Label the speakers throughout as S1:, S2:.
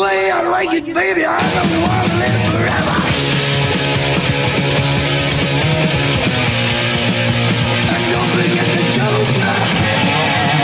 S1: like it, baby. I don't want to live forever. And don't forget the joker.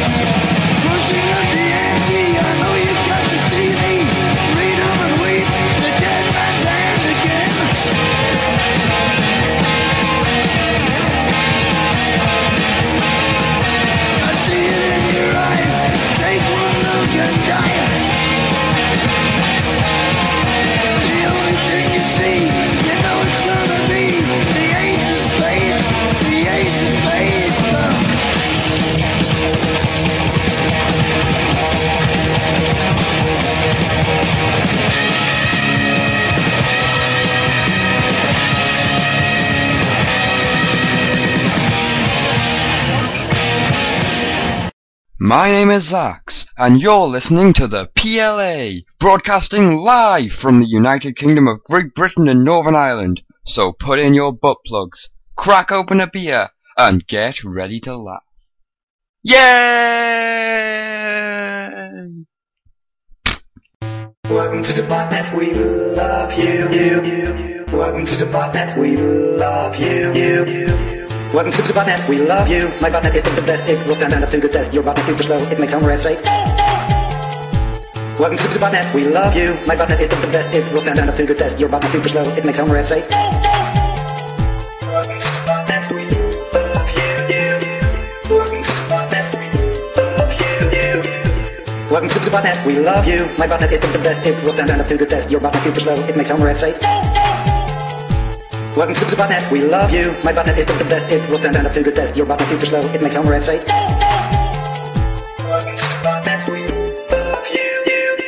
S1: Pushing up the ante. I know you got to see me. Read up and weep. The dead man's hand again. I see it in your eyes. Take one look and die. The only thing you see, you know it's gonna be the ace of spades. The ace of spades. Look.
S2: My name is Zax, and you're listening to the PLA, broadcasting live from the United Kingdom of Great Britain and Northern Ireland. So put in your butt plugs, crack open a beer, and get ready to laugh. Yay!
S1: Welcome to the podcast. We love you. you, you, you. Welcome to the podcast. We love you. you, you. Welcome to the podcast. We love you. My botnet is the best. It will stand up to the test. Your botnet super slow. It makes homework straight. Welcome to the botnet. We love you. My botnet is the best. It will stand up to the test. Your botnet super slow. It makes homework straight. Welcome to the botnet. We love you. you, you. Welcome to the botnet. We love you. you, you. Welcome to the botnet, we love you. My botnet is the best, it will stand up to the test. Your botnet's super slow, it makes homework straight. "Oh, Welcome to the botnet, we love you. My botnet is the best, it will stand up to the test. Your botnet's super slow, it makes homework straight. Welcome to the botnet, we love you. you.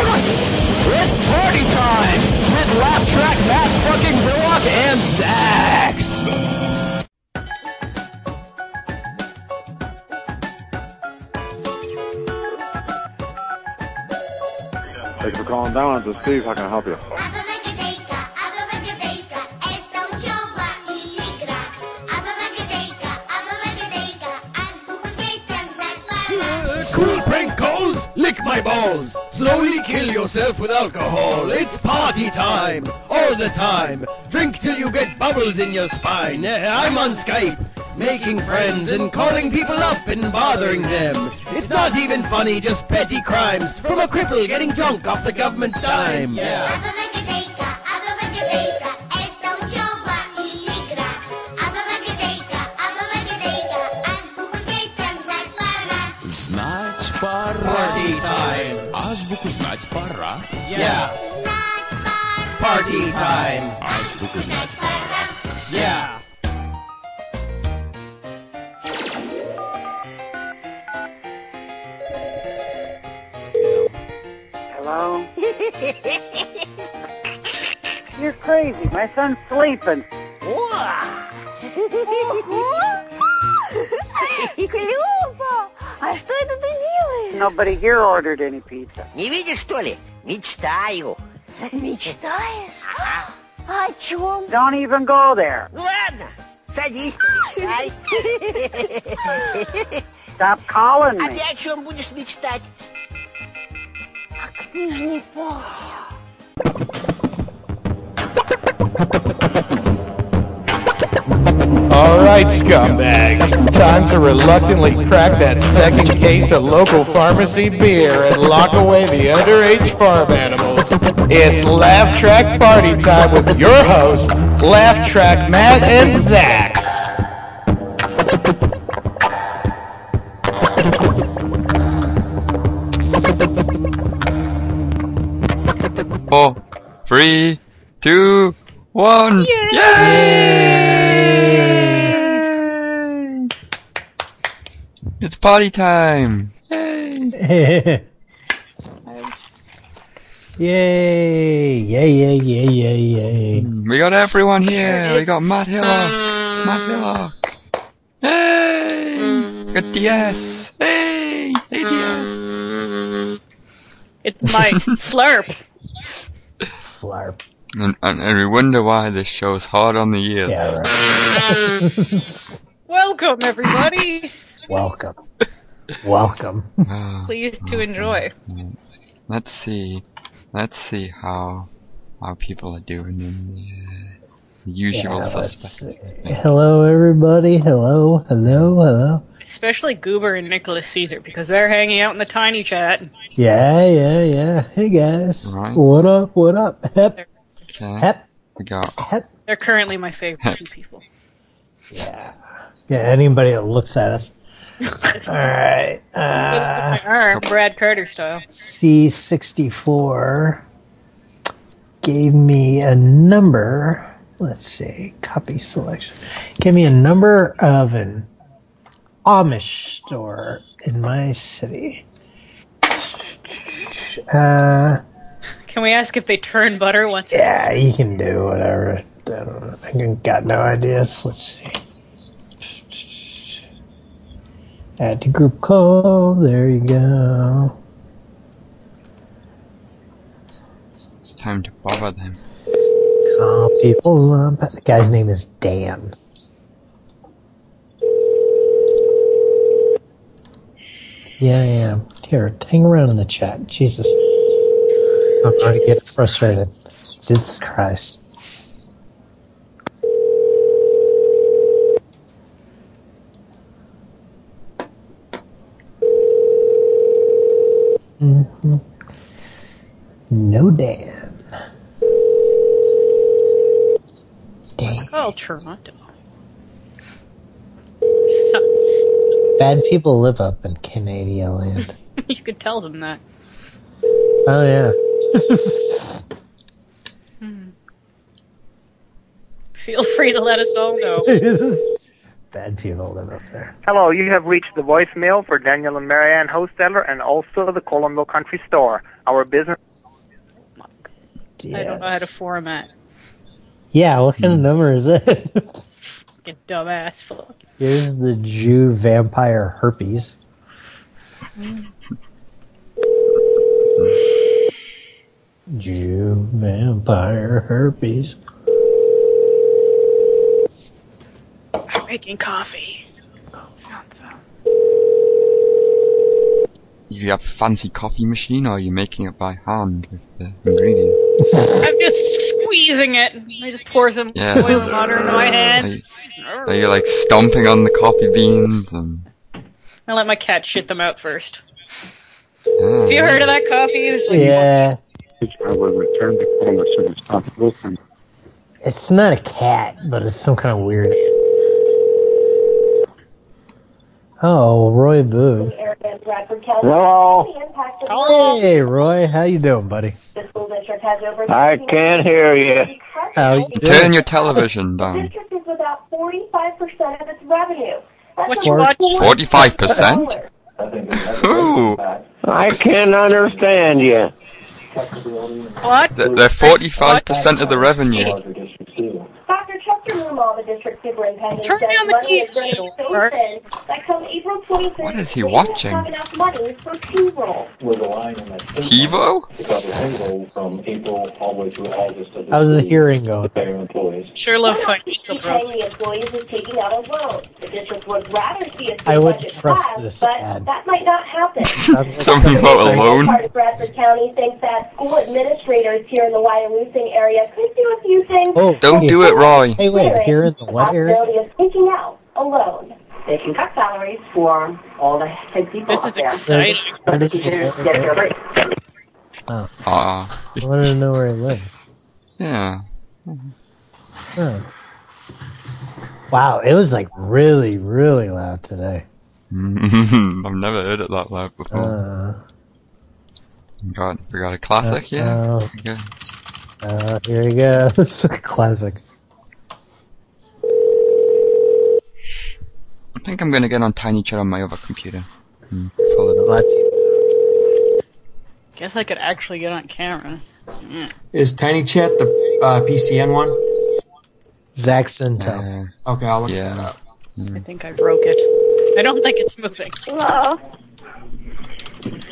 S3: It's party time with Laugh Track, Matt fucking Verloc, and Zax.
S4: Thanks for calling down. This is Steve. How can I help you?
S5: Ababacadabra, ababacadabra, это учеба и игра. Абабакадабра, абабакадабра, азбуку детям знать пора.
S3: Cool prank goes, lick my balls. Slowly kill yourself with alcohol. It's party time, all the time. Drink till you get bubbles in your spine. Eh, I'm on Skype, making friends and calling people up and bothering them. It's not even funny, just petty crimes from a cripple getting drunk off the government's dime. Yeah.
S5: Абабакадабра, абабакадабра, это учеба и игра. Абабакадабра, абабакадабра, азбуку детям знать пора.
S6: Знать пора.
S3: Party time.
S6: Азбуку знать пора.
S3: Yeah.
S5: Знать пора,
S3: Party time.
S6: Азбуку знать.
S5: знать пора.
S3: Yeah.
S7: Hello? You're crazy. My son's sleeping.
S8: Клёпа! А что это ты делаешь?
S7: Nobody here ordered any pizza.
S9: Не видишь, что ли? Мечтаю.
S8: Мечтаешь? А о чем?
S7: Don't even go there.
S9: Ну ладно, садись, помечтай.
S7: Stop calling
S9: А
S7: me.
S9: ты о чем будешь мечтать?
S8: О книжной полке.
S3: All
S10: right,
S3: right,
S10: scumbags. Time to reluctantly crack that second case of local pharmacy beer and lock away the underage farm animals. It's Laugh Track Party Time with your hosts, Laugh Track Matt and Zax.
S2: Four, three, two,
S1: "Oh,
S2: one. Yay! It's party time.
S3: Yay! Yay! Yay! Yay! Yay! Yay!
S2: We got everyone here. We got Matt Hillock. Matt Hillock. Hey! Got DS. Hey! Hey DS.
S11: It's my flurp.
S3: Flarp.
S2: And, and, and we wonder why this show's hard on the ears.
S3: Yeah, right.
S11: Welcome, everybody.
S3: Welcome. Welcome.
S2: Ah.
S11: Pleased to enjoy.
S2: Let's see. Let's see how how people are doing in the uh, usual
S3: Yeah, let's
S2: suspects.
S3: Hello, everybody. Hello. Hello. Hello.
S11: Especially Goober and Nicholas Caesar because they're hanging out in the tiny chat.
S3: Yeah. Yeah. Yeah. Hey, guys.
S2: Right.
S3: What up? What up? Hep.
S2: Okay.
S3: Hep.
S2: We got
S3: Hep.
S11: They're currently my favorite two people.
S3: Yeah. Anybody that looks at us. All right. Uh,
S11: my arm, Brad Carter style.
S3: C64 gave me a number. Let's see, copy selection. Gave me a number of an Amish store in my city. Uh,
S11: Can we ask if they turn butter once? or
S3: yeah, you can do whatever. I don't know. I can- got no ideas. Let's see. Add to group call. There you go.
S2: it's time to bother them.
S3: Call people up. The guy's name is Dan. Yeah, yeah. Here, hang around in the chat. Jesus. I'm going to get frustrated. Jesus Christ. hmm No Dan. Dan.
S11: Oh, Toronto. So-
S3: Bad people live up in Canada land.
S11: you could tell them that.
S3: Oh yeah.
S11: Feel free to let us all know.
S3: Bad people live up there.
S12: Hello, you have reached the voicemail for Daniel and Marianne Hosteller and also the Colombo Country Store. Our business.
S11: I don't know how to format.
S3: Yeah, what kind of number is it?
S11: Fucking dumbass fuck.
S3: Here's the Jew vampire herpes. Jew vampire herpes.
S11: I'm making coffee. Sounds so.
S2: You have a fancy coffee machine, or are you making it by hand with the ingredients?
S11: I'm just squeezing it. I just pour some
S2: Yeah.
S11: oil and water into my
S2: Are
S11: hand.
S2: you, are you like stomping on the coffee beans? And,
S11: I let my cat shit them out first.
S2: yeah.
S11: Have you heard of that coffee? There's like
S3: Yeah,
S13: Mm. I will return the call as soon as possible. Thank
S3: it's not a cat, but it's some kind of weird. Oh, Roy Boog.
S5: Hello.
S3: Hey, Roy, how you doing, buddy?
S5: I can't hear you.
S3: How you doing?
S2: Turn your television down.
S5: This is about 45% of its revenue.
S11: What
S3: you watch?
S2: Forty-five percent. Ooh,
S5: I can't understand you.
S11: what?
S2: they're they're forty-five percent of the revenue.
S5: Dr. Chester Lumall, the district superintendent,
S11: Turn
S5: says
S11: down the
S5: money is
S11: TV,
S5: running so
S11: Bert.
S5: thin that come April 23rd,
S2: What is he
S5: they won't
S2: watching?
S5: have enough money for payroll.
S2: TiVo?
S7: from April all the way through August of
S3: How's the hearing going?
S11: Sure love
S5: Why not
S11: financial
S5: keep
S11: growth.
S5: paying the employees is taking out a loan. The district would rather see us
S3: I wouldn't
S5: budget
S3: trust
S5: passed,
S3: this
S5: but
S3: ad.
S5: that might not happen.
S2: Something about a
S5: Another
S2: loan?
S5: Part of Bradford County thinks that school administrators here in the Wyalusing area could do a few things.
S3: Oh,
S2: Don't do it, Roy.
S3: Hey, wait, here in the what area?
S5: Possibility of taking out
S10: alone. They can cut salaries for all the head people
S11: This
S10: up
S11: is
S10: there.
S11: exciting.
S10: But the teachers get a fair break.
S3: Oh.
S2: Ah.
S3: I wanted to know where I live.
S2: Yeah.
S3: Huh. Wow, it was like really, really loud today.
S2: I've never heard it that loud before.
S3: Uh,
S2: God, we got a classic,
S3: uh,
S2: yeah.
S3: oh.
S2: Okay.
S3: Uh, here he goes. Classic.
S2: I think I'm gonna get on Tiny Chat on my other computer. and pull it up.
S11: Guess I could actually get on camera. Mm.
S14: Is Tiny Chat the uh, PCN one?
S3: Zach Sintel.
S14: Okay, I'll look that up.
S11: I think I broke it. I don't think it's moving.
S10: Hello.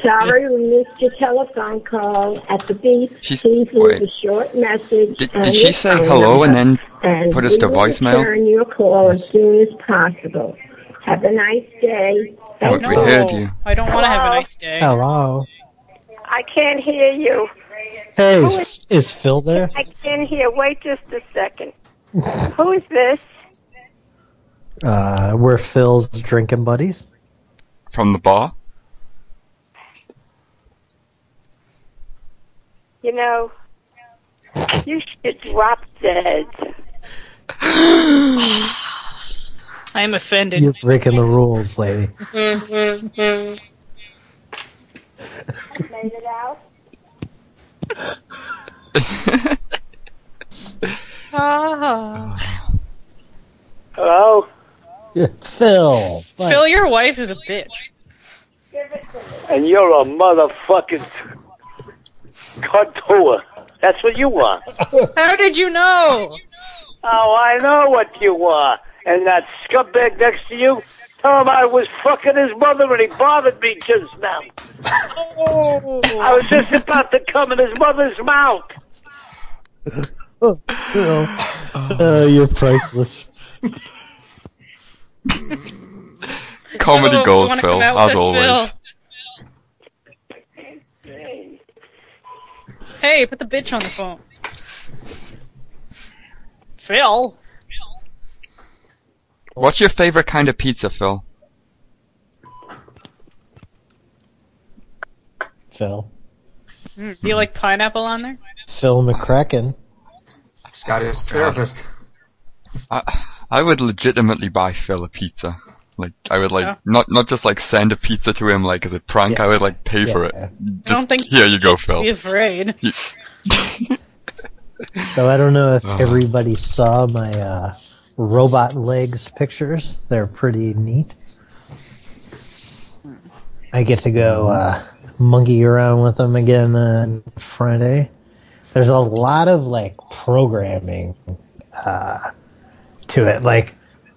S10: Sorry we missed your telephone call at the beep.
S2: She's-
S10: Please leave
S2: wait.
S10: a short message. Uh,
S2: Did,
S10: and
S2: did she
S10: your
S2: say
S10: phone
S2: hello and
S10: number,
S2: then
S10: and
S2: put us
S10: we
S2: to
S10: will
S2: voicemail?
S10: Return your call as soon as possible. Have a nice day.
S2: Look, we heard you.
S11: I don't want to have a nice day.
S3: Hello.
S15: I can't hear you.
S3: Hey, is, is Phil there?
S15: I can't hear. Wait just a second. Who is this?
S3: Uh, we're Phil's drinking buddies.
S2: From the bar?
S15: You know, you should drop dead.
S11: I am offended.
S3: You're breaking the rules, lady.
S10: Made it out.
S15: Hello?
S3: Phil.
S11: Phil, your wife is a bitch.
S7: And you're a motherfucking contour. That's what you are.
S11: How did you know?
S7: Oh, I know what you are. And that scumbag next to you, tell him I was fucking his mother and he bothered me just now.
S11: Oh.
S7: I was just about to come in his mother's mouth.
S3: Oh, Phil. Oh, you're priceless.
S2: Comedy
S11: Phil, you
S2: gold,
S11: wanna
S2: Phil,
S11: come out with
S2: as
S11: us,
S2: always.
S11: Phil? Hey, put the bitch on the phone. Phil,
S2: What's your favorite kind of pizza, Phil?
S3: Phil.
S11: Mm, do you like pineapple on there?
S3: Phil McCracken.
S14: Scottish therapist.
S2: I, I would legitimately buy Phil a pizza. Like I would like
S11: Yeah.
S2: not not just like send a pizza to him like as a prank. I would like pay for it.
S11: I don't think.
S2: Here you go, Phil.
S11: Be afraid.
S2: You-
S3: So I don't know if
S2: Ugh.
S3: everybody saw my uh, robot legs pictures. They're pretty neat. I get to go uh, monkey around with them again on Friday. There's a lot of like programming uh, to it. Like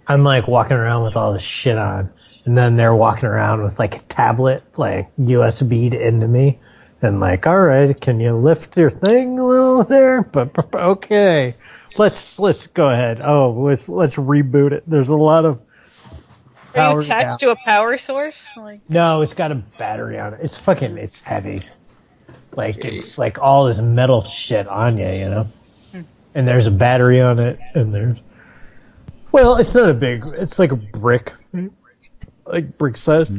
S3: I'm like walking around with all this shit on, and then they're walking around with like a tablet, like USB'd into me, and like, all right, can you lift your thing a little there? But but- but okay, let's let's go ahead. Oh, let's let's reboot it. There's a lot of
S11: Are you
S3: power
S11: attached to a power source? Like,
S3: no, it's got a battery on it. It's fucking, it's heavy. Like, it's like all this metal shit on you, you know? And there's a battery on it, and there's. Well, it's not a big, it's like a brick. Like brick size.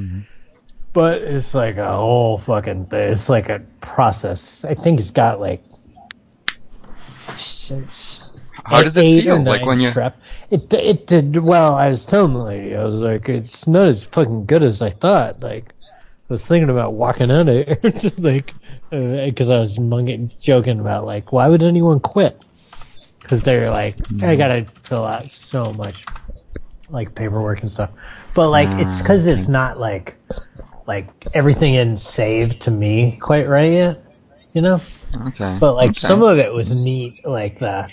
S3: But it's like a whole fucking thing. It's like a process. I think it's got like. Six,
S2: How does it
S3: eight or
S2: feel? Like
S3: nine
S2: when you-
S3: strap. It it did well. I was telling the lady, I was like, it's not as fucking good as I thought. Like, I was thinking about walking out of here, like, because I was mung- joking about like, why would anyone quit? Because they're like,
S2: Mm-hmm.
S3: I gotta fill out so much, like paperwork and stuff. But like, it's
S2: Mm,
S3: because it's not like, like everything in saved to me quite right yet, you know.
S2: Okay.
S3: But like
S2: okay.
S3: some of it was neat, like the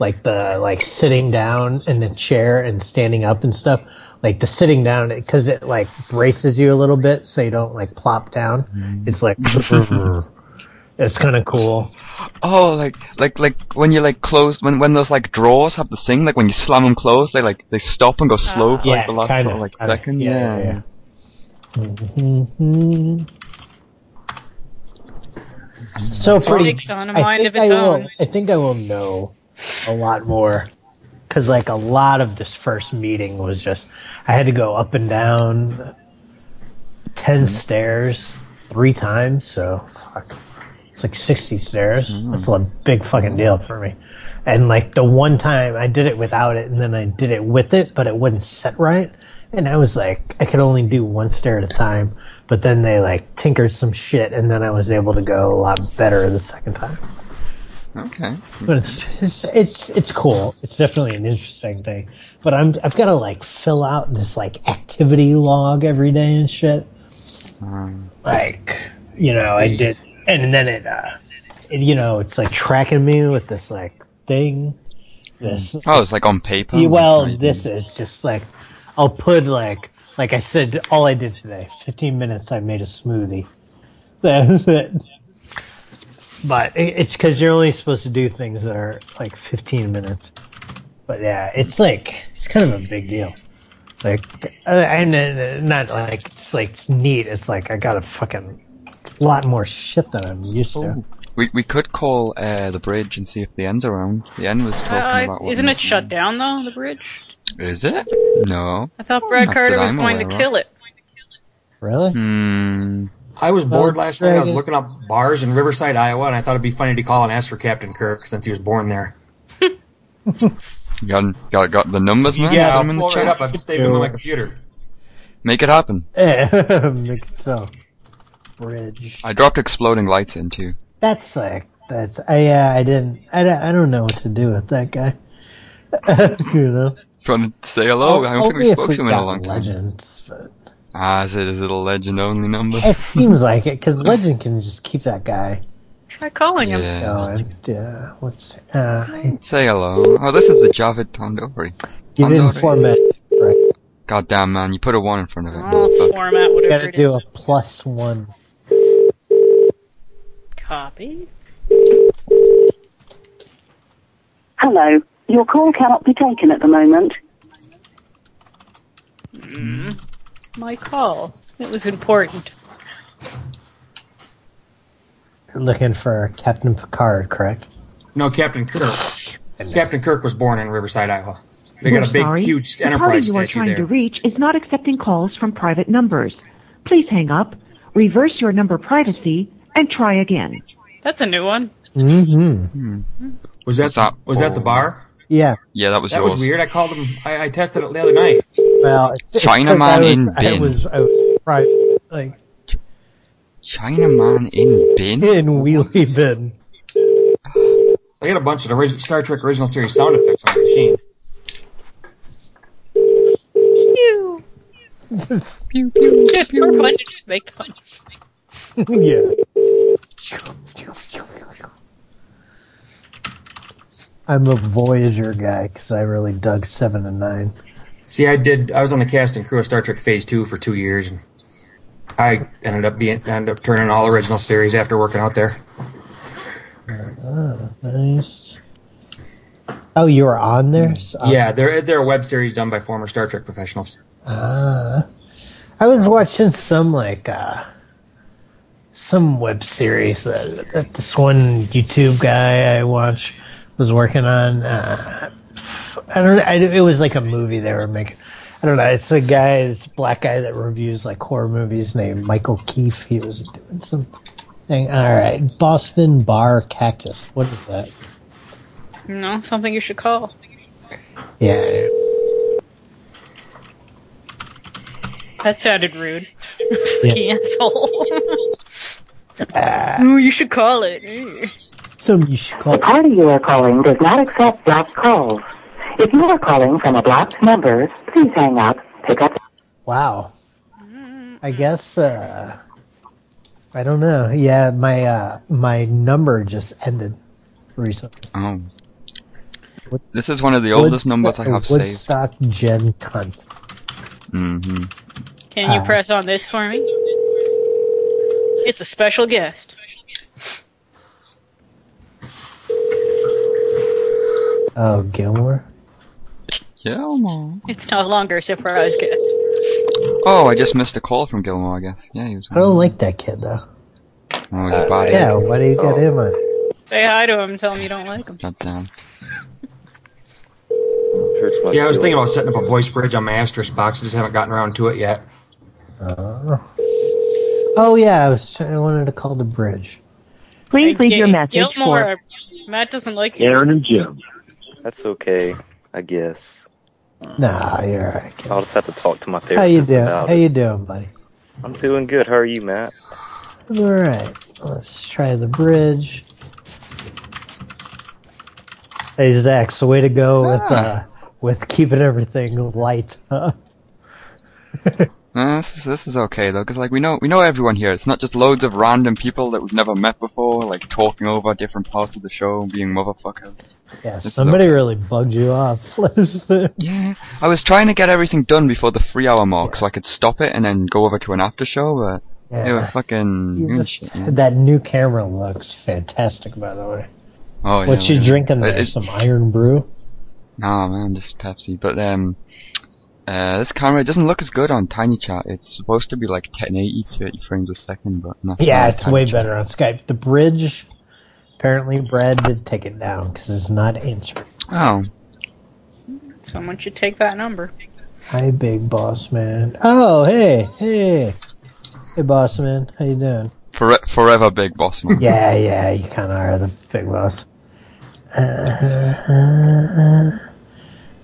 S3: like the like sitting down in the chair and standing up and stuff. Like the sitting down because it like braces you a little bit so you don't like plop down.
S2: Mm.
S3: It's like it's kind of cool.
S2: Oh, like like like when you like close when when those like drawers have the thing like when you slam them closed they like they stop and go
S11: Ah.
S2: slow for like
S3: Yeah,
S2: the last
S3: kinda,
S2: sort of, like
S3: kinda.
S2: second.
S3: Yeah, yeah, yeah. Mhm. So
S11: It
S3: pretty.
S11: takes on a
S3: I
S11: mind
S3: think
S11: of its
S3: I will-
S11: own.
S3: I think I will know a lot more because like a lot of this first meeting was just I had to go up and down 10 stairs three times, so fuck. It's like sixty stairs. That's a big fucking deal for me. And like the one time I did it without it, and then I did it with it, but it wasn't set right. And I was like, I could only do one stair at a time. But then they like tinkered some shit, and then I was able to go a lot better the second time.
S2: Okay.
S3: But it's it's it's, it's cool. It's definitely an interesting thing. But I'm I've got to like fill out this like activity log every day and shit. Um, Like you know, I did, and then it uh, it, you know, it's like tracking me with this like thing. This
S2: Oh, it's like on paper.
S3: yeah, well, this is just like I'll put like like I said, all I did today, fifteen minutes. I made a smoothie. That was it. But it- it's because you're only supposed to do things that are like fifteen minutes. But yeah, it's like it's kind of a big deal. Like, uh, and uh, not like it's like it's neat. It's like I got a fucking lot more shit than I'm used to.
S2: We we could call uh, the bridge and see if the end's around. The end was talking
S11: Uh,
S2: about what.
S11: isn't it shut down though? The bridge.
S2: Is it? No.
S11: I thought Brad
S2: Not
S11: Carter
S2: that
S11: was
S2: I'm
S11: going to
S2: aware of.
S11: kill it.
S3: Really?
S2: Hmm.
S14: I was bored
S2: Oh,
S14: last night. I was
S2: dragon.
S14: looking up bars in Riverside, Iowa, and I thought it'd be funny to call and ask for Captain Kirk since he was born there.
S2: Got, got got the numbers, man.
S14: Yeah,
S2: Got
S14: I'll
S2: them in the
S14: pull right
S2: chat.
S14: up. I'm saving on my computer.
S2: Make it happen.
S3: Eh, make it so. Bridge.
S2: I dropped exploding lights in too.
S3: That's like that's I yeah I didn't I, don't- I don't know what to do with that guy. you know.
S2: Trying to say hello. I don't think
S3: Only
S2: we
S3: if
S2: spoke to him in
S3: got
S2: a long time.
S3: Legends.
S2: Ah, is it is it a legend only number?
S3: It seems like it because Legend can just keep that guy
S11: Try calling him.
S2: Yeah.
S3: going. Yeah. What's uh? I-
S2: Say hello. Oh, this is the Javid Tandori.
S3: You didn't format correctly.
S2: God damn, man, you put a one in front of it.
S11: I'll format
S3: You
S11: whatever
S3: gotta
S11: it is.
S3: do a plus one.
S11: Copy.
S16: Hello. Your call cannot be taken at the moment.
S11: My call. It was important.
S3: You're looking for Captain Picard, correct?
S14: No, Captain Kirk. Captain Kirk was born in Riverside, Iowa. They
S17: We're
S14: got a big,
S17: sorry.
S14: huge
S17: The party
S14: Enterprise
S17: you are
S14: statue
S17: trying
S14: there.
S17: to reach is not accepting calls from private numbers. Please hang up, reverse your number privacy, and try again.
S11: That's a new one.
S3: Mm-hmm.
S14: Hmm. Was that, was that the bar?
S3: Yeah.
S2: Yeah, that was
S14: that
S2: yours.
S14: was weird. I called them. I, I tested it the other night.
S3: Well, it's, it's 'cause
S2: Chinaman
S3: I was,
S2: in
S3: I
S2: bin.
S3: was I was private like
S2: Chinaman in bin.
S3: in wheelie bin.
S14: I got a bunch of the orig- Star Trek original series sound effects on my machine.
S11: Pew, pew, it's more fun to just make fun.
S3: yeah. I'm a Voyager guy because I really dug seven and nine.
S14: See, I did. I was on the cast and crew of Star Trek Phase Two for two years, and I ended up being ended up turning all original series after working out there.
S3: Oh, nice. Oh, you were on there? So-
S14: Yeah, they're they're a web series done by former Star Trek professionals.
S3: Ah. I was watching some like uh some web series that, that this one YouTube guy I watch was working on. Uh, I don't know. I, it was like a movie they were making. I don't know. It's a guy, it's a black guy that reviews like horror movies named Michael Keefe. He was doing some thing. All right, Boston Bar Cactus. What is that?
S11: No, something you should call.
S3: Yeah.
S11: That sounded rude.
S3: Yeah.
S11: Fucking asshole. Ooh, you should call it. Ooh.
S3: So you Uh, should call.
S16: The party you are calling does not accept blocked calls. If you are calling from a blocked number, please hang up, pick up.
S3: Wow. I guess uh I don't know. Yeah, my uh my number just ended recently.
S2: Oh. This is one of the oldest
S3: Woodsto-
S2: numbers I have saved.
S3: Woodstock Gen Cunt.
S2: Mm-hmm.
S11: Can you
S3: Ah.
S11: press on this for me? It's a special guest.
S3: Oh, Gilmore.
S2: Gilmore.
S11: It's no longer a surprise guest.
S2: Oh, I just missed a call from Gilmore, I guess. Yeah, he was.
S3: I don't like that kid though.
S2: Oh, he's a body.
S3: Uh, yeah, why do you get him on?
S11: Say hi to him. Tell him you don't like him.
S2: God damn.
S14: Yeah, I was thinking about setting up a voice bridge on my asterisk box. I just haven't gotten around to it yet.
S3: Uh, oh yeah, I was. trying- I wanted to call the bridge.
S17: Please leave your
S11: message Gilmore, Matt doesn't like you.
S18: Aaron and Jim. That's okay, I guess.
S3: Nah, you're all right.
S18: I'll just have to talk to my therapist
S3: How you doing?
S18: about
S3: How
S18: it.
S3: you doing, buddy?
S18: I'm doing good. How are you, Matt?
S3: I'm all right. Let's try the bridge. Hey Zach, so way to go with uh,
S2: Ah.
S3: with keeping everything light. Huh?
S2: Uh, this, is, this is okay though, because like we know we know everyone here. It's not just loads of random people that we've never met before, like talking over different parts of the show and being motherfuckers.
S3: Yeah, somebody really bugged you off. Listen.
S2: Yeah. I was trying to get everything done before the three-hour mark, so I could stop it and then go over to an after show. But it
S3: Yeah.
S2: was fucking. it was shit, yeah.
S3: That new camera looks fantastic, by the way.
S2: Oh yeah.
S3: What's she
S2: whatever.
S3: drinking
S2: But
S3: there?
S2: it-
S3: Some iron brew?
S2: No man, just Pepsi. But um, uh, this camera it doesn't look as good on Tiny Chat. It's supposed to be like 1080, 30 frames a second, but nothing.
S3: Yeah,
S2: on
S3: it's
S2: Tiny
S3: way
S2: Chat.
S3: better on Skype. The bridge, apparently Brad did take it down because it's not answered.
S2: Oh.
S11: Someone should take that number.
S3: Hi, big boss man. Oh, hey, hey. Hey, boss man. How you doing?
S2: Fore- forever big boss man.
S3: Yeah, yeah, you kind of are the big boss.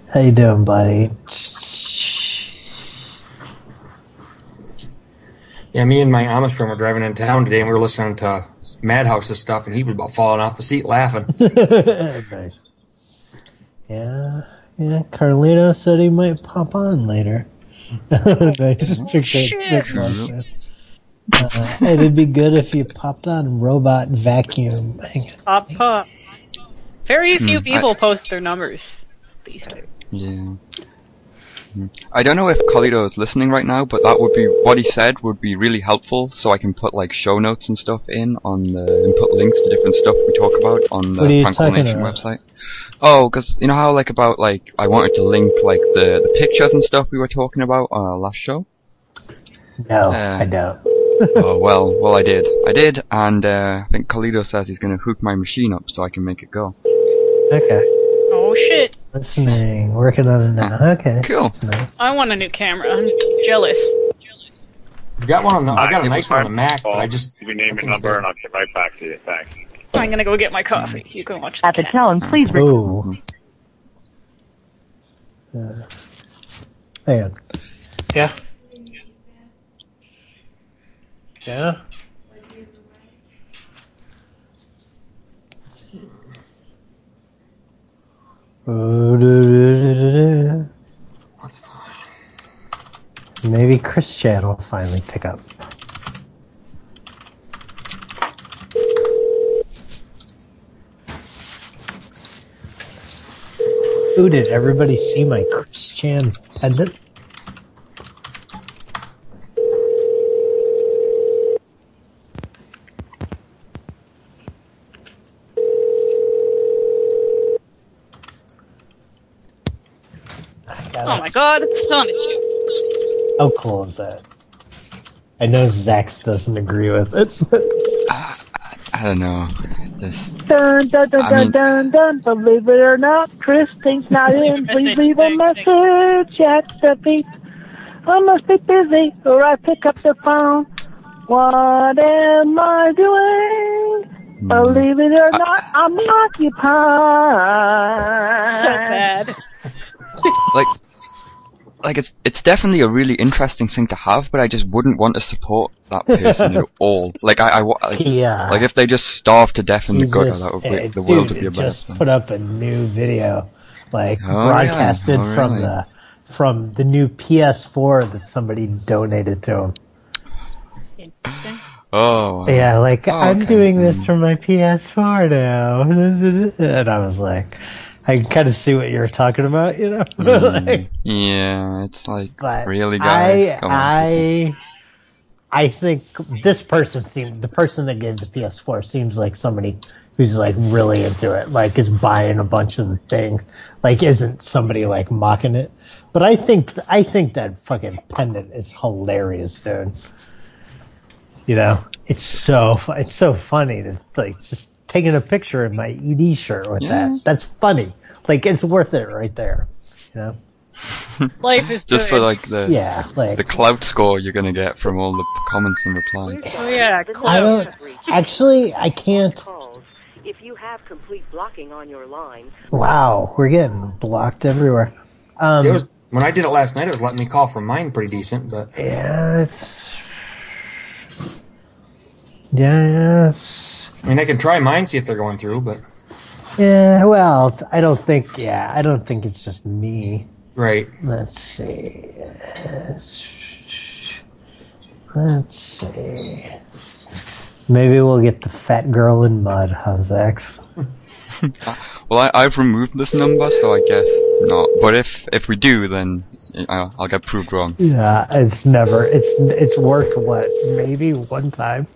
S3: How you doing, buddy?
S14: Yeah, me and my Amish friend were driving in town today, and we were listening to Madhouse's stuff, and he was about falling off the seat laughing.
S3: nice. Yeah, yeah. Carlito said he might pop on later. nice. Big, big boss man. Uh, it'd be good if you popped on robot vacuum. Hang on.
S11: Pop pop. Very
S2: Hmm,
S11: few
S2: I-
S11: people post their numbers these days.
S2: Yeah. Mm. I don't know if Colito is listening right now, but that would be what he said would be really helpful, so I can put like show notes and stuff in on the and put links to different stuff we talk about on the
S3: What are you
S2: Punkle
S3: talking
S2: Nation
S3: about?
S2: website. Oh, because you know how like about like I wanted to link like the the pictures and stuff we were talking about on our last show.
S3: No,
S2: Uh,
S3: I don't.
S2: oh well, well I did, I did, and uh, I think Colito says he's going to hook my machine up so I can make it go.
S3: Okay.
S11: Oh shit!
S3: Listening, working on it now. Okay.
S2: Cool.
S11: I want a new camera. I'm jealous.
S14: I've got one on the, I got a nice one on the Mac,
S19: Oh,
S14: but I just
S6: Give me name and number, and I'll get right back to you. Thanks.
S11: I'm gonna go get my coffee. You can watch.
S17: At the tone, please. re-
S3: Ooh. Uh, hang on. Yeah. Yeah. That's fine. Maybe Chris Chad will finally pick up. Ooh, did everybody see my Chris Chan pendant?
S11: Oh my god, it's on at you.
S3: How Oh, cool is that? I know Zax doesn't agree with it.
S2: I don't know. Just-
S20: Dun, dun, dun,
S2: I
S20: dun,
S2: mean-
S20: dun, dun. Believe it or not, Christine's not in. Please leave a message at the beep. I must be busy or I pick up the phone. What am I
S3: Hmm.
S20: doing? Believe it or not, I'm occupied.
S11: So bad.
S2: like like it's it's definitely a really interesting thing to have, but I just wouldn't want to support that person at all. Like I, I wa- like,
S3: Yeah.
S2: like if they just starved to death in the
S3: He
S2: gutter,
S3: just-
S2: that would
S3: eh,
S2: be, the world
S3: dude,
S2: would be a
S3: it
S2: better
S3: just
S2: place.
S3: put up a new video, like
S2: Oh, really?
S3: broadcasted
S2: Oh,
S3: from
S2: really?
S3: the from the new PS4 that somebody donated to him.
S11: Interesting.
S2: Oh
S3: Yeah, like
S2: Oh,
S3: I'm
S2: okay.
S3: doing this for my PS4 now, and I was like, I can kind of see what you're talking about, you know.
S2: Mm,
S3: Like,
S2: yeah, it's like
S3: but
S2: really guys. Come on.
S3: I I I think this person seemed the person that gave the PS4 seems like somebody who's like really into it, like is buying a bunch of the thing, like isn't somebody like mocking it. But I think I think that fucking pendant is hilarious, dude. You know, it's so fu- it's so funny to like just taking a picture in my ED shirt with
S2: Yeah.
S3: that. That's funny. Like it's worth it right there. you know?
S11: Life is
S2: Just
S11: good.
S2: for like the
S3: Yeah, like-
S2: the clout score you're gonna get from all the p- comments and replies.
S11: Oh yeah,
S3: I
S11: close.
S3: don't. Actually, I can't.
S1: If you have complete blocking on your line,
S3: Wow, we're getting blocked everywhere. Um,
S14: it was when I did it last night. It was letting me call from mine pretty decent, but
S3: yeah, it's yeah, it's,
S14: I mean, I can try mine see if they're going through, but
S3: yeah. Well, I don't think. Yeah, I don't think it's just me.
S14: right.
S3: Let's see. Let's see. Maybe we'll get the fat girl in mud. How's that?
S2: Well, I, I've removed this number, so I guess not. But if if we do, then uh, I'll, I'll get proved wrong.
S3: Yeah, it's never. It's it's worked what maybe one time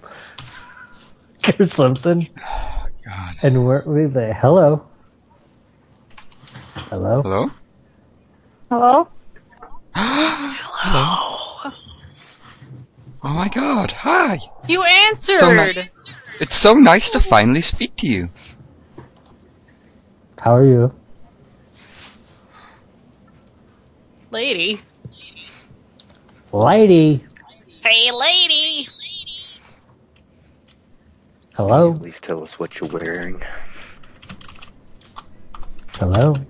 S3: or something. God. And we're we the hello. Hello.
S2: Hello.
S20: Hello?
S2: Hello. Oh my God! Hi.
S11: You
S2: So ni-
S11: answered.
S2: it's so nice to finally speak to you.
S3: How are you?
S11: lady.
S3: Lady.
S11: Hey, lady.
S3: Hello.
S18: Please tell us what you're wearing.
S3: Hello.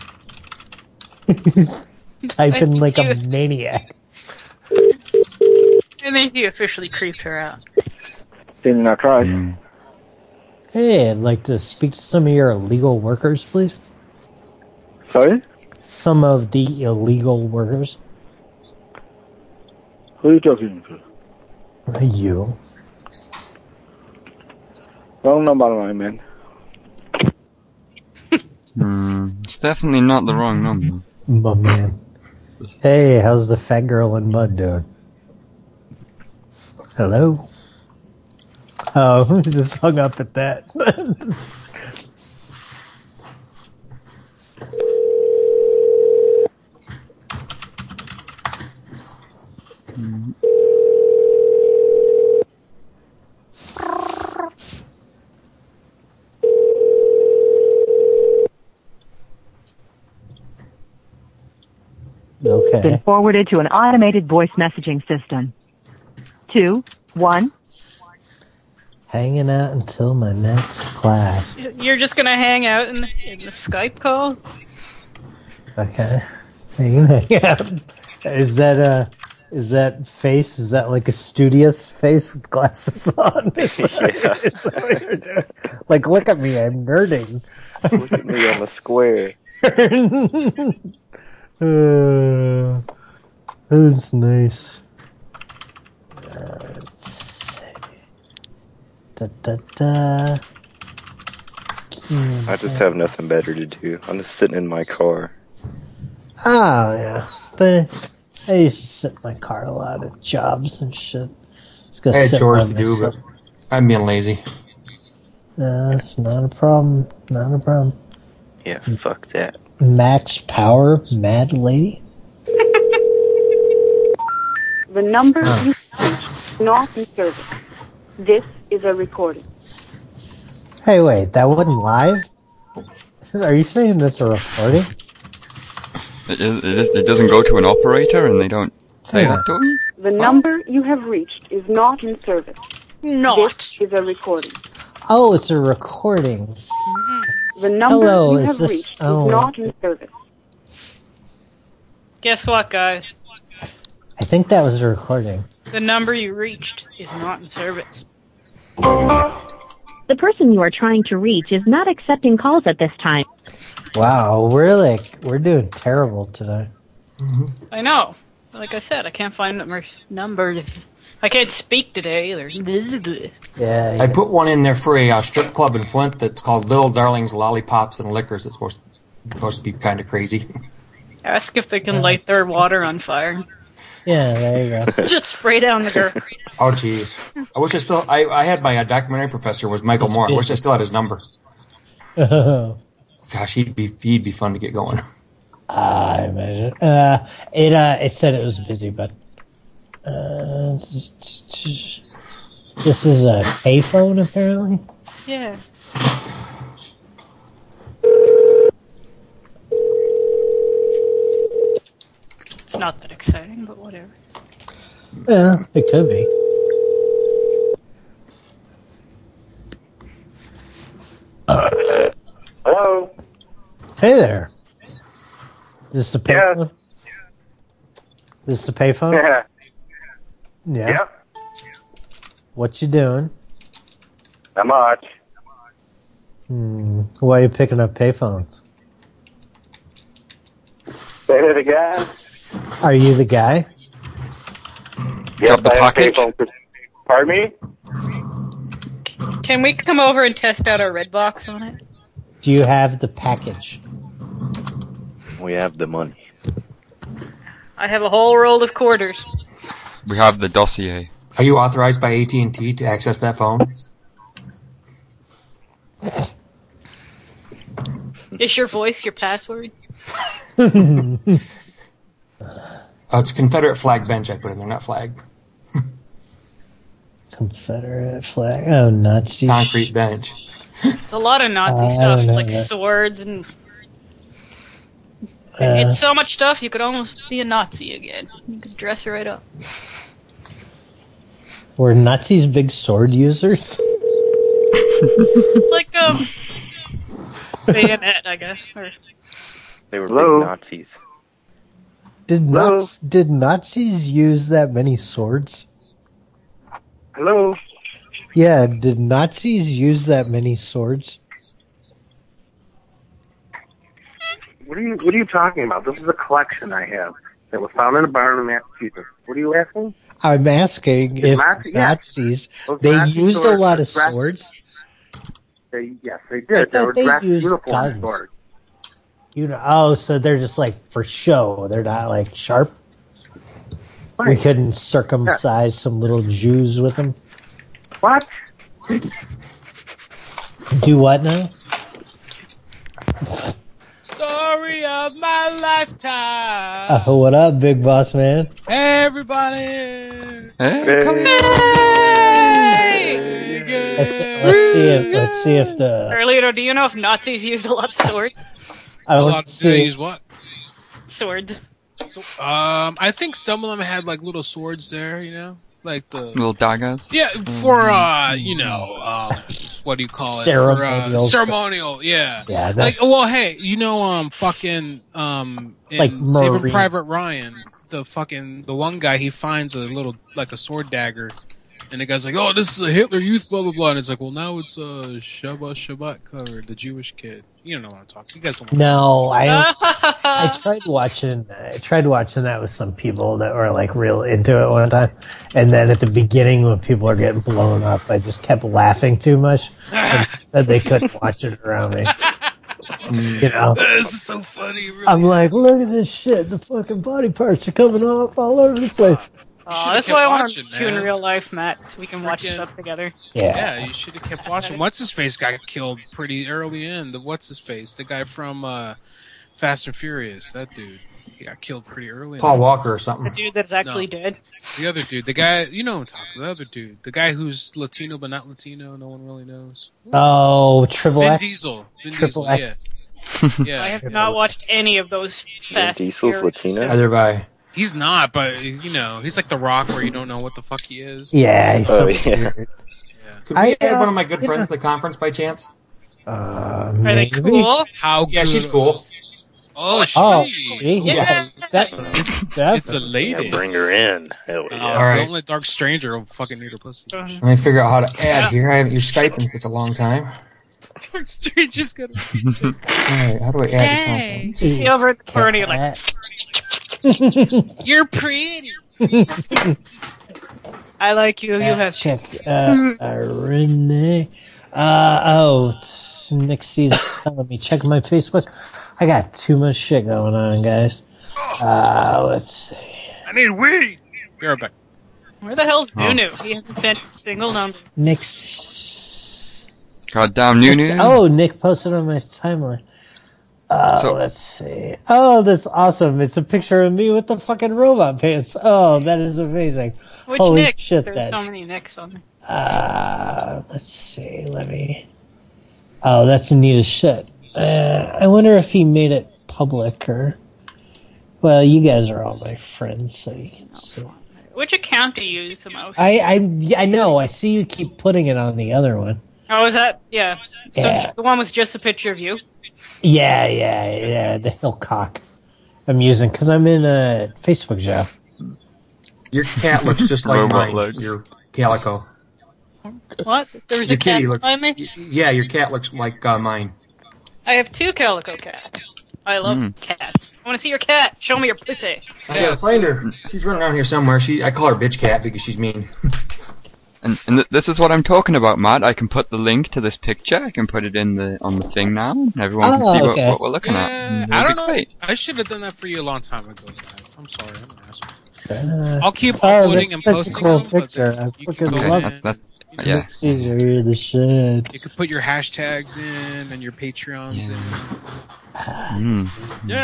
S3: Typing like a maniac.
S11: And then you officially creeped her out.
S3: Didn't I try? Hey, I'd like to speak to some of your illegal workers, please.
S20: Sorry?
S3: Some of the illegal workers.
S20: Who are you talking to?
S3: You.
S20: Wrong number, my man.
S2: Hmm, it's definitely not the wrong number.
S3: My man. Hey, how's the fat girl in mud doing? Hello? Oh, just hung up at that.
S17: Been
S3: okay.
S17: forwarded to an automated voice messaging system. Two, one.
S3: Hanging out until my next class.
S11: You're just gonna hang out in the, in the Skype call?
S3: Okay. Hanging out. Is that uh is that face? Is that like a studious face with glasses on? Is that- is that what you're doing? Like look at me, I'm nerding.
S18: Look at me on the square.
S3: Uh, that's nice. Uh, Da, da, da. Hmm.
S18: I just have nothing better to do. I'm just sitting in my car.
S3: Oh yeah, but I used to sit in my car a lot at jobs and shit. Just go
S14: I had
S3: sit
S14: chores to
S3: by
S14: do,
S3: myself.
S14: but I'm being lazy.
S3: No, it's not a problem. Not a problem.
S18: Yeah, fuck that.
S3: Max Power, Mad Lady.
S1: the number you not in service. This is a recording.
S3: Hey, wait, that wasn't live. Are you saying that's a recording?
S2: It, is- it, is- it doesn't go to an operator, and they don't say
S3: Yeah.
S2: that to you.
S1: The number you have reached is not in service. Not. This is a recording.
S3: Oh, it's a recording.
S1: The number
S3: Hello,
S1: you
S3: is
S1: have
S3: this-
S1: reached
S3: oh.
S1: is not in service.
S11: Guess what, guys?
S3: I think that was a recording.
S11: The number you reached is not in service.
S21: The person you are trying to reach is not accepting calls at this time.
S3: Wow, we're like we're doing terrible today.
S11: I know. Like I said, I can't find my number. I can't speak today either.
S3: Yeah.
S14: I put one in there for a uh, strip club in Flint that's called Little Darlings Lollipops and Liquors. It's supposed supposed to be kind of crazy.
S11: Ask if they can light their water on fire.
S3: Yeah, there you
S11: Just spray down the girl.
S14: Oh, jeez. I wish I still. I, I had my uh, documentary professor was Michael Moore. I wish I still had his number.
S3: go.
S14: Gosh, he'd be he'd be fun to get going.
S3: I imagine. Uh, it uh, it said it was busy, but uh, this is a payphone apparently.
S11: Yeah. not that exciting, but whatever.
S3: Yeah, it could be.
S19: Hello.
S3: Hey there. This the payphone. This the payphone.
S19: Yeah.
S3: Yeah.
S19: Yeah.
S3: What you doing?
S19: Not much.
S3: Hmm. Why are you picking up payphones?
S19: Say it again.
S3: Are you the guy?
S19: Yes, I have payphone. for- Pardon me?
S11: Can we come over and test out our red box on it?
S3: Do you have the package?
S18: We have the money.
S11: I have a whole roll of quarters.
S14: We have the dossier. Are you authorized by AT and T to access that phone?
S11: Is your voice your password?
S14: uh, Oh, it's a Confederate flag bench I put in there, not flag.
S3: Confederate flag. Oh, Nazi.
S14: Concrete bench.
S11: It's a lot of Nazi
S3: Uh, I
S11: stuff,
S3: don't know
S11: like
S3: that.
S11: swords and.
S3: Uh,
S11: it's so much stuff, you could almost be a Nazi again. You could dress right up.
S3: Were Nazis big sword users?
S11: it's like, um. bayonet, I guess. Or,
S18: They were
S3: Hello?
S18: big Nazis.
S3: Did Naz- did Nazis use that many swords?
S19: Hello.
S3: Yeah, did Nazis use that many swords?
S19: What are you What are you talking about? This is a collection I have that was found in a barn in Massachusetts. What are you asking?
S3: I'm asking
S19: Did
S3: if
S19: Nazi- yeah.
S3: Nazis
S19: Those
S3: they
S19: Nazi
S3: used a
S19: swords
S3: lot
S19: were
S3: of
S19: dressed-
S3: swords.
S19: They, yes, they
S3: I
S19: did. They
S3: thought
S19: were
S3: they
S19: dressed
S3: used
S19: uniform
S3: guns.
S19: swords.
S3: You know, oh, so they're just like for show. They're not like sharp. We
S19: Right.
S3: couldn't circumcise some little Jews with them.
S19: What?
S3: Do what now?
S8: Story of my lifetime.
S3: Oh, what up, big boss man?
S8: Hey, everybody.
S3: Let's, let's see if let's see if the
S11: Carlito, do you know if Nazis used a lot of swords?
S3: I
S8: A
S3: don't
S8: lot of
S3: see-
S8: days, what?
S11: Swords.
S8: Um, I think some of them had like little swords there, you know, like the
S2: Little daggers. Mm-hmm.
S8: yeah for
S3: Mm-hmm.
S8: uh you know um what do you call it for, uh,
S2: Ceremonial stuff.
S8: ceremonial yeah
S2: Yeah,
S8: like
S2: that's-
S8: well hey you know um fucking um in
S3: Like
S8: Saving
S3: Marine.
S8: Private Ryan the fucking the one guy he finds a little like a sword dagger. And the guy's like, "Oh, this is a Hitler Youth, blah blah blah." And it's like, "Well, now it's uh, Shabbat Shabbat covered, the Jewish kid." You don't know what I'm talking. You guys don't.
S3: No, I I tried watching I tried watching that with some people that were like real into it one time, and then at the beginning when people were getting blown up, I just kept laughing too much, and said they couldn't watch it around me. You know,
S8: This is so funny. Really.
S3: I'm like, look at this shit. The fucking body parts are coming off all over the place.
S11: Aw, that's
S8: kept
S11: why I want
S8: watching,
S11: to do in
S8: man.
S11: real life, Matt. so We can watch stuff together.
S8: Yeah, you should have kept watching. What's his face got killed pretty early in. The what's his face, the guy from uh, Fast and Furious, that dude, he got killed pretty early. in.
S14: Paul Walker or something.
S11: The dude that's actually dead.
S8: The other dude, the guy, you know, what I'm talking about, the other dude, the guy who's Latino but not Latino, no one really knows.
S3: Oh, Triple
S8: Vin
S3: X.
S8: Diesel, Vin
S3: Triple
S8: Diesel,
S3: X.
S8: yeah. yeah.
S11: I have not watched any of those fast. Furious shows.
S14: Either by
S8: He's not, but you know, he's like The Rock, where you don't know what the fuck he is.
S3: Yeah, he's
S14: Oh,
S3: so
S14: Could we
S3: I,
S14: have
S3: uh,
S14: one of my good
S3: yeah.
S14: friends to the conference by chance?
S3: Uh,
S14: they
S3: maybe.
S14: cool?
S8: How?
S14: Yeah, she's cool.
S8: Oh,
S3: Oh,
S8: she.
S3: she- yeah,
S8: it's, it's a lady.
S18: bring her in. Hell
S8: Uh,
S18: yeah.
S14: All right.
S8: Don't let Dark Stranger fucking eat her pussy.
S11: Uh-huh.
S14: Let me figure out how to add here. I haven't used Skype in such a long time.
S8: Dark Stranger's gonna.
S14: All right, how do I add the
S11: Be
S14: conference?
S11: over at the party, like
S8: you're pretty.
S11: I like you. You have
S3: check uh, uh, Renee. Uh, oh, it's next season telling me check my Facebook. I got too much shit going on, guys. Uh, let's see.
S8: I need weed. Be right back.
S11: Where the hell's
S2: Oh.
S11: Nunu? He hasn't sent a single number.
S3: Nick's.
S2: Goddamn new news.
S3: Oh, Nick posted on my timeline. Uh,
S2: So-
S3: let's see. Oh, that's awesome! It's a picture of me with the fucking robot pants. Oh, that is amazing.
S11: Which
S3: Holy
S11: Nick?
S3: shit!
S11: There's
S3: that
S11: so many Nicks on there.
S3: Uh, let's see. Let me. Oh, that's neat as shit. Uh, I wonder if he made it public or. Well, you guys are all my friends, so you can still.
S11: Which account do you use the most?
S3: I, I, I know. I see you keep putting it on the other one.
S11: oh, is that yeah?
S3: Yeah.
S11: So the one with just a picture of you.
S3: Yeah, yeah, yeah. The Hillcock. I'm using because I'm in a Facebook job.
S14: Your cat looks just like
S3: Robot
S14: mine. Your calico.
S11: What? There was
S14: Your
S11: a cat
S14: kitty looks.
S11: behind me?
S14: Yeah, your cat looks like uh, mine.
S11: I have two calico cats. I love
S14: Mm.
S11: cats. I want to see your cat. Show me your pussy.
S14: I gotta find her. She's running around here somewhere. She, I call her bitch cat because she's mean.
S2: And, and th- this is what I'm talking about, Matt. I can put the link to this picture. I can put it in the on the thing now. and Everyone
S8: Oh,
S2: can see
S8: okay.
S2: what, what we're looking
S8: Yeah,
S2: at.
S8: I don't
S2: It'll
S8: know.
S2: be great.
S8: I should have done that for you a long time ago, guys. I'm sorry. I'm an asshole.
S3: Uh,
S8: I'll keep
S3: oh,
S8: uploading
S3: that's
S8: and posting
S3: such a cool
S8: them, but
S3: picture. I fucking
S8: go
S3: love
S8: in
S3: it.
S2: That's,
S3: It
S2: yeah.
S3: looks easier to shed.
S8: You could put your hashtags in and your Patreons in. Yay!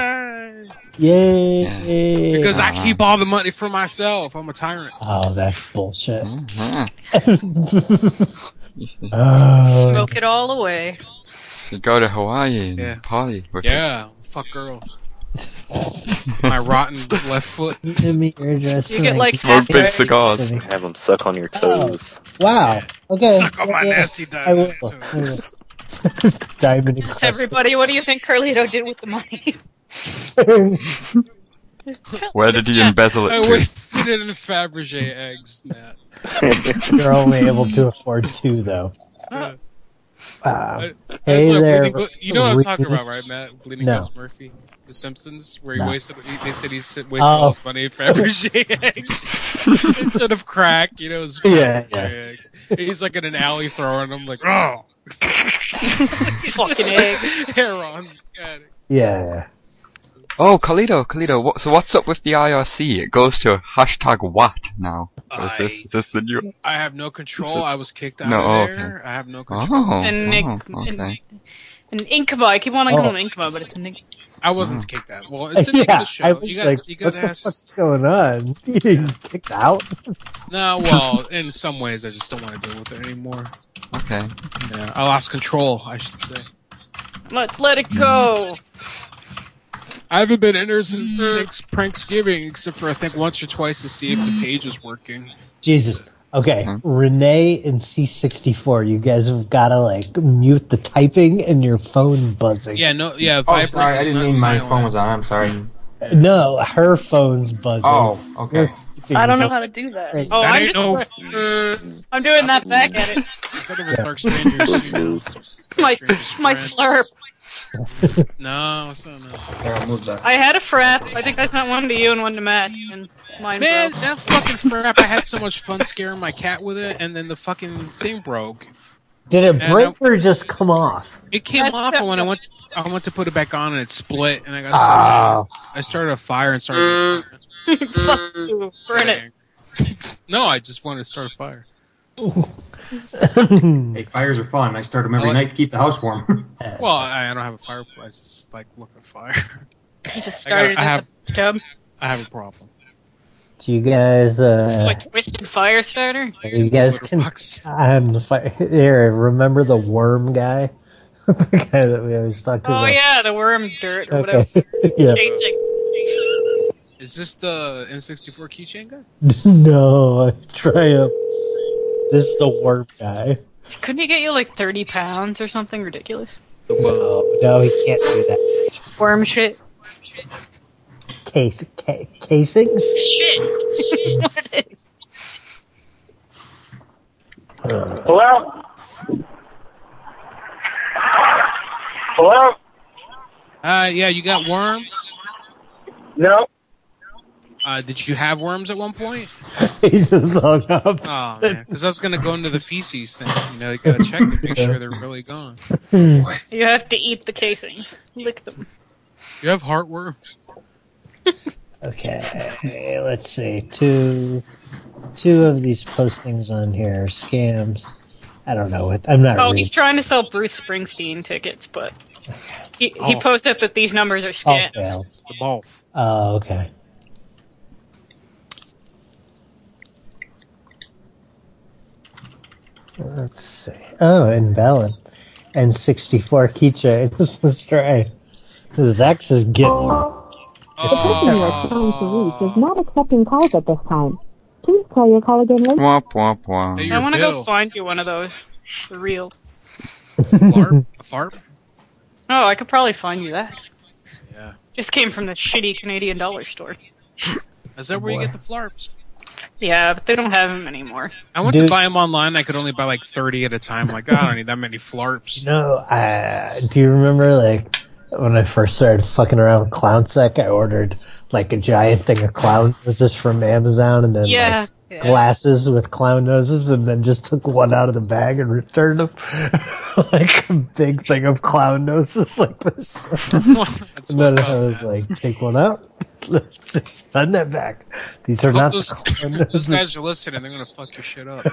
S3: Mm. Yay!
S8: Because I keep all the money for myself. I'm a tyrant.
S3: Oh, that's bullshit.
S14: Mm-hmm.
S2: Uh,
S11: Smoke it all away.
S2: You go to Hawaii and
S8: Yeah.
S2: party. With
S8: Yeah, fuck girls. My rotten left foot.
S3: Send me your address.
S8: You
S3: and
S8: get,
S3: I
S8: like,
S3: can
S8: half
S3: send it
S8: big
S3: to
S2: cigars.
S3: you.
S18: Have them suck on your
S3: Oh,
S18: toes.
S3: Wow. Okay.
S8: Suck on my
S3: Yeah,
S8: nasty
S3: I will.
S8: diamond
S3: I will. diamond
S11: Yes, everybody, what do you think Carlito did with the money?
S3: and
S2: Where did you embezzle it
S8: I
S2: to?
S8: wasted it in Fabergé eggs, Matt.
S3: You're only able to afford two, though.
S8: Yeah.
S3: Wow.
S8: Uh, I- that's
S3: hey
S8: why
S3: there.
S8: Bleeding Glo- you know what I'm talking
S3: Reed.
S8: about, right, Matt? Bleeding
S3: No.
S8: Gums Murphy, The Simpsons, where he
S3: No.
S8: wasted. He, they said he s- wasted
S3: Oh.
S8: all his money in Fabergé eggs instead of crack. You know, it was
S3: Yeah,
S8: Fabergé
S3: yeah.
S8: eggs. He's like in an alley throwing them, like, oh,
S11: fucking eggs,
S8: heron.
S3: Yeah.
S2: Oh, Kalido, Kalido. What, so what's up with the IRC? It goes to hashtag what now? Is this, is this the new?
S8: I have no control. I was kicked out
S2: No, oh,
S8: of
S2: okay.
S8: there. I have no control.
S2: Oh,
S11: And Nick-
S2: oh,
S11: and-
S2: okay.
S11: An Inkaba. I keep wanting to call
S3: Oh.
S11: him Inkaba, but it's an ink.
S8: I wasn't
S14: Hmm.
S8: kicked out. Well, it's a name of
S3: yeah,
S8: the show.
S3: I was
S8: you got,
S3: like,
S8: you got
S3: what
S8: to
S3: the
S8: ask.
S3: fuck's going on? You didn't kicked out?
S8: No, well, in some ways, I just don't want to deal with it anymore.
S2: Okay.
S8: Yeah, I lost control. I should say.
S11: Let's let it go.
S8: I haven't been in there since six Pranksgiving, except for I think once or twice to see if the page was working.
S3: Jesus. Okay,
S14: Uh-huh.
S3: Renee and C64, you guys have got to like mute the typing and your phone buzzing.
S8: Yeah, no, yeah.
S14: Oh,
S8: Vibrate
S14: sorry. I
S8: is
S14: didn't
S8: not
S14: mean my
S8: silent.
S14: phone was on. I'm sorry.
S3: No, her phone's buzzing.
S14: Oh, okay.
S11: I don't know how to do that.
S3: Right.
S11: Oh,
S3: That
S11: I'm
S3: ain't
S11: just. I'm doing that back at it.
S8: thought it was Dark Strangers.
S11: My my flurp.
S8: no, so no.
S11: I had a frap. I think I sent one to you and one to Matt. And mine
S8: Man,
S11: broke.
S8: that fucking frap! I had so much fun scaring my cat with it, and then the fucking thing broke.
S3: Did it
S8: And
S3: break or just come off?
S8: It came off, and when I went, I went to put it back on, and it split, and I got.
S3: Oh.
S8: So, I started a fire and started.
S11: Fuck you. Burn it.
S8: No, I just wanted to start a fire.
S14: Hey, fires are fun. I start them every
S3: Oh.
S8: I like-
S14: night to keep the house warm.
S8: Well, I, I don't have a fireplace. I just like look at fire.
S11: He just
S8: I gotta-
S11: started
S8: I
S11: in
S8: have-
S11: the tub.
S8: I have a problem.
S3: Do you guys, uh,
S11: Like twisted fire starter.
S3: you guys can, I'm the fi- here, remember the worm guy? the guy that we always talked
S11: Oh
S3: about.
S11: yeah, the worm dirt or
S3: Okay.
S11: whatever.
S3: Yeah.
S11: J6.
S8: Is this the N64 keychain guy?
S3: no, triumph. This is the worm guy.
S11: Couldn't he get you like 30 pounds or something ridiculous?
S3: No, no, he can't do that.
S11: Worm shit.
S3: Case, ca- casings?
S11: Shit! That's what it is.
S7: Hello? Hello?
S8: Uh, yeah, you got worms.
S7: No.
S8: Uh, did you have worms at one point?
S3: he just hung up.
S8: Oh man, because that's gonna go into the feces thing. You know, you gotta check to make sure they're really gone.
S11: You have to eat the casings. Lick them.
S8: You have heartworm.
S3: Okay, let's see. Two, two of these postings on here are scams. I don't know what. I'm not.
S11: Oh,
S3: reading.
S11: he's trying to sell Bruce Springsteen tickets, but he, he
S3: Oh.
S11: posted that these numbers are
S3: Oh,
S11: scams.
S3: failed.
S8: The ball.
S3: Oh, okay. Let's see. Oh, and Valen. And 64 keychains. That's right. Zax is getting
S17: The person you
S8: Uh,
S17: are trying to reach is not accepting calls at this time. Please try your call again later.
S2: Wah, wah, wah.
S11: I want to go find you one of those. The real.
S8: A farp?
S11: Oh, I could probably find you that.
S8: Yeah.
S11: Just came from the shitty Canadian dollar store.
S8: Is that where you get the flarps?
S11: Yeah, but they don't have them anymore.
S8: I went
S3: Dude.
S8: to buy them online. I could only buy like 30 at a time. Like, I don't need that many flarps.
S3: No, I, Uh, do you remember like when I first started fucking around with ClownSec? I ordered like a giant thing of clown noses from Amazon, and then
S11: Yeah,
S3: like,
S11: yeah.
S3: glasses with clown noses, and then just took one out of the bag and returned them like a big thing of clown noses like this. and then I was like, take one out. Send that back. These are
S8: Hope
S3: not
S8: those,
S3: the clown
S8: those
S3: noses.
S8: guys are listening. They're gonna fuck your shit up,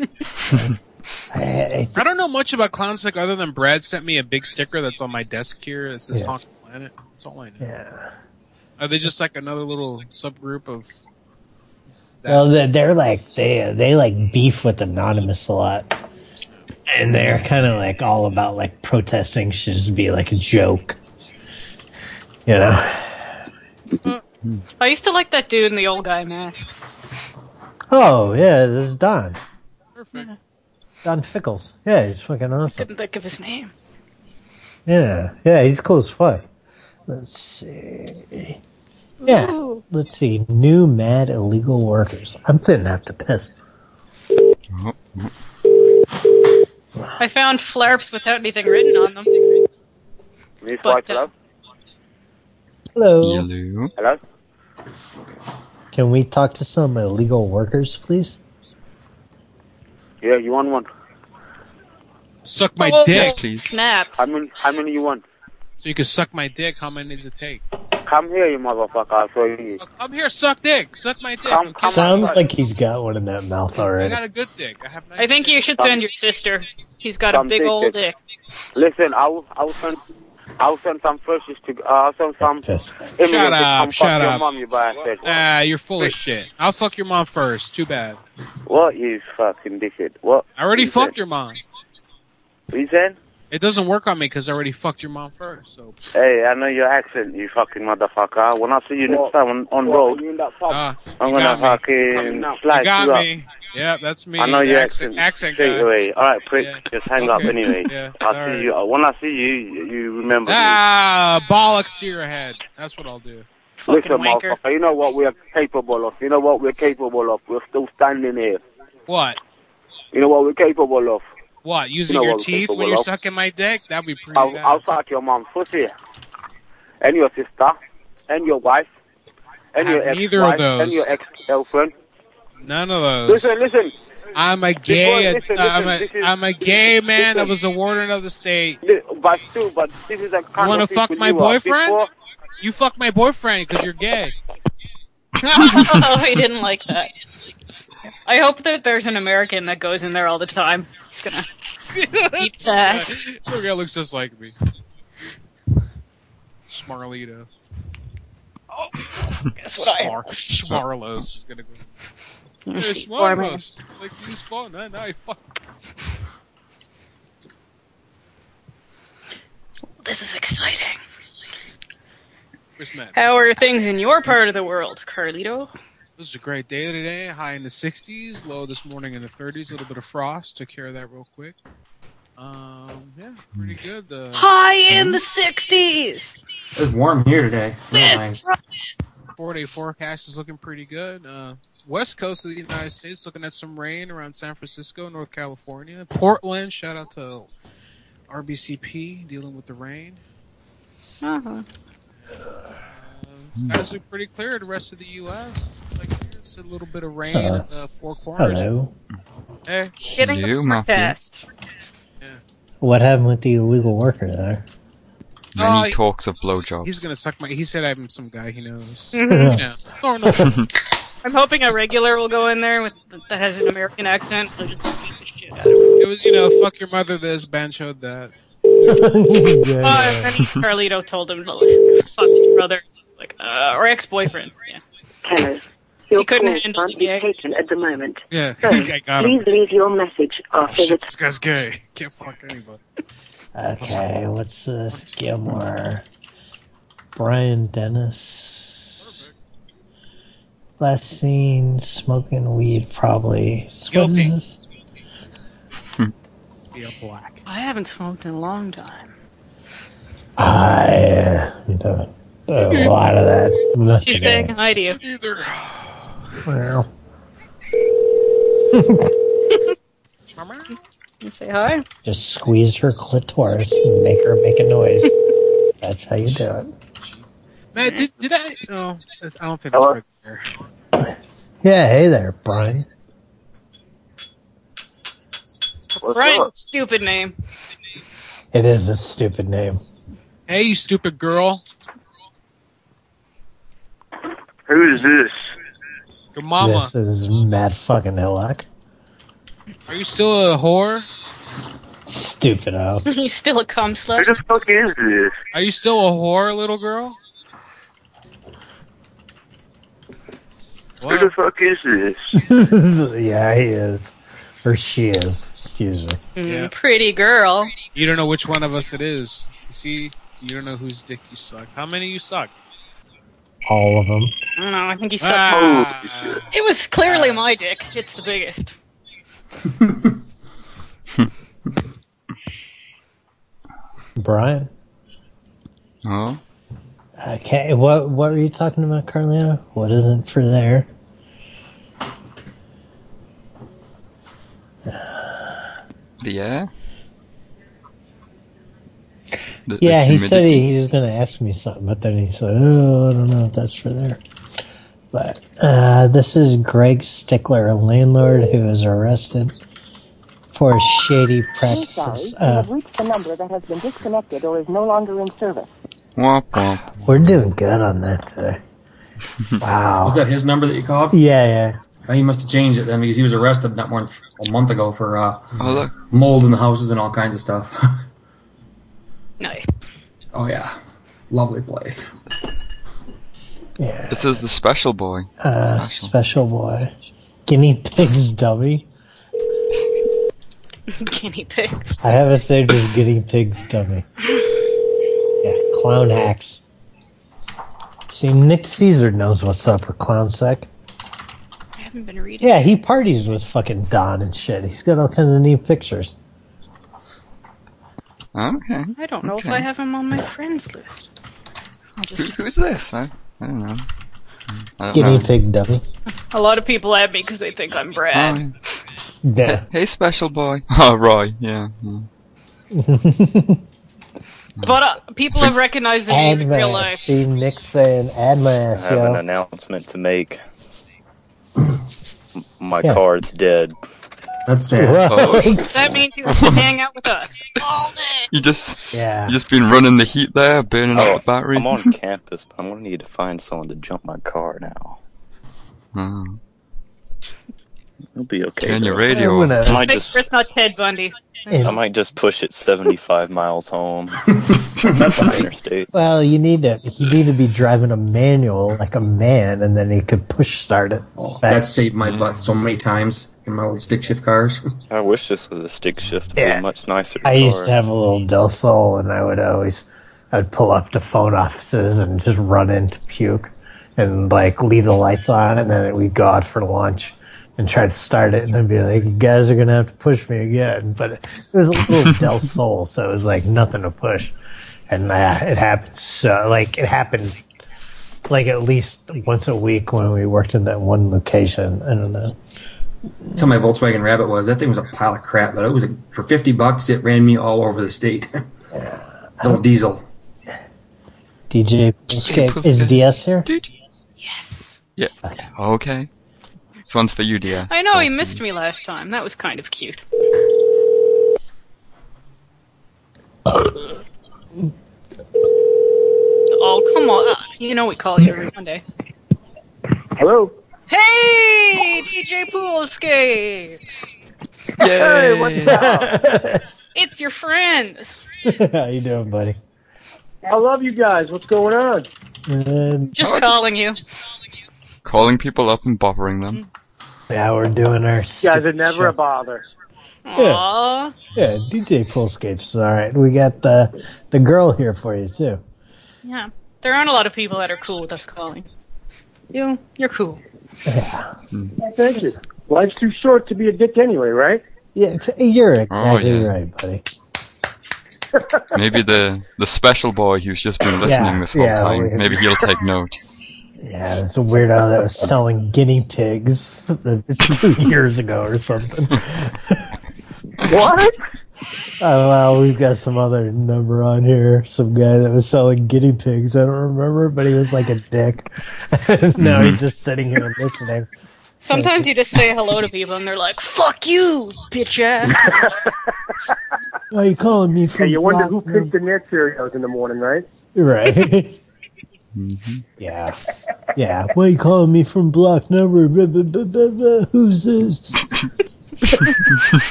S8: man.
S3: I-
S8: I don't know much about Clownsick other than Brad sent me a big sticker that's on my desk here. It says
S3: Yeah.
S8: Honk Planet. That's all I know.
S3: Yeah.
S8: Are they just like another little subgroup of?
S3: Well, they're, they're like they they like beef with Anonymous a lot, and they're kind of like all about like protesting should just be like a joke, you know?
S11: I used to like that dude in the old guy mask.
S3: Oh yeah, this is Don
S11: Perfect.
S3: Don Fickles. Yeah, he's fucking awesome.
S11: Couldn't think of his name.
S3: Yeah, yeah, he's cool as fuck. Let's see. Yeah,
S11: Ooh.
S3: let's see. New mad illegal workers. I'm finna have to piss.
S11: I found flarps without anything written on them.
S22: Miss
S11: But,
S22: White,
S11: uh,
S22: hello?
S3: Hello.
S22: Hello?
S3: Can we talk to some illegal workers, please?
S22: Yeah, you want one?
S8: Suck my
S22: Oh,
S8: dick,
S11: Snap.
S22: How many, how many you want?
S8: So you can suck my dick. How many does it take?
S22: Come here, you motherfucker. I'll show you.
S8: Uh, I'm here. Suck dick. Suck my dick.
S11: Oh
S8: I'm kidding.
S3: Sounds like he's got one in that mouth
S8: I
S3: already.
S8: got a good dick. I have.
S11: I think you should send your sister. He's got a
S22: Some
S11: big
S22: dick
S11: old dick.
S22: pic. Listen, I'll, I'll send, I'll send some freshies to, uh, I'll send some.
S8: Shut up! Shut
S22: Your
S8: up!
S22: mom, you bastard.
S8: Ah, you're full of shit. I'll fuck your mom first. Too bad.
S22: What you fucking dickhead? What?
S8: I already
S22: You said-
S8: fucked your mom.
S22: You said?
S8: It doesn't work on me because I already fucked your mom first. So
S22: Hey, I know your accent, you fucking motherfucker. When I see you next time on, on road,
S8: Ah,
S22: Oh, I'm
S8: you
S22: gonna
S8: got me.
S22: fucking slice
S8: you got
S22: you up.
S8: me. Yeah, that's me.
S22: I know your
S8: accent. Accent
S22: Straight
S8: guy.
S22: away. All right, prick. Just hang up
S8: Okay.
S22: anyway.
S8: Yeah.
S22: I'll see
S8: All right.
S22: you. uh, When I see you, you- you remember
S8: Ah, bollocks to your head. That's what I'll do.
S22: me. Listen, motherfucker, you know what we're capable of. You know what we're capable of. We're still standing here.
S8: What?
S22: You know what we're capable of.
S8: What? Using
S22: You know
S8: your
S22: what I'm
S8: teeth when
S22: capable
S8: you're
S22: of.
S8: sucking my dick? That'd be pretty
S22: I'll,
S8: bad.
S22: I'll fuck your mom's pussy. And your sister. And your wife. And
S8: I
S22: your
S8: have
S22: ex
S8: neither of
S22: And
S8: those.
S22: your ex-girlfriend.
S8: None of those.
S22: Listen, listen.
S8: I'm a
S22: Boy,
S8: gay.
S22: listen,
S8: uh, I'm,
S22: listen, this
S8: a,
S22: is-
S8: I'm a gay man that
S22: listen.
S8: was a warden of the state.
S22: But still, but this is a kind
S8: You wanna
S22: of people
S8: fuck my
S22: you are.
S8: boyfriend?
S22: Before-
S8: You fuck my boyfriend because you're gay.
S11: oh, he didn't like that. I hope that there's an American that goes in there all the time. He's gonna eat his ass.
S8: Your guy looks just like me. Smarlito. Oh,
S11: guess what I am.
S8: Smarlos is gonna go. Hey,
S11: She's
S8: Smarlos, like you spawn, no, no, you fuck.
S11: This is exciting.
S8: Where's Matt?
S11: How are things in your part of the world, Carlito?
S8: This is a great day today. High in the 60s, low this morning in the 30s. A little bit of frost. Took care of that real quick. Um, yeah, pretty good. The
S11: High
S8: Hmm?
S11: in the 60s!
S14: It was warm here today. Real nice.
S8: four-day forecast is looking pretty good. Uh, west coast of the United States looking at some rain around San Francisco, North California, Portland. Shout out to RBCP dealing with the rain.
S11: Uh-huh.
S8: Skies look pretty clear. The rest of the U.S. Looks like here it's a little bit of rain
S3: Uh,
S8: at the four corners.
S3: Hello.
S8: Hey,
S11: Getting
S3: You,
S11: the
S3: Matthew.
S11: forecast.
S3: What happened with the illegal worker there?
S2: Many
S8: Oh, he-
S2: talks of blowjobs.
S8: He's gonna suck my. He said I'm some guy he knows.
S11: Mhm.
S8: You know, Oh, no.
S11: I'm hoping a regular will go in there with that has an American accent. They'll just beat the shit out of
S8: it was you know, fuck your mother. This banchoed that.
S11: him. Oh, and then Carlito told him to like, fuck his brother, like uh, or ex-boyfriend. Yeah.
S15: Hello. Your
S11: couldn't
S15: call
S11: handle
S15: can't be taken at the moment.
S8: Yeah,
S15: So,
S8: I got him.
S15: please leave your message after the
S8: This guy's gay. Can't fuck anybody.
S3: Okay, what's this? Gilmore. Brian Dennis. Last seen smoking weed, probably.
S11: Guilty.
S3: What is this?
S11: I haven't smoked in a long time.
S3: I uh, done a lot of that.
S11: She's saying hi to you. Either.
S3: Well,
S11: You say hi.
S3: just squeeze her clitoris and make her make a noise. That's how you do it.
S8: Matt, did, did I? No, I don't think that's
S3: Hello?
S8: right there.
S3: Yeah, hey there, Brian.
S11: Brian's stupid name.
S3: It is a stupid name.
S8: Hey, you stupid girl.
S19: Who's this?
S8: Your mama.
S3: This is Matt fucking Hillock.
S8: Are you still a whore?
S3: Stupid out.
S11: you still a cum slut.
S19: Who the fuck is this?
S8: Are you still a whore, little girl?
S19: Who the fuck is this?
S3: yeah, he is. Or she is. Excuse me.
S11: Mm, Pretty girl.
S8: You don't know which one of us it is. You see, you don't know whose dick you suck. How many you suck?
S3: All of them.
S11: I don't know. I think he sucked.
S8: Ah.
S11: It was clearly my dick. It's the biggest.
S3: Brian?
S2: Oh.
S3: Okay, what what were you talking about, Carlina? What isn't for there?
S2: Yeah. The- the
S3: yeah, he said
S2: humidity.
S3: he, he was going to ask me something, but then he said, "Oh, I don't know if that's for there." But uh, this is Greg Stickler, a landlord who was arrested for shady
S23: I'm
S3: practices.
S23: sorry, you
S3: Uh,
S23: have reached the number that has been disconnected or is no longer in service.
S2: Womp womp.
S3: we're doing good on that today. Wow.
S14: Was that his number that you called?
S3: Yeah, yeah.
S14: He must have changed it then because he was arrested not more than a month ago for uh,
S2: Oh, look.
S14: mold in the houses and all kinds of stuff.
S11: Nice.
S14: oh yeah, lovely place.
S2: This is the special boy.
S3: Uh, special boy, guinea pigs dummy.
S11: Guinea pigs.
S3: I have it saved as guinea pigs dummy. Yeah, clown hacks. See, Nick Caesar knows what's up with clown sec.
S11: I haven't been reading.
S3: Yeah, he parties with fucking Don and shit. He's got all kinds of neat pictures.
S2: Okay.
S11: I don't know if
S2: Okay.
S11: I have him on my friends list. I'll just...
S2: Who's this? I, I don't know. Mm, I don't
S3: Guinea
S2: know.
S3: pig dummy.
S11: A lot of people at me because they think I'm Brad.
S2: Hi.
S3: Yeah.
S2: Hey, special boy. Oh, Roy. Yeah. yeah.
S11: But uh, people have recognized the name
S3: Add
S11: in
S3: my
S11: real
S3: ass.
S11: life.
S3: See, Nick's saying, add my
S18: I
S3: ass,
S18: have an
S3: yo.
S18: announcement to make. M- My
S3: Yeah.
S18: card's dead.
S14: That's
S18: sad.
S2: Oh.
S11: That means you have to hang out with us all day.
S2: You just
S3: yeah.
S2: you just been running the heat there, burning
S18: Oh,
S2: up the battery.
S18: I'm on campus, but I'm gonna need to find someone to jump my car now.
S2: Oh.
S18: It'll be okay.
S2: Turn your
S18: though.
S2: radio
S18: I
S2: I'm gonna-
S18: might
S11: Make
S18: just
S11: sure it's not Ted Bundy.
S18: I might just push it 75 miles home. That's on the interstate.
S3: Well, you need to you need to be driving a manual like a man, and then he could push start it. back.
S14: That saved
S3: mm.
S14: my butt so many times in my old stick shift cars.
S18: I wish this was a stick shift. It'd be
S3: Yeah.
S18: a much nicer.
S3: I used
S18: car.
S3: to have a little Del Sol, and I would always I would pull up to phone offices and just run in to puke, and like leave the lights on, and then we'd go out for lunch and try to start it, and I'd be like, "You guys are gonna have to push me again." But it was a little Del Sol, so it was like nothing to push, and uh, it happened. So like it happened. Like at least once a week when we worked in that one location. I don't know.
S14: That's how my Volkswagen Rabbit was. That thing was a pile of crap, but it was a, for fifty bucks. It ran me all over the state. Little diesel.
S3: DJ Escape is DS here?
S2: Yeah. Oh, Okay. This one's for you, dear.
S11: I know he missed me last time. That was kind of cute. Oh come on! You know we call you every Monday.
S20: Hello.
S11: Hey, DJ Poolscape!
S20: Hey, what's up?
S11: It's your friends.
S3: How you doing, buddy?
S20: I love you guys. What's going on?
S3: Good.
S11: Just calling you.
S2: Calling people up and bothering them.
S3: Yeah, we're doing our.
S20: You guys are never a bother.
S11: Aww.
S3: Yeah, DJ Poolscapes is all right. We got the the girl here for you too.
S11: Yeah. There aren't a lot of people that are cool with us calling. You, you're cool.
S20: Thank you. Life's too short to be a dick anyway, right?
S3: Yeah, ex-
S8: Oh,
S3: you're exactly
S2: Oh, yeah.
S3: right, buddy.
S2: Maybe the the special boy who's just been listening
S3: Yeah,
S2: this whole
S3: yeah,
S2: time.
S3: we-
S2: Maybe he'll take note.
S3: Yeah, it's a weirdo that was selling guinea pigs two years ago or something.
S20: What?
S3: Oh, well, we've got some other number on here. Some guy that was selling guinea pigs. I don't remember, but he was like a dick. now he's just sitting here and listening.
S11: Sometimes you just say hello to people and they're like, "Fuck you, bitch ass."
S3: Why are you calling me from
S20: Hey, you wonder who
S3: Platinum?
S20: picked in their Cheerios in the morning, right?
S3: Right. Mm-hmm. Yeah. Yeah. Why you calling me from block number? Blah, blah, blah, blah, blah. Who's this?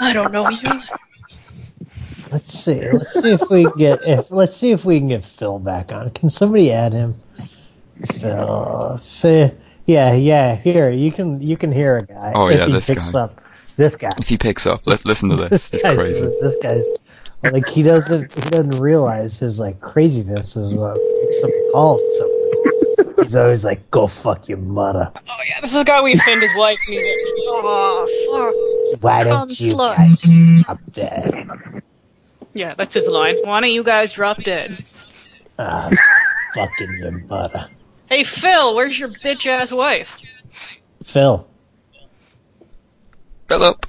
S11: I don't know you.
S3: Let's see. Let's see if we can get if let's see if we can get Phil back on. Can somebody add him? Phil. Phil. Yeah, yeah. Here you can you can hear a guy
S2: Oh,
S3: if
S2: yeah,
S3: he
S2: this
S3: picks
S2: guy.
S3: up this guy.
S2: If he picks up, let's listen to
S3: This
S2: this. It's
S3: guy's
S2: crazy.
S3: this guy's like he doesn't he doesn't realize his like craziness is what makes him called something. He's always like, "Go fuck your mother."
S11: Oh yeah, this is the guy we offend his wife, and he's like, "Oh fuck."
S3: Why
S11: Come
S3: don't you
S11: slut.
S3: guys stop that?
S11: Yeah, that's his line. Why don't you guys drop dead?
S3: Ah, fucking your mother.
S11: Hey Phil, where's your bitch ass wife?
S3: Phil.
S2: Philip.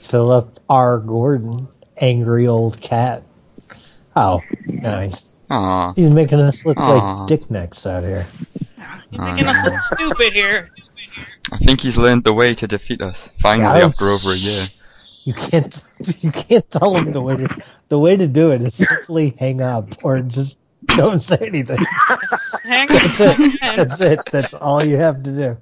S3: Philip R. Gordon. Angry old cat. Oh, nice.
S2: Aww.
S3: He's making us look
S2: Aw.
S3: like dick necks out here.
S11: Making us look stupid here.
S2: I think he's learned the way to defeat us. Finally,
S3: Yeah.
S2: after over a year.
S3: You can't you can't tell him the way to, the way to do it is simply hang up or just don't say anything.
S11: Hang
S3: That's it.
S11: on.
S3: That's it. That's all you have to do.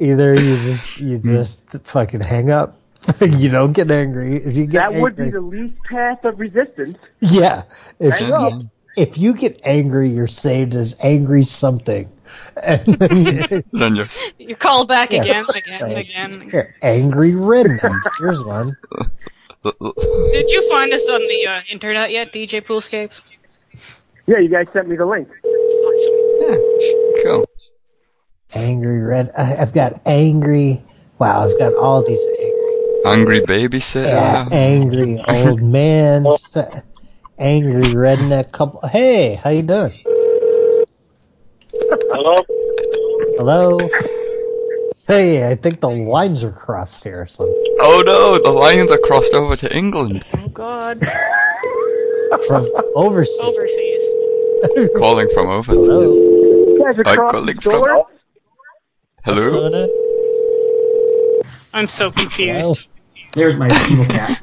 S3: Either you just you just fucking hang up. you don't get angry. If you get
S20: That would be
S3: angry-
S20: the least path of resistance.
S3: Yeah. If
S20: Hang
S3: you,
S20: up.
S3: get, if you get angry, you're saved as angry something. And then
S2: Then you
S11: You call back
S3: Yeah.
S11: again, again,
S3: Right.
S11: again.
S3: you're angry redneck. Here's one.
S11: Did you find us on the uh, internet yet, DJ Poolscape?
S20: Yeah, you guys sent me the link.
S2: Cool.
S3: Angry red. I, I've got angry. Wow, I've got all these
S2: Angry babysitter.
S3: yeah, eh. angry old man, se- angry redneck couple. Hey, how you doing?
S6: Hello?
S11: Oh,
S3: Hello. Hey, I think the lines are crossed here or something.
S2: Oh no, the lions are crossed over to England.
S11: Oh God.
S3: From overseas.
S11: Overseas.
S2: Calling from over.
S20: You guys are
S2: I'm
S20: crossing
S2: calling
S20: the door?
S2: Hello?
S11: I'm so confused.
S14: There's my evil cat.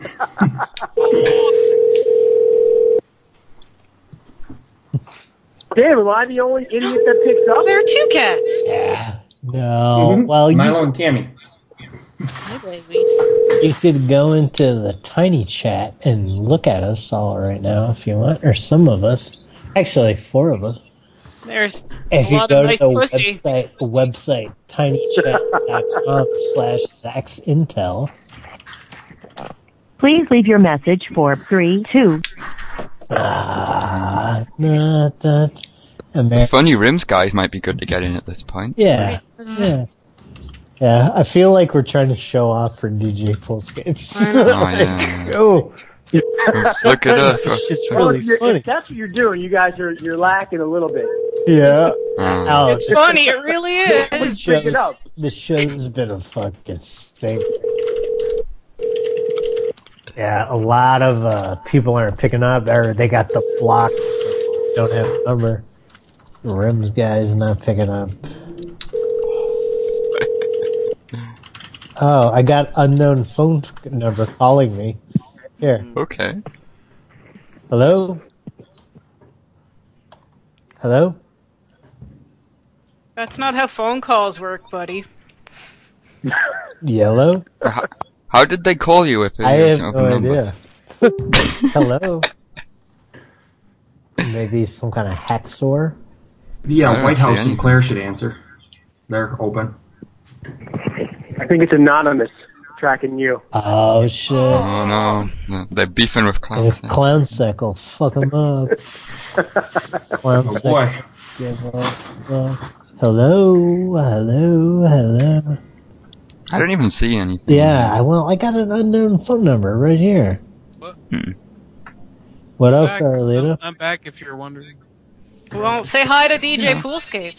S20: Damn, am I the only idiot that picks up?
S11: There are two cats.
S3: Yeah. No. Well, you,
S14: Milo and Cammy.
S3: you could go into the tiny chat and look at us all right now if you want, or some of us. Actually, four of us.
S11: There's
S3: If
S11: a
S3: you
S11: lot
S3: go
S11: of nice
S3: to the
S11: pussy.
S3: website, website tinychat.com slash Zach's Intel,
S17: Please leave your message for 3-2.
S3: Ah, not that
S2: The
S3: American.
S2: funny rims guys might be good to get in at this point.
S3: Yeah, yeah, yeah. I feel like we're trying to show off for DJ Pulse games.
S2: Oh,
S3: Like,
S2: yeah.
S3: oh,
S2: Look at us.
S3: It's just
S20: Well,
S3: really
S20: if you're-
S3: funny.
S20: If that's what you're doing, you guys are you're lacking a little bit.
S3: Yeah.
S2: Oh.
S3: Ouch.
S11: It's funny, it really
S3: This
S11: is.
S3: show's,
S20: it up.
S3: this show's been a fucking stink. Yeah, a lot of uh, people aren't picking up, or they got the block, don't have the number. The rims guy's not picking up. Oh, I got unknown phone number calling me. Here,
S2: Okay.
S3: hello, hello.
S11: That's not how phone calls work, buddy.
S3: Yellow?
S2: How, how did they call you if it
S3: I
S2: was
S3: have
S2: an
S3: no
S2: open number?
S3: idea. Hello. Maybe some kind of hack store.
S14: Yeah,
S3: I don't
S14: White
S3: see
S14: House
S3: anything.
S14: and Claire should answer. They're open.
S20: I think it's anonymous tracking you.
S3: Oh shit!
S2: Oh no, no. they're beefing with clowns.
S3: Clown cycle, fuck 'em up. Clown
S14: Oh boy.
S3: Hello, hello, hello.
S2: I don't even see anything.
S3: Yeah, I- well, I got an unknown phone number right here.
S8: What?
S2: Hmm.
S3: What up,
S8: Back.
S3: Carlito?
S8: I'm back if you're wondering.
S11: Well, say hi to DJ Poolscape.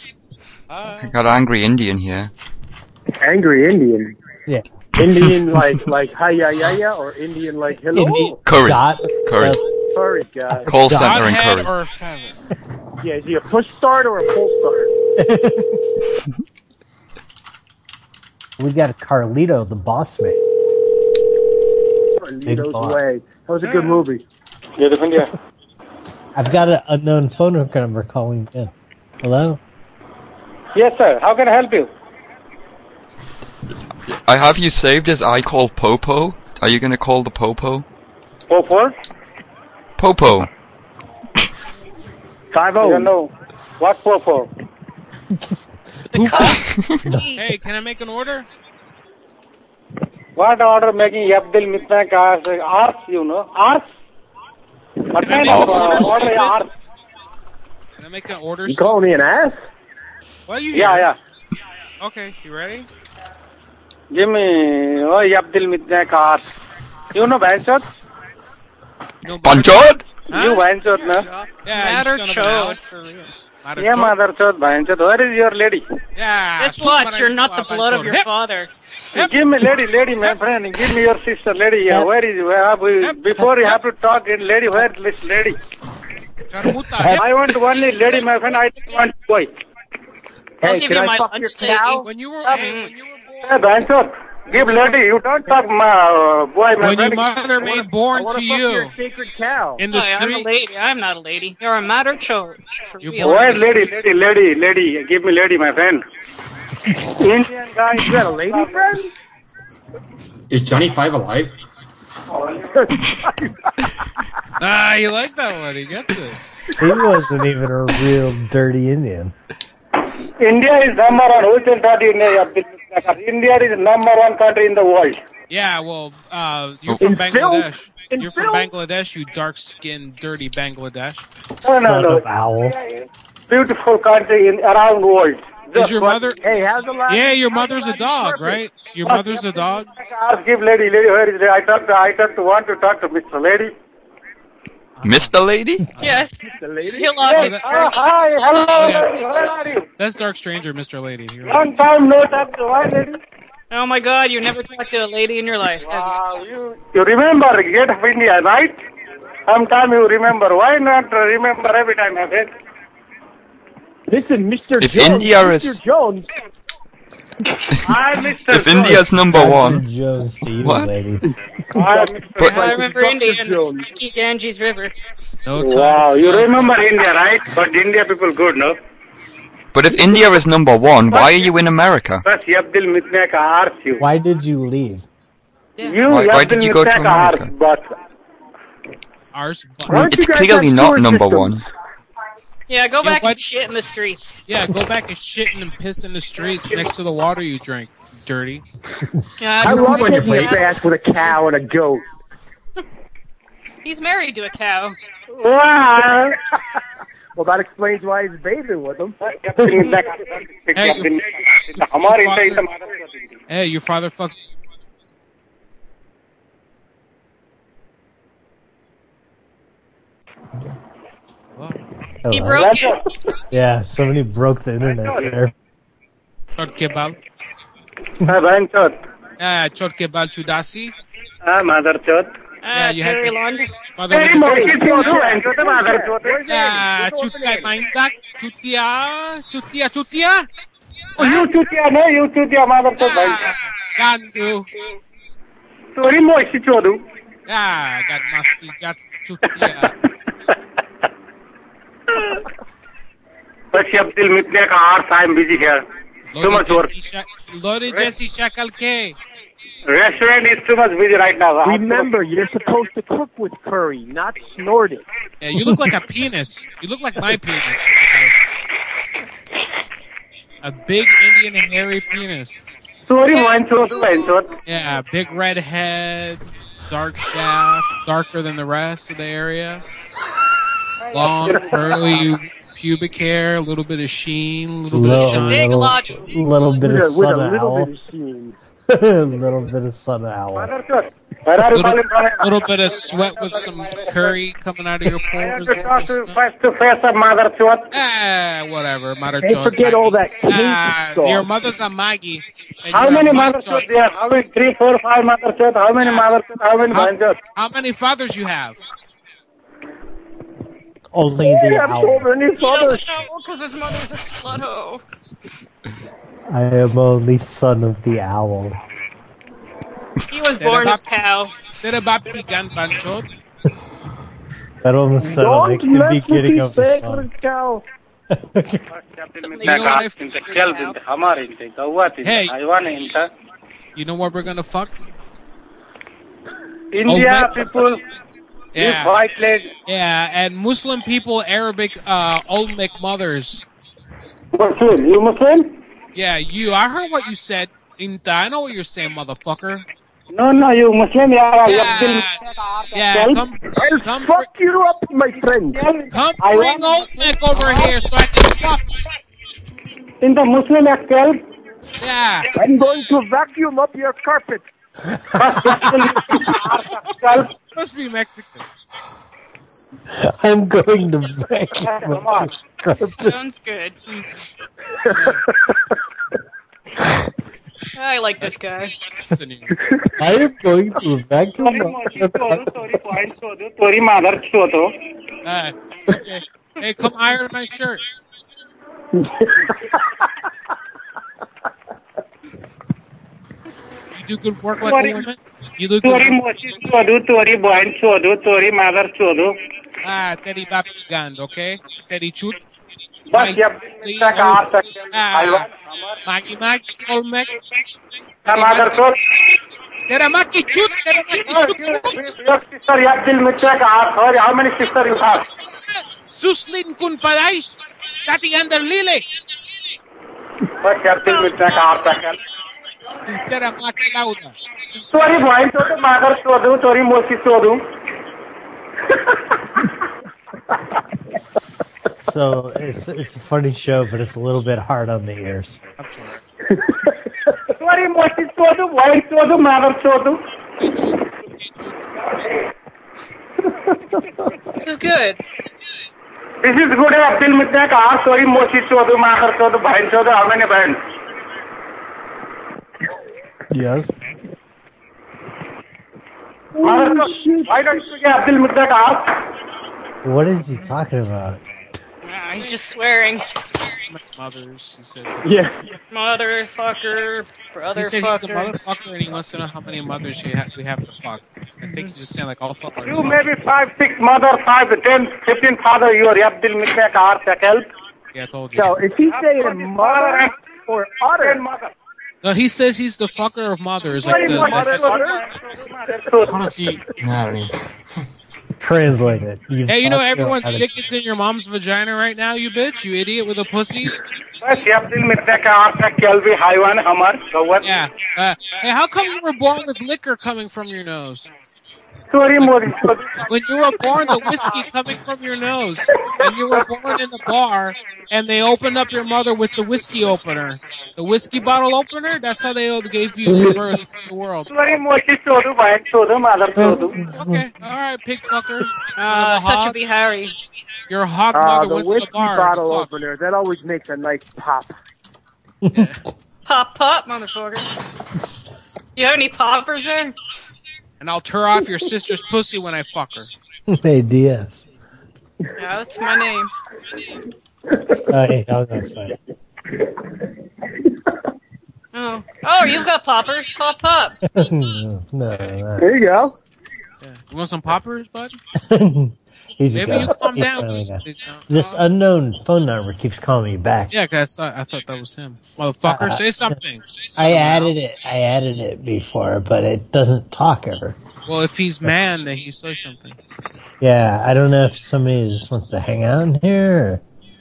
S2: I got angry Indian here.
S19: Angry Indian.
S3: Yeah.
S19: Indian like like hi ya ya ya or Indian like hello.
S3: Indian.
S2: Curry.
S3: Dot.
S2: Curry.
S19: Sorry guys.
S2: Call center and Curry.
S8: or feather?
S19: Yeah, is he a push start or a pull start?
S3: We got Carlito, the boss man. Big
S19: Carlito's
S3: boss.
S19: Way. That was a good movie.
S24: Yeah, different, yeah.
S3: I've got an unknown phone number calling in. Hello?
S24: Yes, sir. How can I help you?
S2: I have you saved as I call Popo. Are you gonna call the Popo?
S24: Four four
S2: Popo.
S24: five
S7: oh.
S24: zero. No, what four four?
S8: hey, can I make an order?
S7: What order making Abdul Mitna cars? Arts, you know. Arts? What kind of uh, order arts?
S8: Can I make an order?
S19: You calling me an ass?
S8: Why you
S7: Yeah,
S8: here?
S7: yeah.
S8: Okay, you ready?
S7: Give me oh, Abdul Mitna cars. You know Banchot?
S2: Banchot?
S7: You Banchot, no?
S8: Yeah, you son of an out for real. Matter
S7: Yeah,
S8: chode.
S7: mother chot, Banchot. Where is your lady?
S8: Yeah.
S11: Guess what? You're not the blood of your father.
S7: Give me lady, lady, my friend. Give me your sister, lady. Yeah, where is where, we- before you have to talk, in lady, where is lady? I want only lady, my friend. I don't want boy.
S19: Hey, can I fuck your cow?
S8: When you were, when you
S7: Hey, Banchot, give lady. You don't talk my uh, boy, my
S8: When your
S7: friend.
S8: mother
S7: I wanna-
S8: made born
S7: I wanna
S8: to
S7: fuck
S8: you.
S7: your
S19: sacred cow.
S8: In the
S11: Hi, I'm a
S8: street.
S11: lady. I'm not a lady. You're a matter chode. For real.
S7: Where lady, lady, lady, lady? Give me lady, my friend. Indian guy, you got a lady friend?
S14: Is Johnny Five alive?
S8: ah, you like that one? He gets it.
S3: He wasn't even a real dirty Indian.
S7: India is number one. Who can tell you India? Abdul Mitna? uh, India is number one country in the world.
S8: Yeah, well, uh, you're from
S7: In film?
S8: Bangladesh.
S7: In
S8: You're from
S7: film?
S8: Bangladesh, you dark-skinned, dirty Bangladesh.
S7: No, no, no. Beautiful country in around world.
S8: Is your mother?
S19: Hey, how's the last?
S8: Yeah, your mother's a dog, right? Your mother's a dog.
S7: Ask give lady, lady, where is lady? I talk to, I talk to, want to talk to Mr. Lady.
S2: Mr. Lady?
S11: Yes.
S19: The lady?
S11: He'll obviously.
S7: Oh, hi, hello,
S8: Yeah.
S7: lady. Where are you?
S8: That's Dark Stranger, Mr. Lady. You're right.
S7: Long time no talk to my lady.
S11: Oh my God! You never talked to a lady in your life.
S7: Wow, you. You remember Gate of India, right? Sometime you remember. Why not remember every time, my friend?
S19: Listen, Mr.
S2: If
S19: Jones.
S2: India
S19: Mr.
S2: is-
S19: Jones.
S7: Hi, Mr.
S2: If India's number one.
S3: Jones to you,
S2: What?
S3: lady.
S7: Hi, Mr.
S2: But-
S11: I remember
S19: Dr.
S11: India and the
S19: Jones.
S11: stinky Ganges River.
S7: Wow, you remember India, right? But India people good, no?
S2: But if India is number one, why are you in America?
S7: बस ये अब्दुल मित्ने का arse you
S3: Why did you leave?
S7: You
S2: Why- why
S7: Abdul
S2: did you go
S7: मित्ने
S2: to
S7: का
S2: America?
S7: Arse बस
S8: Ours.
S19: Why don't
S2: It's
S19: you guys
S2: clearly
S19: have
S2: not
S19: sewer
S2: number
S19: systems?
S2: one.
S11: Yeah, go
S8: Yeah,
S11: back
S8: what-
S11: and shit in the streets.
S8: Yeah, go back and shit and piss in the streets next to the water you drink, dirty.
S11: Yeah,
S19: I
S11: he's-
S19: love
S14: on your
S19: kicking his
S14: plate.
S19: ass with a cow and a goat.
S11: he's married to a cow.
S7: वाह
S19: Well, that explains why he's bathing with him.
S7: Abdul मित्ने का अब्दुल मित्ने का हमारे India इतना Maharashtra
S8: Hey, your father fucks.
S11: He
S3: Hello.
S11: broke it.
S3: Yeah, somebody broke the internet there.
S8: Chod kebal.
S7: हाँ बहन चोत
S8: Ah, chod kebal chudasi.
S7: हाँ माधर चोत
S8: Yeah,
S11: Ah,
S8: you had
S11: Jerry
S8: to-
S11: Lund.
S8: Mother
S7: तेरी
S8: with
S7: मोटी
S8: the
S7: चोत बहन चोत माधर चोत
S8: Yeah, chutka maindak, chutia, chutia, chutia.
S7: तो यू चूतिया ना यू चूतिया माधर चोत बहन
S8: Ah, gandu.
S7: तेरी मोटी चोत
S8: Ah, got musty, got chutia.
S7: बस ये अब्दुल मित्ने का hours I am busy here Too
S8: Lodi
S7: much work.
S8: Jesse Sha- Lodi Jesse Shakal K.
S7: Restaurant is too much busy right now.
S19: Remember, you're supposed to cook with curry, not snort it.
S8: Yeah, you look like a penis. You look like my penis. A big Indian hairy penis.
S7: Sorry, one shot, one shot.
S8: Yeah, big red head, dark shaft, darker than the rest of the area. Long, curly, pubic hair, a little bit of sheen, a little bit
S3: Little,
S8: of shine.
S3: little, little bit of
S8: With a- with a
S3: sun
S8: little
S3: owl.
S8: bit
S3: A little bit of sun owl.
S8: Little, little bit of sweat with some curry coming out of your pores.
S7: Face to face, mother chot.
S8: Ah, whatever, mother
S7: Hey,
S8: chot.
S7: forget all that
S8: Ah,
S7: stuff.
S8: your mother's a Maggie. and
S7: How
S8: you're a
S7: many
S8: mother
S7: mother
S8: chot.
S7: chot there? How many? Three, four, five mother chot. How many mother chot? How many mind chot?
S8: How many fathers you have?
S3: Only the
S7: Yeah, I'm
S3: owl.
S7: told any father.
S11: because his mother's a slutto.
S3: I am only son of the owl.
S11: He was born as cow.
S3: That almost sounded like the beginning of the song.
S7: cow.
S8: Hey. You know what we're gonna fuck? India
S7: people.
S8: Yeah.
S7: White leg.
S8: Yeah, and Muslim people, Arabic, uh, Olmec mothers.
S7: Muslim. You Muslim?
S8: Yeah, you. I heard what you said. Inta, I know what you're saying, motherfucker.
S7: No, no, you Muslim. Yeah,
S8: Yeah, come,
S7: I'll fuck you up, my friend.
S8: Come
S7: I
S8: bring
S7: want-
S8: Olmec over here so I can fuck.
S7: In the Muslim accent.
S8: Yeah.
S7: I'm going to vacuum up your carpet.
S8: Must be Mexican.
S3: I'm going to vacuum
S11: Come
S3: up
S11: on.
S3: your carpet.
S11: Sounds good. I like this guy.
S3: I am going to vacuum up your carpet.
S7: Sorry, mother choto.
S8: Uh, okay. Hey, come iron my shirt. You do good work like a
S7: Sorry.
S8: woman. You do good
S7: Sorry,
S8: work.
S7: mochi chodo, sorry, boy chodo, sorry, mother chodo.
S8: Ah, Teddy Bapigan, okay? Teddy Chut.
S7: बस ये अपने तक आ सकते हैं।
S8: Ah, Maggie Maggie Olmec.
S7: ना mother चोद
S8: Tera Maggie Chut, Tera
S7: Oh,
S8: Maggie Chut.
S7: Sister या दिल में तक आ sorry how many sister you have
S8: Suslin kun parais. Tati under lile.
S7: बस यार दिल में तक आ सकते
S8: Tera Maggie lauda.
S7: Sorry boy चोद मदर चोद सॉरी मोची चोद
S3: So it's, it's a funny show, but it's a little bit hard on the ears.
S7: Sorry मोची चोद बॉय चोद मदर चोद
S11: This is good.
S7: This is good है दिल में तक आ सॉरी मोची चोद मदर चोद बहन चोद हाउ मेनी बहन
S3: Yes.
S7: मदर चोद व्हाई डोंट यू गेट दिल में तक आ
S3: What is he talking about?
S11: Ah, he's just swearing.
S8: Mothers, he said.
S3: Yeah.
S11: Motherfucker,
S8: He said he's a
S11: brotherfucker.
S8: motherfucker and he wants to know how many mothers he ha- we have to fuck. I think he's just saying like I'll fuck.
S7: You maybe five, six mother, five, ten, fifteen father, you are Abdul Mishak or help.
S8: Yeah, I told you.
S7: So is he saying mother or other?
S8: No, he says he's the fucker of mothers. Like the,
S3: Translate it. you
S8: hey, you know
S3: fucking
S8: everyone's
S3: idiot.
S8: dick is in your mom's vagina right now, you bitch, you idiot with a pussy.
S7: बस ये अब्दुल मिश्रा का और था कैलवी हाईवान हमार गौवत
S8: Uh, hey, how come you were born with liquor coming from your nose?
S7: Sorry Modi
S8: When you were born, the whiskey coming from your nose, and you were born in the bar, and they opened up your mother with the whiskey opener, the whiskey bottle opener. That's how they gave you birth to the world.
S7: Sorry Modi चोदू भाई चोदू माधर चोदू
S8: Okay, all right, pig fucker.
S11: Uh, such a
S8: hog.
S11: be Harry.
S8: Your hog
S7: Uh,
S11: Ah,
S8: mother
S11: the
S8: went to the
S11: whiskey
S8: bar.
S11: bottle
S8: Fuck.
S7: opener that always makes a nice pop
S11: Pop, pop, motherfucker. You have any poppers in?
S8: and I'll tear off your sister's pussy when I fuck her.
S3: Hey, DS.
S11: No, that's my name.
S3: Oh, hey, that was fun.
S11: Oh, oh, you've got poppers. Pop, pop.
S3: no, no, no.
S7: There you go.
S8: You want some poppers, bud?
S3: He's
S8: Maybe
S3: a
S8: you
S3: ghost.
S8: calm
S3: He's
S8: down.
S3: finally
S8: Please,
S3: gone.
S8: please, uh,
S3: This unknown phone number keeps calling me back.
S8: Yeah, cause I, I thought that was him. Motherfucker,
S3: Uh,
S8: say something.
S3: I added it. I added it before, but it doesn't talk ever.
S8: Well, if he's man, then he says something.
S3: Yeah, I don't know if somebody just wants to hang out in here. Uh, Or,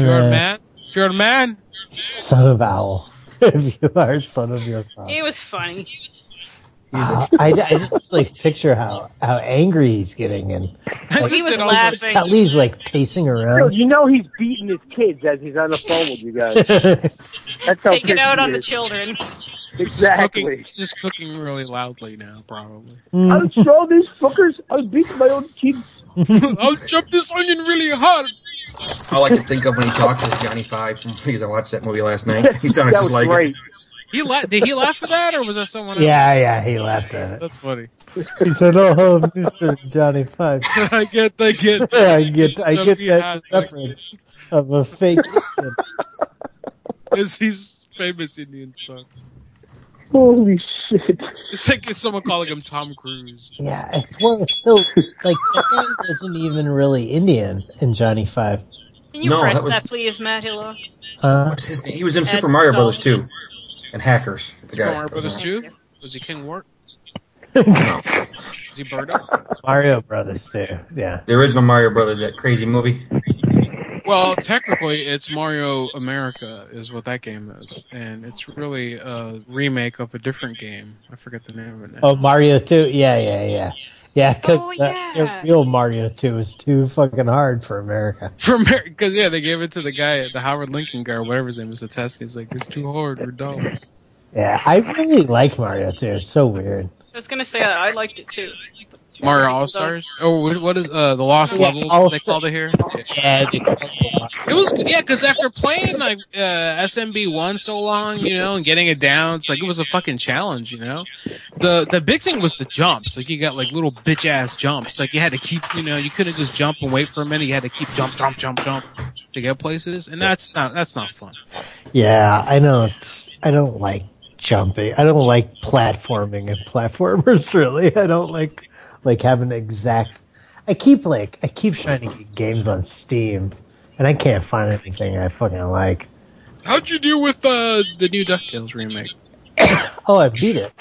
S8: If you're a man, if you're a man,
S3: son of owl. if you are son of your father,
S11: He was funny.
S3: Uh, I, I just like picture how, how angry he's getting and
S11: Well, he was laughing.
S3: Kelly's like pacing
S5: Phil,
S3: around.
S5: you know he's beating his kids as he's on the phone with you guys. That's how
S11: Take it
S5: pissed
S11: out
S5: he
S11: on the
S5: is.
S11: children.
S5: Exactly.
S8: He's just cooking really loudly now, probably.
S5: I'll show these fuckers. I'll beat my own kids.
S8: I'll jump Oh, this onion really hard.
S14: I like to think of when he talks as Johnny Five from- because I watched that movie last night. He sounded
S8: That
S14: just
S8: was
S14: like
S8: great.
S14: it.
S8: He la- did he laugh at that, or was that someone else?
S3: Yeah, yeah, he laughed at it.
S8: That's funny.
S3: He said, "Oh, Mister Johnny Five,
S8: I get, I get,
S3: I get, I get
S8: Sophie
S3: that
S8: has-
S3: reference of a fake."
S8: Is he's famous Indian song?
S5: Holy shit!
S8: It's like it's someone calling him Tom Cruise.
S3: Yeah, it's- well, it's still like that guy wasn't even really Indian in Johnny Five.
S11: Can you
S14: No,
S11: press
S14: that
S11: that,
S14: was-
S11: please, Matt Hilo?
S3: Huh?
S14: What's his name? He was in
S11: Ed
S14: Super Mario
S11: Dahl.
S14: Brothers too, and Hackers. The guy. Uh-huh.
S8: Super Mario Brothers two. Was he King Wart? Is he Birdo?
S3: Mario Brothers too. Yeah.
S14: The original Mario Brothers, that crazy movie.
S8: Well, technically, it's Mario America is what that game is, and it's really a remake of a different game. I forget the name of it. Now.
S3: Oh, Mario Two. Yeah, yeah, yeah, yeah. Because
S8: Oh,
S3: the
S8: yeah.
S3: real Mario Two is too fucking hard for America.
S8: From because yeah, they gave it to the guy, the Howard Lincoln guy, or whatever his name is, to test. He's like, "It's too hard. We're dumb."
S3: Yeah, I really like Mario Two. It's so weird.
S11: I was gonna say that I liked it too.
S8: Mario All Stars. Oh, what- what is uh, the Lost
S3: Yeah,
S8: Levels?
S3: All
S8: They called it here.
S3: Yeah, they called
S8: it was yeah, because after playing like uh, SMB one so long, you know, and getting it down, it's like it was a fucking challenge, you know. The the big thing was the jumps. Like you got like little bitch ass jumps. Like you had to keep, you know, you couldn't just jump and wait for a minute. You had to keep jump, jump, jump, jump to get places, and that's not that's not fun.
S3: Yeah, I don't. I don't like jumping. I don't like platforming and platformers. Really, I don't like like having exact. I keep like I keep trying to get games on Steam, and I can't find anything I fucking like.
S8: How'd you do with uh, the new Ducktales remake?
S3: Oh, I beat it.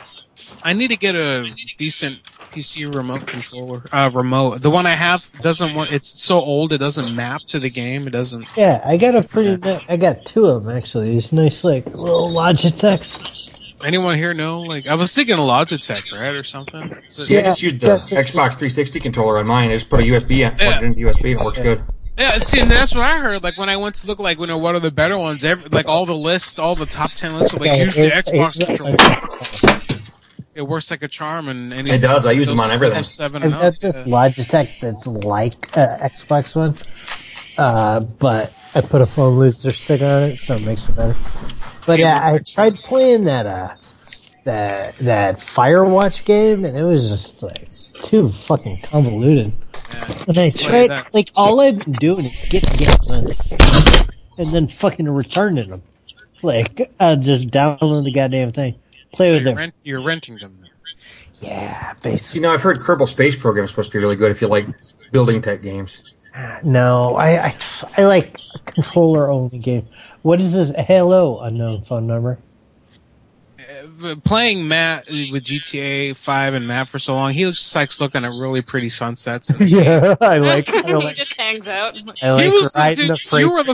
S8: I need to get a decent PC remote controller. Uh, remote. The one I have doesn't want. It's so old. It doesn't map to the game. It doesn't.
S3: Yeah, I got a pretty. ni- I got two of them actually. These nice like little Logitechs.
S8: Anyone here know? Like, I was thinking a Logitech, right, or something. So-
S14: See, I just used the Xbox 360 controller on mine. I just put a USB on, plugged it into USB, and it works good.
S8: Yeah, see, and that's what I heard. Like when I went to look, like you know, what are the better ones? Every, like all the lists, all the top ten lists were like
S3: Okay,
S8: use the
S3: it's-
S8: Xbox
S3: it's-
S8: controller. It works like a charm, and, and
S14: It does. I use them on everything.
S8: Seven
S3: I've
S8: and up. uh,
S3: got this Logitech that's like uh, Xbox One, uh, but I put a foam loser stick on it, so it makes it better. But yeah, I tried playing that uh, that that Firewatch game, and it was just like too fucking convoluted. and I tried
S8: that.
S3: like all I've been doing is getting games on Steam and then fucking returning them. Like I just download the goddamn thing, play with
S8: You're,
S3: it.
S8: rent, you're renting them.
S3: Yeah,
S14: You know, I've heard Kerbal Space Program is supposed to be really good if you like building type games.
S3: No, I, I, I like a controller only game. What is this? Hello, unknown phone number.
S8: Uh, Playing Matt with GTA Five and Matt for so long, he just likes looking at really pretty sunsets. And
S3: yeah, I like. I
S11: he
S3: like.
S11: just hangs out.
S3: I like
S8: he was the
S3: riding
S8: dude.
S3: the freight
S8: you were the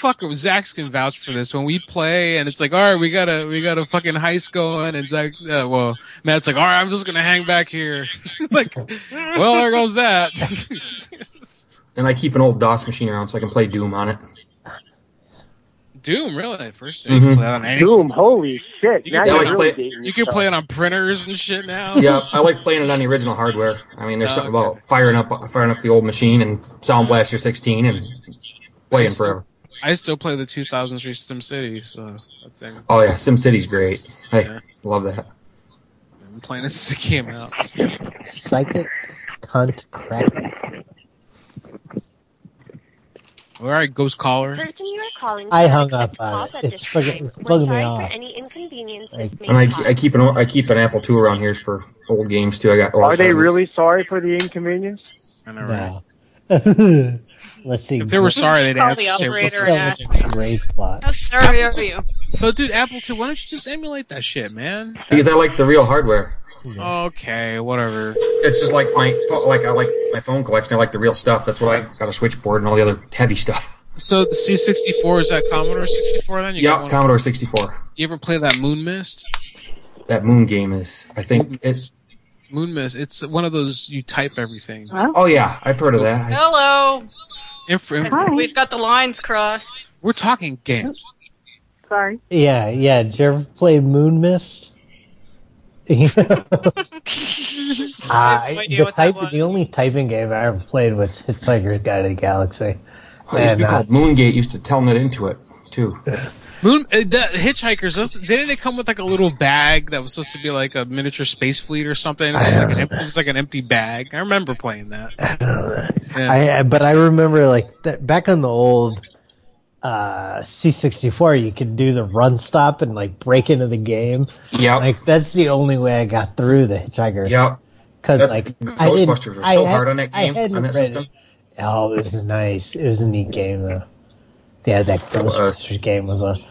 S8: fucker. Zach's can vouch for this when we play, and it's like, all right, we got a we got a fucking heist going, and Zach's uh, well, Matt's like, all right, I'm just gonna hang back here. like, well, there goes that.
S14: And I keep an old DOS machine around so I can play Doom on it.
S8: Doom, really? First, you can play on
S14: Mhm.
S8: anything.
S5: Doom, holy shit!
S8: You
S5: now
S8: can,
S5: you're
S8: play,
S5: really
S8: on- you can play it on printers and shit now.
S14: yeah, I like playing it on the original hardware. I mean,
S8: Oh,
S14: there's something about firing up, firing up the old machine and Sound Blaster 16 and playing forever.
S8: I still play the 2003 Sim City, so that's it.
S14: Oh yeah, SimCity's great. I love that.
S8: I'm playing it since it came out.
S3: Psychic cunt crap.
S8: All right, Ghost Caller.
S25: person you are calling.
S3: I
S25: cannot
S3: hung up
S25: accept
S3: on
S25: calls
S3: it.
S25: at
S3: It's
S25: this
S3: fucking-
S25: time.
S3: it's bugging me
S25: We're sorry
S3: off.
S25: For any inconvenience
S3: Like-
S14: And I, I keep an I keep an Apple II around here for old games too. I got.
S5: Are they really sorry for the inconvenience?
S8: I know,
S3: No. Let's see.
S8: If they were sorry, they'd
S11: Call
S8: answer.
S11: the
S8: say,
S11: operator
S8: "What's
S11: and
S8: up?"
S3: Great plot.
S11: How Oh, sorry are you?
S8: But dude, Apple II, why don't you just emulate that shit, man?
S14: Because I like the real hardware.
S8: Okay, whatever.
S14: It's just like my pho- like I like my phone collection. I like the real stuff. That's what I got a switchboard and all the other heavy stuff.
S8: So the C64 is that Commodore 64 then? You got
S14: Yeah,
S8: one-
S14: Commodore 64.
S8: You ever play that Moon Mist?
S14: that Moon game is. I think it's.
S8: Moon Mist. It's one of those you type everything.
S14: Oh yeah, I've heard of that.
S11: Hello.
S8: Inf-
S11: We've got the lines crossed.
S8: We're talking games.
S11: Sorry.
S3: Yeah, yeah. Did you ever play Moon Mist? Uh,
S11: idea
S3: the
S11: what that
S3: type, the only typing game I ever played was Hitchhiker's Guide to the Galaxy.
S14: Oh, it used to be
S3: And, uh,
S14: called Moongate. Used to telnet into it too.
S8: Moon uh, that, Hitchhikers. Those, didn't it come with like a little bag that was supposed to be like a miniature space fleet or something? It was, like, an, em- it was like an empty bag. I remember playing that.
S3: I, I- but I remember like that, back on the old uh, C64, you could do the run stop and like break into the game.
S14: Yeah,
S3: like that's the only way I got through the Hitchhiker.
S14: Yep.
S3: because
S14: That's-
S3: like I didn't-
S14: Ghostbusters were
S3: I
S14: so
S3: had-
S14: hard on that
S3: I
S14: game
S3: hadn't
S14: on that
S3: read
S14: system.
S3: It. Oh, it was nice. It was a neat game though. Yeah, that Ghostbusters game was awesome.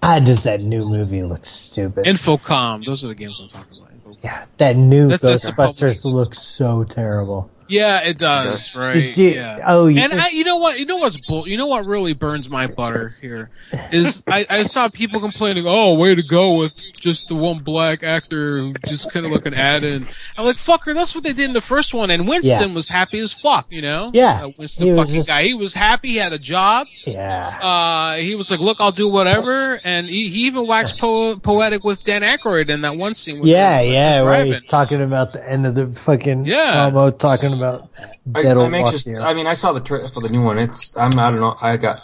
S3: God, does that new movie look stupid?
S8: Infocom. Those are the games I'm talking about.
S3: Yeah, that new
S8: That's just a
S3: Ghostbusters looks so terrible.
S8: Yeah, it does. Right.
S3: Did you-
S8: yeah.
S3: oh, you
S8: and
S3: just-
S8: I, you know what? You know what's bull. You know what really burns my butter here is I, I saw people complaining. Oh, way to go with just the one black actor who just kind of like an add-in. I'm like, fucker, that's what they did in the first one. And Winston
S3: Yeah.
S8: was happy as fuck. You know.
S3: Yeah.
S8: Uh,
S3: He
S8: Winston
S3: was
S8: fucking
S3: just-
S8: guy. He was happy. He had a job.
S3: Yeah.
S8: Uh, he was like, look, I'll do whatever. And he, he even waxed po- poetic with Dan Aykroyd in that one scene. With
S3: Yeah,
S8: him, uh,
S3: yeah,
S8: just
S3: right.
S8: driving.
S3: He's talking about the end of the fucking
S8: Yeah.
S3: promo, talking about
S14: I,
S3: dead old
S14: I'm anxious.
S3: Bosnia.
S14: I mean, I saw the trailer for the new one. It's. I'm. I don't know. I got.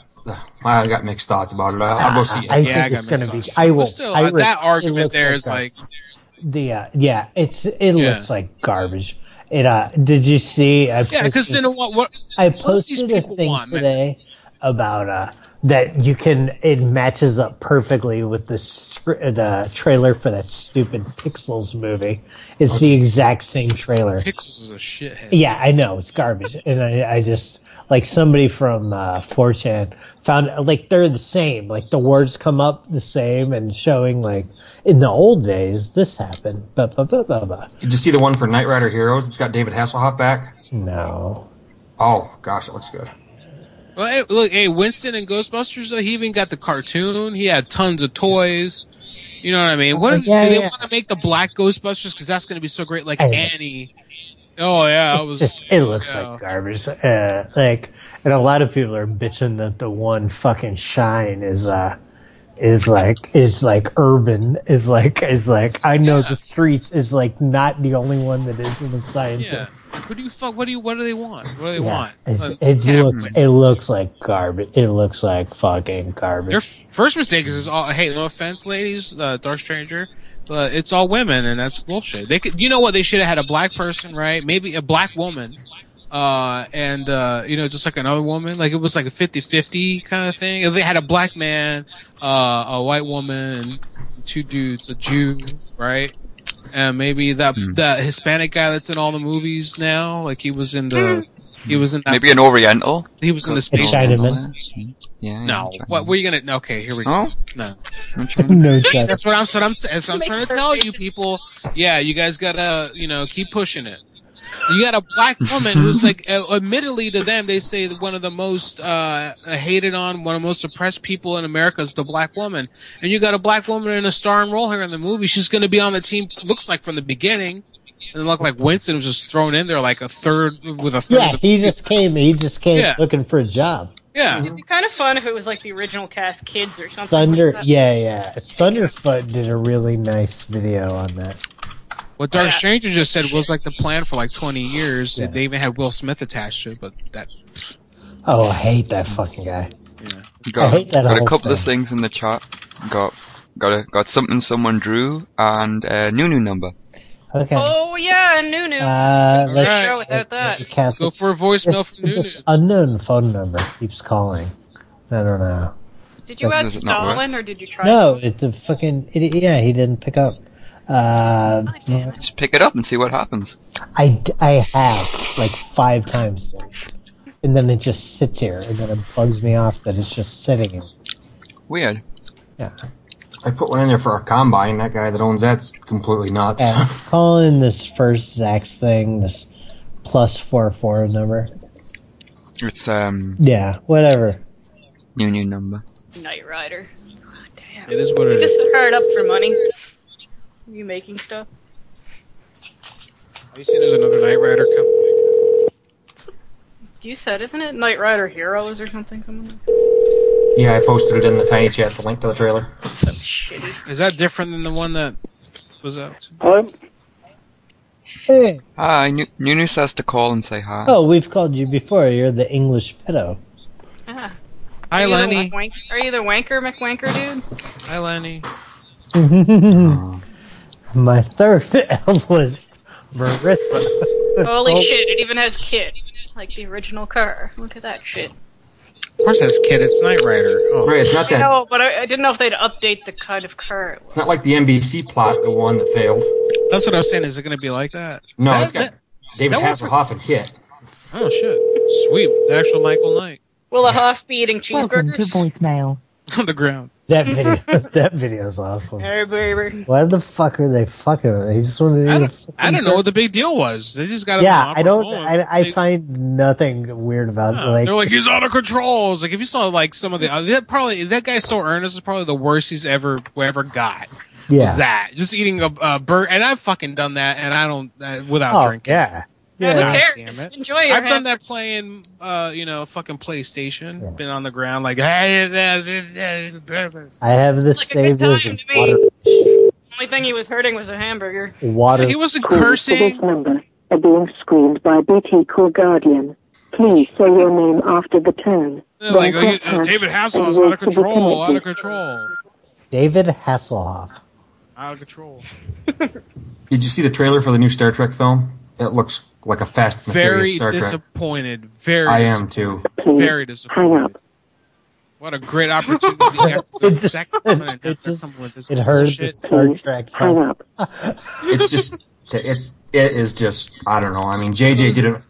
S14: I got mixed thoughts about it. I'll, I'll go see it.
S3: I think it's gonna be. I will.
S8: But still,
S3: I
S8: uh,
S3: re-
S8: that
S3: it
S8: argument
S3: looks
S8: there is
S3: like
S8: like,
S3: a- the uh, yeah. It's it
S8: Yeah.
S3: looks like garbage. It uh. Did you see? I
S8: yeah, because
S3: posted-
S8: then what? What?
S3: I
S8: what do these
S3: posted a
S8: people
S3: thing
S8: want, man?
S3: today about uh that you can. It matches up perfectly with the scr- the trailer for that stupid Pixels movie. It's the exact same trailer.
S8: Pixels is a shithead.
S3: Yeah, I know it's garbage, and I, I just like somebody from uh, 4chan found like they're the same. Like the words come up the same, and showing like in the old days this happened. Blah, blah, blah, blah, blah.
S14: Did you see the one for Knight Rider Heroes? It's got David Hasselhoff back.
S3: No.
S14: Oh gosh, it looks good.
S8: Well, hey, look, hey, Winston and Ghostbusters. uh, He even got the cartoon. He had tons of toys. You know what I mean? What
S3: Yeah,
S8: do they
S3: yeah.
S8: want to make the black Ghostbusters? Because that's going to be so great, like
S3: I know.
S8: Annie. Oh yeah, I
S3: It's
S8: was.
S3: just it looks like garbage. Uh, like, and a lot of people are bitching that the one fucking shine is uh is like is like urban is like is like I know the streets is like not the only one that is in the science.
S8: Yeah. What do you fuck? What do you? What do they want? What do they
S3: Yeah,
S8: want?
S3: It's,
S8: Uh,
S3: it
S8: yeah,
S3: looks it looks like garbage. It looks like fucking garbage.
S8: Their f- first mistake is, is all, hey, no offense, ladies, uh, Dark Stranger, but it's all women, and that's bullshit. They could, you know what? They should have had a black person, right? Maybe a black woman, uh, and uh, you know, just like another woman. Like it was like a 50-50 kind of thing. If they had a black man, uh, a white woman, two dudes, a Jew, right? And maybe that
S2: Hmm.
S8: that Hispanic guy that's in all the movies now, like he was in the,
S2: Hmm.
S8: he was in that
S2: Maybe an Oriental.
S8: he was in the
S2: Ghostbusters.
S8: space.
S2: Yeah.
S8: No, what were you gonna? no, Okay, here we go.
S2: Oh?
S8: No.
S3: no
S8: See,
S3: shit.
S8: that's what I'm saying. I'm, that's what I'm trying to tell you people. Yeah, you guys gotta, you know, keep pushing it. You got a black woman who's like, uh, admittedly to them, they say that one of the most uh, hated on, one of the most oppressed people in America is the black woman. And you got a black woman in a starring role here in the movie. She's going to be on the team, looks like from the beginning. And it looked like Winston was just thrown in there like a third with a third.
S3: Yeah,
S8: of the,
S3: he just came. He just came
S8: Yeah.
S3: looking for a job.
S8: yeah.
S11: It'd be kind of fun if it was like the original cast kids or something.
S3: Thunder. Yeah, yeah. Thunderfoot did a really nice video on that.
S8: What Dark Stranger just said was like the plan for like 20 years. They even had Will Smith attached to it, but that.
S3: Oh, I hate that fucking guy.
S2: Got,
S3: I hate that
S2: got a
S3: whole
S2: couple
S3: thing.
S2: of things in the chat. Got got a, got something someone drew and a new new number.
S3: Okay.
S11: Oh yeah, Nunu.
S3: Uh,
S11: Couldn't
S3: let's-
S11: do a show without that.
S3: Let's
S8: go for a voicemail
S3: this,
S8: from Nunu.
S3: This unknown phone number keeps calling. I don't know.
S11: Did you add
S3: Does it not work?
S11: Stalin or did you try?
S3: No, it's a fucking idiot. Yeah, he didn't pick up. Uh,
S2: Just pick it up and see what happens.
S3: I, d- I have like five times, now. and then it just sits here, and then it bugs me off that it's just sitting here.
S2: Weird.
S3: Yeah.
S14: I put one in there for our combine. That guy that owns that's completely nuts.
S3: Yeah, call in this first Zax thing, this plus four four number.
S2: It's um
S3: Yeah, whatever.
S2: new new number.
S11: Night Rider.
S8: It is what
S11: We
S8: it is.
S11: just hard up for money. You making stuff?
S8: Have you seen there's another Knight Rider company?
S11: You said, isn't it Knight Rider Heroes or something? Someone like
S14: Yeah, I posted it in the tiny chat, the link to the trailer.
S8: Is that different than the one that was out?
S3: Hey.
S2: Hi, Nu- Nunu says to call and say hi.
S3: Oh, we've called you before. You're the English pedo.
S11: Ah. Are
S8: Hi,
S11: you the
S8: Lenny.
S11: wank- Are you the wanker McWanker dude?
S8: Hi, Lenny.
S3: My third elf was Marissa.
S11: Holy
S3: Oh,
S11: shit! It even has kid, like the original car. Look at that shit.
S8: Of course, it has kid. It's Knight Rider. Oh.
S14: Right, it's not
S11: I
S14: that.
S11: know, but I, I didn't know if they'd update the kind of car.
S14: It's not like the NBC plot, the one that failed.
S8: That's what I was saying. Is it going to be like that?
S14: No,
S8: That-
S14: it's got
S8: that-
S14: David
S8: that was-
S14: Hasselhoff and Kit.
S8: Oh shit! Sweet, the actual Michael Knight
S11: Will a Hoff be eating
S17: Welcome to
S11: cheeseburgers?
S17: voicemail.
S8: on the ground.
S3: That video, that video's awesome.
S11: Hey, baby.
S3: Why the fuck are they fucking? He just wanted to. eat a fucking
S8: I don't know what the big deal was. They just got him.
S3: Yeah,
S8: an
S3: I don't.
S8: operable.
S3: I, I find nothing weird about it. like.
S8: They're like he's out of control. It's like if you saw like some of the uh, that probably that guy so earnest is probably the worst he's ever ever got.
S3: Yeah.
S8: Was that just eating a, a bird? And I've fucking done that, and I don't uh, without
S3: oh,
S8: drinking.
S3: Yeah.
S8: Yeah,
S3: Yeah.
S8: damn
S11: cares?
S8: it.
S11: Enjoy your
S8: I've done
S11: hand-
S8: that playing, uh, you know, fucking PlayStation. Been on the ground like, hey,
S3: I have the saved as a water.
S11: Only thing he was hurting was a hamburger.
S3: water.
S8: He wasn't
S16: Calls to this number are being screened by BT Call Guardian. Please say your name after the tone.
S8: Yeah, like,
S16: Then
S8: uh,
S16: press hash
S8: David Hasselhoff's
S16: and
S8: out
S16: wait
S8: of
S16: to be
S8: control, out
S16: connected.
S8: of control,
S3: David Hasselhoff.
S8: out of control.
S14: Did you see the trailer for the new Star Trek film? It looks like a Fast and the
S8: Very
S14: Furious Star Trek.
S8: disappointed. Very.
S14: I am too.
S8: disappointed. Very disappointed. What a great opportunity after the second one. It,
S3: It heard the Star Trek.
S14: Hang It's just, it's, it is just, I don't know. I mean, JJ did a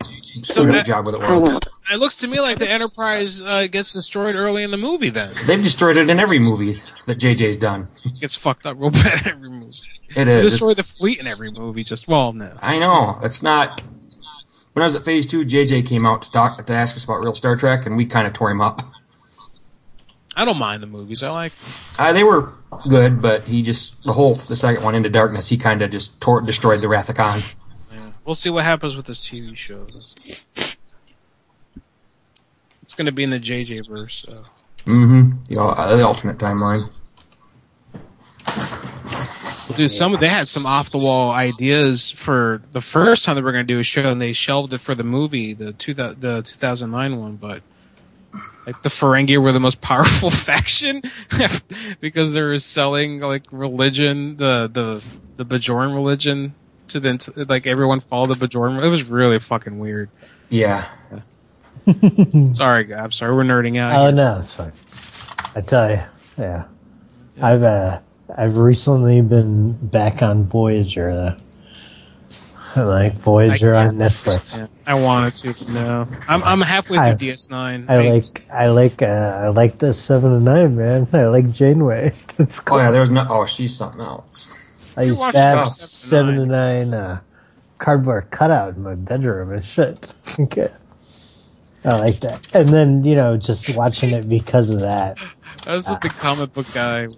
S14: so good
S8: that-
S14: job with it. Once.
S8: it looks to me like the Enterprise uh, gets destroyed early in the movie. Then
S14: They've destroyed it in every movie that JJ's done.
S8: it gets fucked up real bad every movie.
S14: It
S8: They
S14: is.
S8: destroy
S14: It's-
S8: the fleet in every movie. Just well, no.
S14: I know. It's not. When I was at Phase Two, JJ came out to talk to ask us about real Star Trek, and we kind of tore him up.
S8: I don't mind the movies. I like.
S14: Uh, they were good, but he just the whole the second one into darkness. He kind of just tore destroyed the Wrath of Khan.
S8: We'll see what happens with this TV show. It's going to be in the JJ verse. So.
S14: Mm-hmm. The, al- uh, the alternate timeline.
S8: Dude, some they had some off the wall ideas for the first time they were going to do a show, and they shelved it for the movie, the two the two thousand nine one. But like the Ferengi were the most powerful faction because they were selling like religion, the the the Bajoran religion to the ent- like everyone followed the Bajoran. It was really fucking weird.
S14: Yeah.
S8: sorry, guys. I'm sorry. We're nerding out.
S3: Hmm. Oh
S8: here.
S3: no, it's fine. I tell you, yeah. I've uh, I've recently been back on Voyager though. I like Voyager on Netflix.
S8: I wanted to. but No, I'm I'm halfway
S3: I-
S8: through DS9.
S3: I like I like uh, I like the seven and nine man. I like Janeway. That's cool.
S14: Oh yeah, there's no. Oh, she's something else.
S3: I
S14: You're
S3: used to
S14: watching
S3: have
S14: Dawson
S3: seven and nine uh, cardboard cutout in my bedroom and shit. okay. I like that. And then, you know, just watching it because of that.
S8: I was a big comic book guy.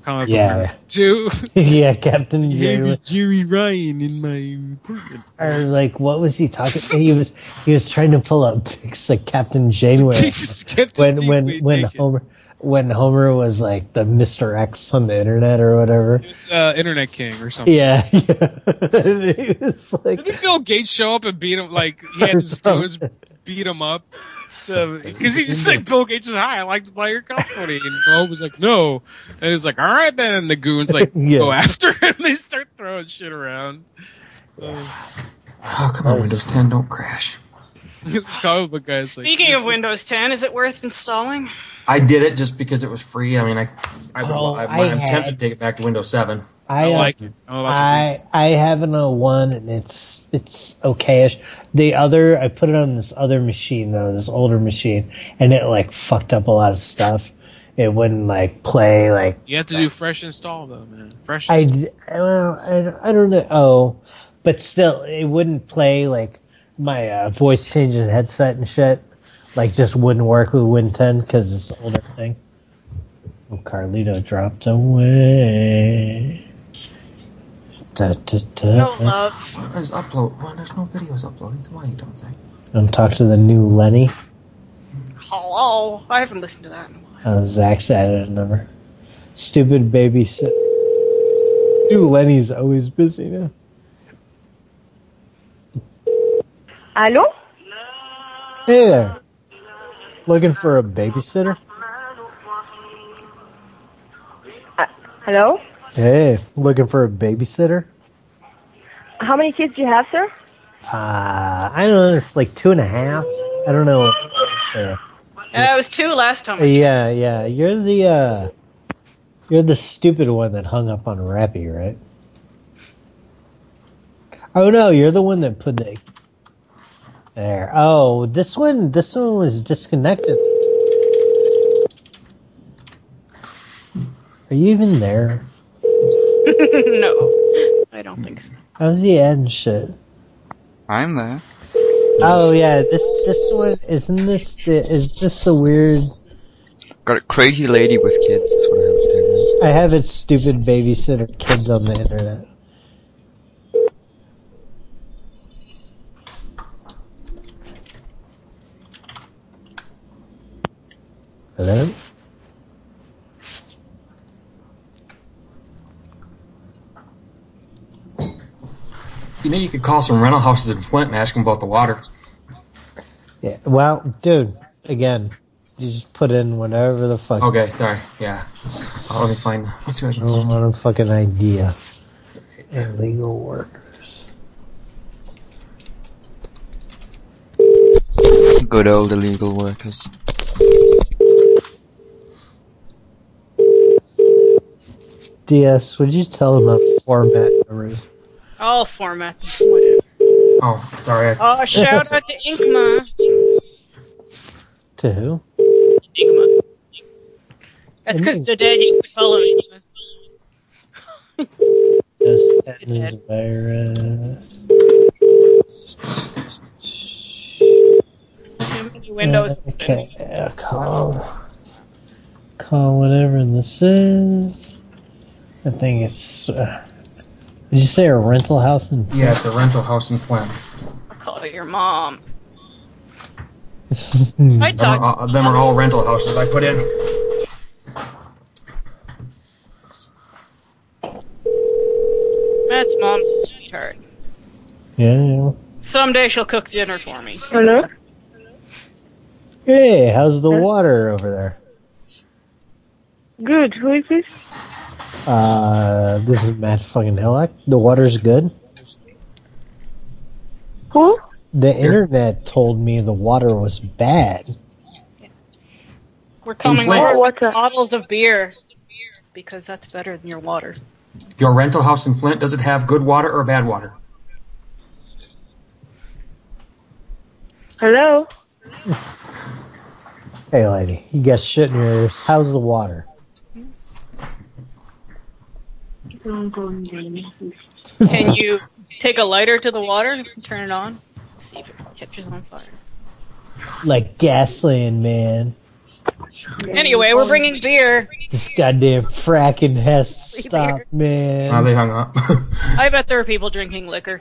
S8: Comic book
S3: Ah. Yeah.
S8: guy. Two.
S3: yeah, Captain Janeway.
S8: Jerry Ryan in my apartment.
S3: Or like, what was he talking? He was he was trying to pull up pics of Captain Janeway
S8: Jesus, Captain
S3: when when when Homer when Homer was like the Mister X on the internet or whatever.
S8: It's, uh, Internet King or something.
S3: Yeah, yeah. It was like
S8: Did Bill Gates show up and beat him like he had his goons beat him up? Because he just said Bill Gates is high. I like to buy your company, and Bill was like, "No," and he's like, "All right, then." And the goons like
S3: Yeah.
S8: go after him. They start throwing shit around.
S14: Oh come on, Windows 10, don't crash.
S8: Because comic book guys like
S11: Speaking of Windows 10, is it worth installing?
S14: I did it just because it was free. I mean, I, I, would,
S11: Oh,
S14: I,
S11: I
S14: I'm tempted to
S3: had-
S14: take it back to Windows 7.
S3: I, uh, I I have an O one and it's it's okayish. The other I put it on this other machine though, this older machine, and it like fucked up a lot of stuff. It wouldn't like play like
S8: you have to do fresh install though, man. Fresh.
S3: I,
S8: install.
S3: d- well, I, d- I don't know. Oh, but still, it wouldn't play like my uh, voice changing headset and shit. Like, just wouldn't work with Win 10 because it's an older thing. Oh, Carlito dropped away. Da, da, da.
S14: No love. What is upload? Well, there's no videos uploading. Come on, you dumb thing.
S3: Don't talk to the new Lenny.
S11: Hello. I haven't listened to that. in a while.
S3: Uh, Zach's added a number. Stupid baby. Si- new Lenny's always busy now.
S26: Hello?
S3: Hey there. Looking for a babysitter?
S26: Hello?
S3: Hey, looking for a babysitter?
S26: How many kids do you have, sir?
S3: Uh, I don't know. It's like two and a half. I don't know. Uh,
S11: Uh, it was two last time. I
S3: yeah, yeah. You're the uh, you're the stupid one that hung up on Rappy, right? Oh no, you're the one that put the there. Oh, this one, this one was disconnected. Are you even there?
S11: no, I don't think so.
S3: How's the end shit?
S2: I'm there.
S3: Oh yeah, this this one isn't this the is this the weird?
S2: Got a crazy lady with kids. That's what I have to do.
S3: I have it stupid babysitter kids on the internet. Hello.
S14: You know, you could call some rental houses in Flint and ask them about the water.
S3: Yeah. Well, dude. Again, you just put in whatever the fuck.
S14: Okay, sorry. Yeah. Oh, let me find. Let's see what I
S3: I
S14: can
S3: don't
S14: find.
S3: want a fucking idea. Illegal workers.
S2: Good old illegal workers.
S3: DS, would you tell them about format numbers?
S11: I'll format them. Whatever.
S14: Oh, sorry. I-
S11: Oh, shout out to Inkma.
S3: To who?
S11: Inkma. That's because their dad used to call him Inkma.
S3: This tetanus virus.
S11: Too many windows.
S3: Okay, uh, call. Call whatever this is. I think it's. Uh, did you say a rental house in?
S14: Yeah, it's a rental house in Flint.
S11: I'll call your mom. I
S14: Them
S11: talked.
S14: are, all- them are all rental houses I put in.
S11: Matt's mom's a sweetheart.
S3: Yeah.
S11: Someday she'll cook dinner for me.
S26: Hello?
S3: Hey, how's the water over there?
S26: Good. Who is this?
S3: Uh, this is Matt fucking Hillock. The water's good.
S26: Who?
S3: The internet told me the water was bad.
S11: We're coming
S14: Flint.
S11: over with bottles of beer because that's better than your water.
S14: Your rental house in Flint, does it have good water or bad water?
S26: Hello?
S3: Hey, lady, you got shit in your ears. How's the water?
S11: Can you take a lighter to the water and turn it on? See if it catches on fire.
S3: Like gasland, man.
S11: Anyway, we're bringing beer.
S3: This goddamn fracking has to stop, man.
S14: Oh, they hung up.
S11: I bet there are people drinking liquor.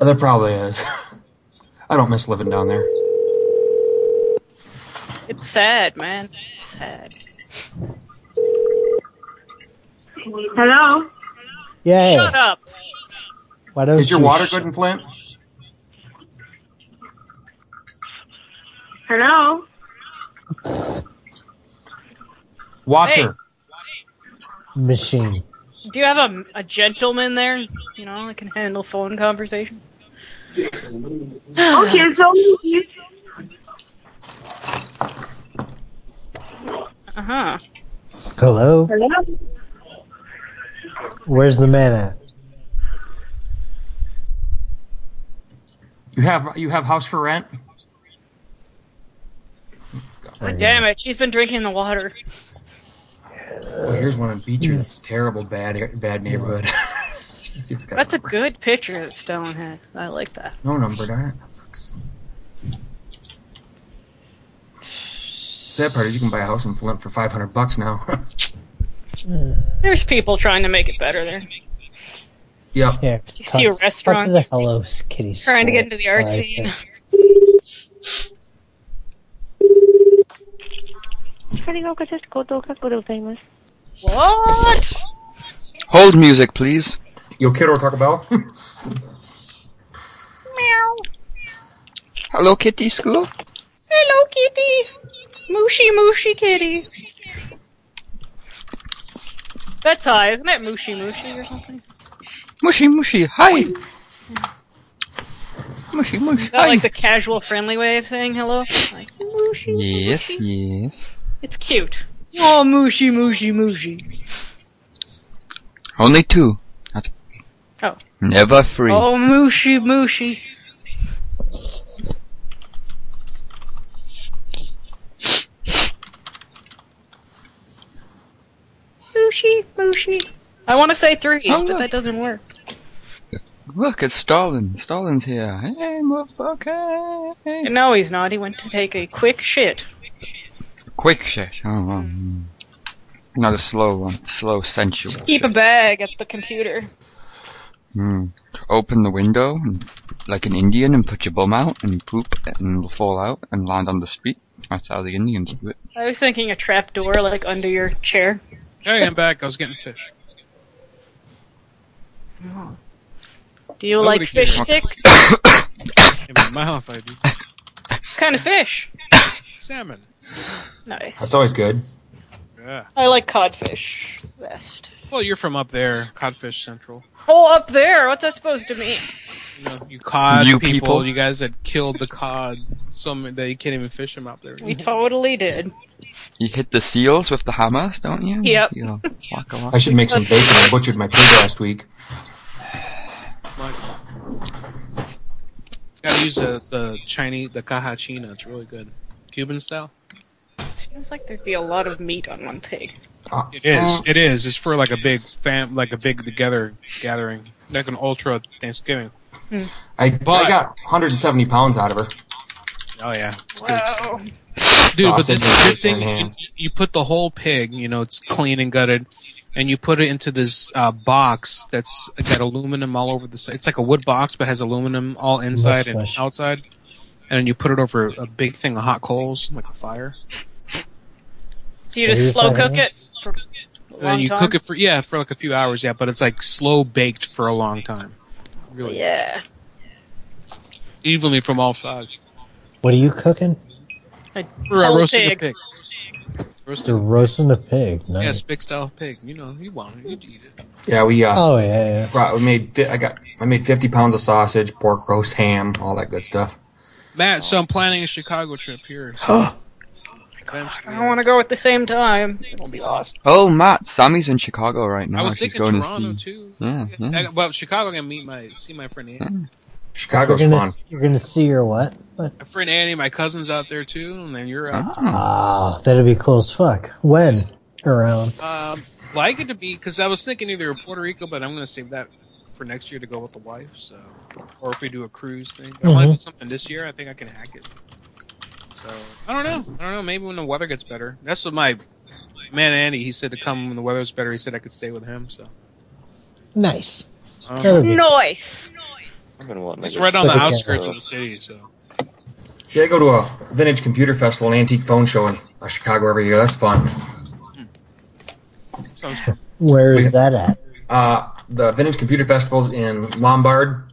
S14: there probably is. I don't miss living down there.
S11: It's sad, man. Sad.
S26: Hello?
S3: Yeah.
S11: Shut up.
S3: Why don't
S14: Is your
S3: you
S14: water
S3: sh-
S14: good in Flint?
S26: Hello?
S14: Water.
S3: machine?
S11: Do you have a, a gentleman there? You know, that can handle phone conversation. Uh-huh.
S26: okay, so who is-
S11: Uh huh.
S3: Hello?
S26: Hello?
S3: Where's the man at?
S14: You have you have house for rent?
S11: Damn it, she's been drinking the water.
S14: Oh, here's one in Beecher that's terrible, bad bad neighborhood. Let's see if it's got
S11: That's a good picture that Stellan had. I like that.
S14: no number, darn it. That sucks. Sad part is you can buy a house in Flint for 500 bucks now.
S11: There's people trying to make it better there.
S14: Yep.
S3: Yeah.
S11: You
S3: talk-
S11: see
S3: talk to
S11: restaurants
S3: the Hello Kitty.
S11: Trying to get into the art
S3: Alright,
S11: scene.
S3: thanks.
S11: What?
S2: Hold music, please.
S14: Yo, kiddo, talk about.
S2: Hello, Kitty School.
S11: Hello, kitty. Mushy, mushy kitty. That's high, isn't it? Mushy, mushy or something?
S2: Mushy, mushy. Hi. Mushy, mushy.
S11: Is that like the casual, friendly way of saying hello? Like, mushy.
S2: Yes, yes.
S11: It's cute. Oh, mushy, mushy, mushy.
S2: Only two. That's
S11: Oh.
S2: never free.
S11: Oh, mushy, mushy. Mushy, mushy. I want to say three,
S2: Oh,
S11: but
S2: look.
S11: that doesn't work.
S2: Look, it's Stalin. Stalin's here. Hey, motherfucker.
S11: No, he's not. He went to take a quick shit.
S2: Quick shit. Oh, well. mm. Not a slow one. Slow, sensual.
S11: Keep a bag at the computer.
S2: Mm. Open the window, and, like an Indian, and put your bum out, and poop, and it'll fall out, and land on the street. That's how the Indians do it.
S11: I was thinking a trap door, like under your chair.
S8: Hey, I'm back. I was getting fish.
S11: Do you
S8: Nobody
S11: like fish
S8: cares.
S11: sticks?
S8: In my mouth, I do.
S11: What kind of fish?
S8: Salmon.
S11: Nice.
S14: That's always good.
S8: Yeah.
S11: I like codfish best.
S8: Well, you're from up there, Codfish Central.
S11: Oh, up there. What's that supposed to mean?
S8: You know, you cod
S2: You
S8: people,
S2: people.
S8: You guys that killed the cod. Some that you can't even fish them out there.
S11: We totally did.
S2: You hit the seals with the hammers, don't you?
S11: Yep.
S2: You know, walk along.
S14: I should make some bacon. I butchered my pig last week.
S8: Gotta use the, the Chinese, the cajachina. It's really good, Cuban style.
S11: Seems like there'd be a lot of meat on one pig.
S8: It is. It is. It's for like a big fam, like a big together gathering, like an ultra Thanksgiving.
S11: Hmm.
S14: I, I got 170 pounds out of her.
S8: Oh yeah, it's good.
S11: Wow.
S8: Oh. Dude, but this,
S14: Sausage
S8: this
S14: and
S8: thing,
S14: ham.
S8: you, you put the whole pig, you know, it's clean and gutted, and you put it into this uh, box that's got aluminum all over the side. It's like a wood box, but has aluminum all inside and
S3: mush.
S8: outside. And you put it over a big thing of hot coals, like a fire.
S11: Do you just
S8: Maybe
S11: slow
S8: if I
S11: cook
S8: had-
S11: it for a long
S8: and you
S11: time?
S8: cook it for, yeah, for like a few hours, yeah, but it's like slow baked for a long time. Really.
S11: Yeah.
S8: Evenly from all sides.
S3: What are you cooking?
S11: A
S8: Or uh,
S11: whole pig.
S8: roasting a pig. Roasting
S3: You're roasting a pig. Nice.
S8: Yes, big style pig. You know, you want it. You eat it.
S14: Yeah, we. Uh,
S3: Oh yeah,
S14: brought- we made. fi- I got. I made 50 pounds of sausage, pork roast, ham, all that good stuff.
S8: Matt, so I'm planning a Chicago trip here.
S11: Oh,
S8: So Eventually.
S11: I want to go at the same time. It'll be awesome.
S2: Oh, Matt, Sammy's in Chicago right now.
S8: I was
S2: She's
S8: thinking
S2: going
S8: Toronto
S2: to see...
S8: too.
S2: Yeah,
S3: Hmm?
S2: yeah.
S8: I, well, Chicago, I'm gonna meet my see my friend Annie.
S14: Chicago's
S3: you're
S14: fun.
S3: gonna, You're gonna see your what? What?
S8: My friend Annie, my cousins out there too, and then you're out.
S3: Ah, that'd be cool as fuck. When? Around.
S8: Um, like it to be because I was thinking either Puerto Rico, but I'm gonna save that for next year to go with the wife. So, or if we do a cruise thing, But I want to
S3: Mhm.
S8: do something this year. I think I can hack it. So I don't know. I don't know. Maybe when the weather gets better. That's what my man Andy. He said to come when the weather's better. He said I could stay with him. So.
S3: Nice.
S8: I don't know.
S3: That'd be-
S11: Noise.
S18: I've been wanting to
S8: It's
S18: go
S8: right on the
S3: Like a
S8: outskirts
S3: castle.
S8: of the city, so
S14: See, I go to a vintage computer festival and antique phone show in uh, Chicago every year. That's fun.
S8: sounds
S3: Where is that at?
S14: Uh, the vintage computer festivals in Lombard,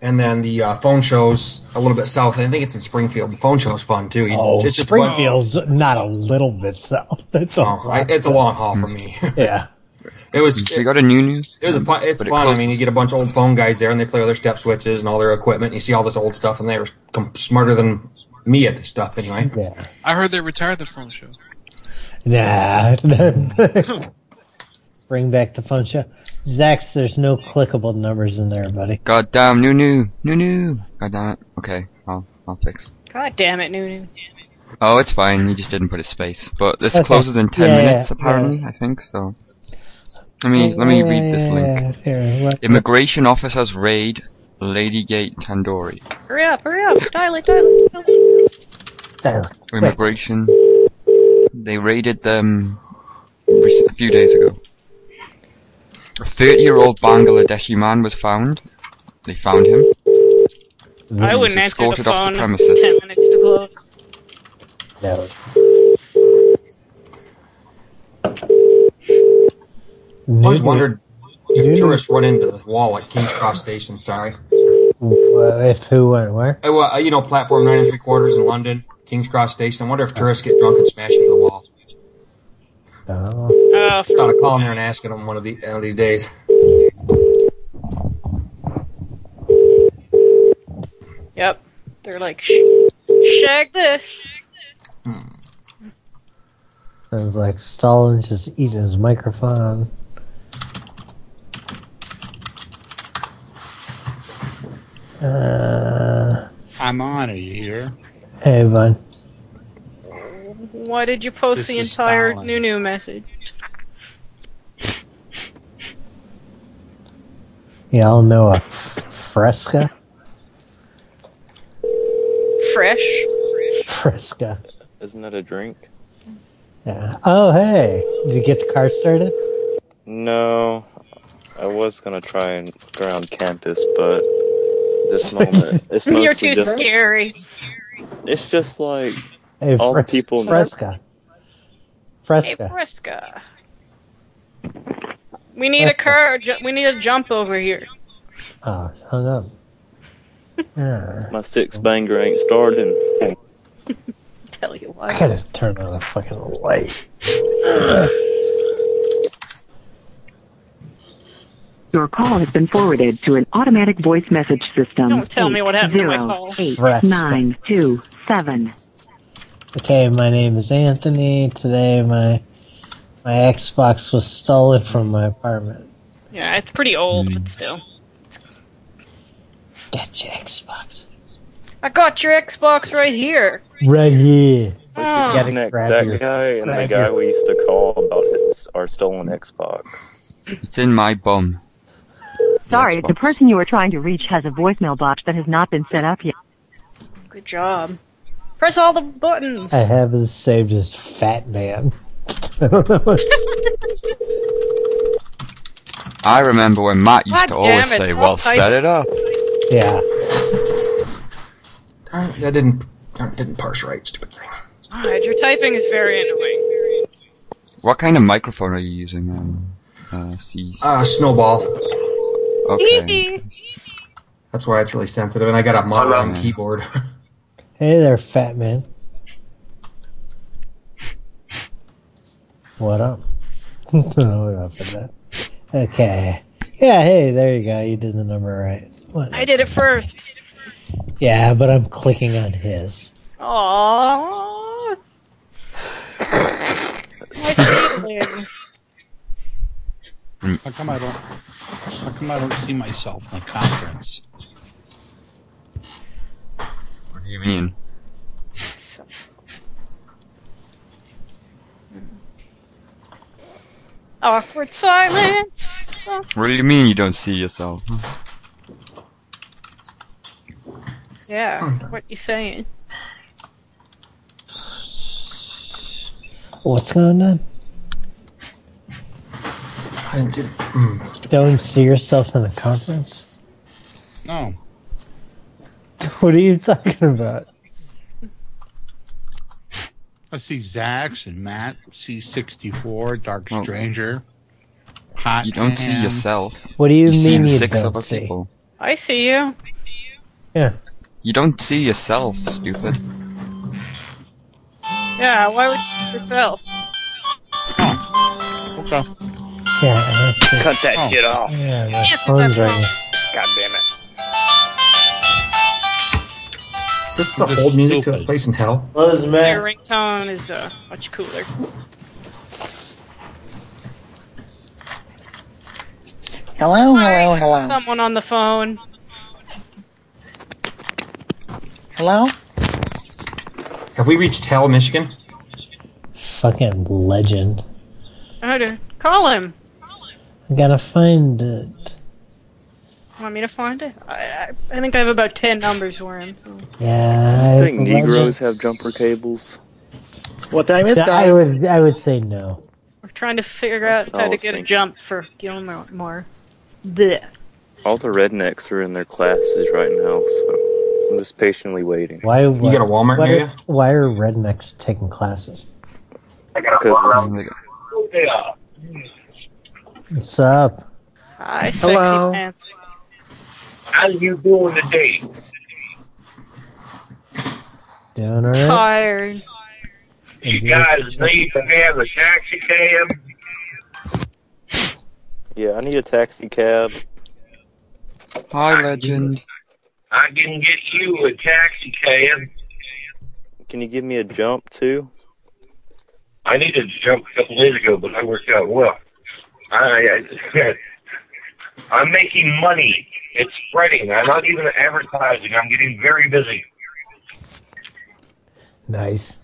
S14: and then the uh, phone shows a little bit south. I think it's in Springfield. The phone show's fun too. You-
S3: Oh,
S14: it's just one-
S3: Springfield's not a little bit south. That's a
S14: Oh, I,
S3: lot.
S14: it's a long haul for me.
S3: yeah.
S14: It was.
S2: They got a new news.
S14: It was a fun, it's
S2: But it
S14: fun. I
S2: closed.
S14: mean, you get a bunch of old phone guys there, and they play with their step switches and all their equipment. And you see all this old stuff, and they're com- smarter than me at this stuff, anyway.
S3: Yeah.
S8: I heard they retired the phone show.
S3: Nah. Bring back the phone show. Zax, there's no clickable numbers in there, buddy.
S2: Goddamn, new new new new. Goddamn it. Okay, I'll I'll fix.
S11: God damn it, Nunu.
S2: Oh, it's fine. You just didn't put a space. But this
S3: Okay.
S2: closes in ten
S3: Yeah,
S2: minutes,
S3: yeah,
S2: apparently. I think so. Let me let me read this link.
S3: Yeah, here, what-
S2: Immigration officers raid Ladygate Tandoori.
S11: Hurry up, hurry up. Dilate, dilate. dilate.
S3: there.
S2: Immigration. They raided them rec- a few days ago. A 30-year-old Bangladeshi man was found. They found him.
S11: I
S2: He was
S11: wouldn't answer the
S2: escorted off
S11: phone.
S2: the
S11: if
S2: premises.
S11: it's Ten minutes to close.
S14: I always
S3: Maybe-
S14: wondered if tourists run into the wall at King's Cross Station. Sorry.
S3: Well, If who went where?
S14: Uh, well, uh, you know, platform nine and three quarters in London, King's Cross Station. I wonder if tourists get drunk and smash into the wall.
S3: Oh.
S14: Thought of calling there and asking them one of, the, one of these days.
S11: Yep. They're like, "Sh- shag this.
S3: Sounds like Stalin's just eating his microphone. Uh,
S1: I'm on. Are you here?
S3: hey, bud.
S11: Why did you post
S1: This
S11: the
S1: is
S11: entire
S1: Stalin.
S11: new new message?
S3: Y'all know a fresca?
S11: Fresh.
S3: Fresca.
S18: Isn't that a drink?
S3: Yeah. Oh, hey. Did you get the car started?
S18: No, I was gonna try and ground campus, but this moment it's mostly
S11: You're too
S18: just
S11: scary.
S18: it's just like
S3: Hey,
S18: all the
S3: fres-
S18: people.
S3: Fresca.
S11: Hey,
S3: Fresca.
S11: Fresca. We need a car. Ju- we need a jump over here.
S3: Oh, hung up. Yeah.
S18: My six banger ain't starting.
S11: Tell you what.
S3: I gotta turn on the fucking light.
S17: Your call has been forwarded to an automatic voice message system.
S11: Don't tell me what happened to my call.
S17: Eight,
S3: Rest.
S17: nine, two, seven.
S3: Okay, my name is Anthony. Today, my my Xbox was stolen from my apartment.
S11: Yeah, it's pretty old,
S1: Hmm.
S11: but still.
S3: Get your Xbox.
S11: I got your Xbox right here.
S3: Right here.
S11: Oh.
S3: gotta
S18: Connect
S3: grab
S18: that
S3: your-
S18: guy and the
S3: grab
S18: guy
S3: your-
S18: we used to call about his, our stolen Xbox.
S2: It's in my bum.
S4: Sorry, the person you are trying to reach has a voicemail box that has not been set up yet.
S11: Good job. Press all the buttons.
S3: I have it saved as Fat Man. I don't know what.
S2: I remember when Matt used
S11: God
S2: to always
S11: damn it,
S2: say,
S11: Tom
S2: well,
S11: Tyson.
S2: set it up.
S3: Yeah.
S14: Darn it, That didn't darn it, didn't parse right. Stupid thing.
S11: Alright, Ah, your typing is very annoying.
S2: What kind of microphone are you using? Um, uh, see.
S14: Uh, snowball.
S2: Okay.
S14: That's why it's really sensitive, and I got a model on keyboard.
S3: Hey there, Fat Man. What up? Don't know what up with that. Okay. Yeah, hey, there you go. You did the number right. What?
S11: I did it first.
S3: Yeah, but I'm clicking on his.
S11: Aww. My feelings.
S1: How come I don't? How come I don't see myself in the conference?
S2: What do you mean?
S11: Awkward silence. Oh,
S2: What do you mean you don't see yourself?
S11: yeah, what you saying?
S3: What's going on? Don't see yourself in the conference?
S1: No.
S3: What are you talking about?
S1: I see Zax and Matt, C64, Dark Stranger, Hot
S2: Oh. You don't
S1: Ham.
S2: see yourself.
S3: What do you mean
S2: see
S3: you
S2: six
S3: don't
S2: other
S3: see?
S2: people.
S11: I see you.
S3: Yeah.
S2: You don't see yourself, stupid.
S11: Yeah, why would you see yourself?
S1: Okay.
S3: Yeah.
S6: Cut that
S3: Oh.
S6: shit off.
S3: Yeah, my
S6: Answer
S3: phone's
S6: that
S3: ringing.
S6: God damn it.
S14: Is this the hold music to a place in hell?
S11: What is Their ringtone is uh, much cooler.
S10: Hello, hello, hello.
S11: Someone on the phone.
S10: Hello?
S14: Have we reached Hell, Michigan?
S3: Fucking legend.
S11: I do. Call him.
S3: I gotta find it.
S11: Want me to find it? I, I, I think I have about ten numbers for him. so.
S3: Yeah.
S18: I think
S3: it's legend.
S18: Negroes have jumper cables.
S10: What did I miss,
S3: Yeah, I
S10: guys?
S3: would I would say no.
S11: Trying to figure out
S18: That's what
S11: how
S18: I
S11: to
S18: was
S11: get a
S18: thinking.
S11: jump for Gilmore. More. Blech.
S18: All the rednecks are in their classes right now, so I'm just patiently waiting.
S3: Why?
S18: You got a Walmart
S3: why,
S18: near you?
S3: Why are rednecks taking classes?
S18: Because
S3: What's up?
S11: Hi,
S3: sexy Hello.
S11: pants.
S6: How you doing today?
S3: Doing all right?
S11: Tired.
S6: You guys need to have a taxi cab.
S18: yeah, I need a taxi cab.
S2: Hi, legend.
S6: I can get you a taxi cab.
S18: Can you give me a jump too?
S6: I needed to jump a couple days ago, but I worked out well. I, I I'm making money. It's spreading. I'm not even advertising. I'm getting very busy.
S3: Nice.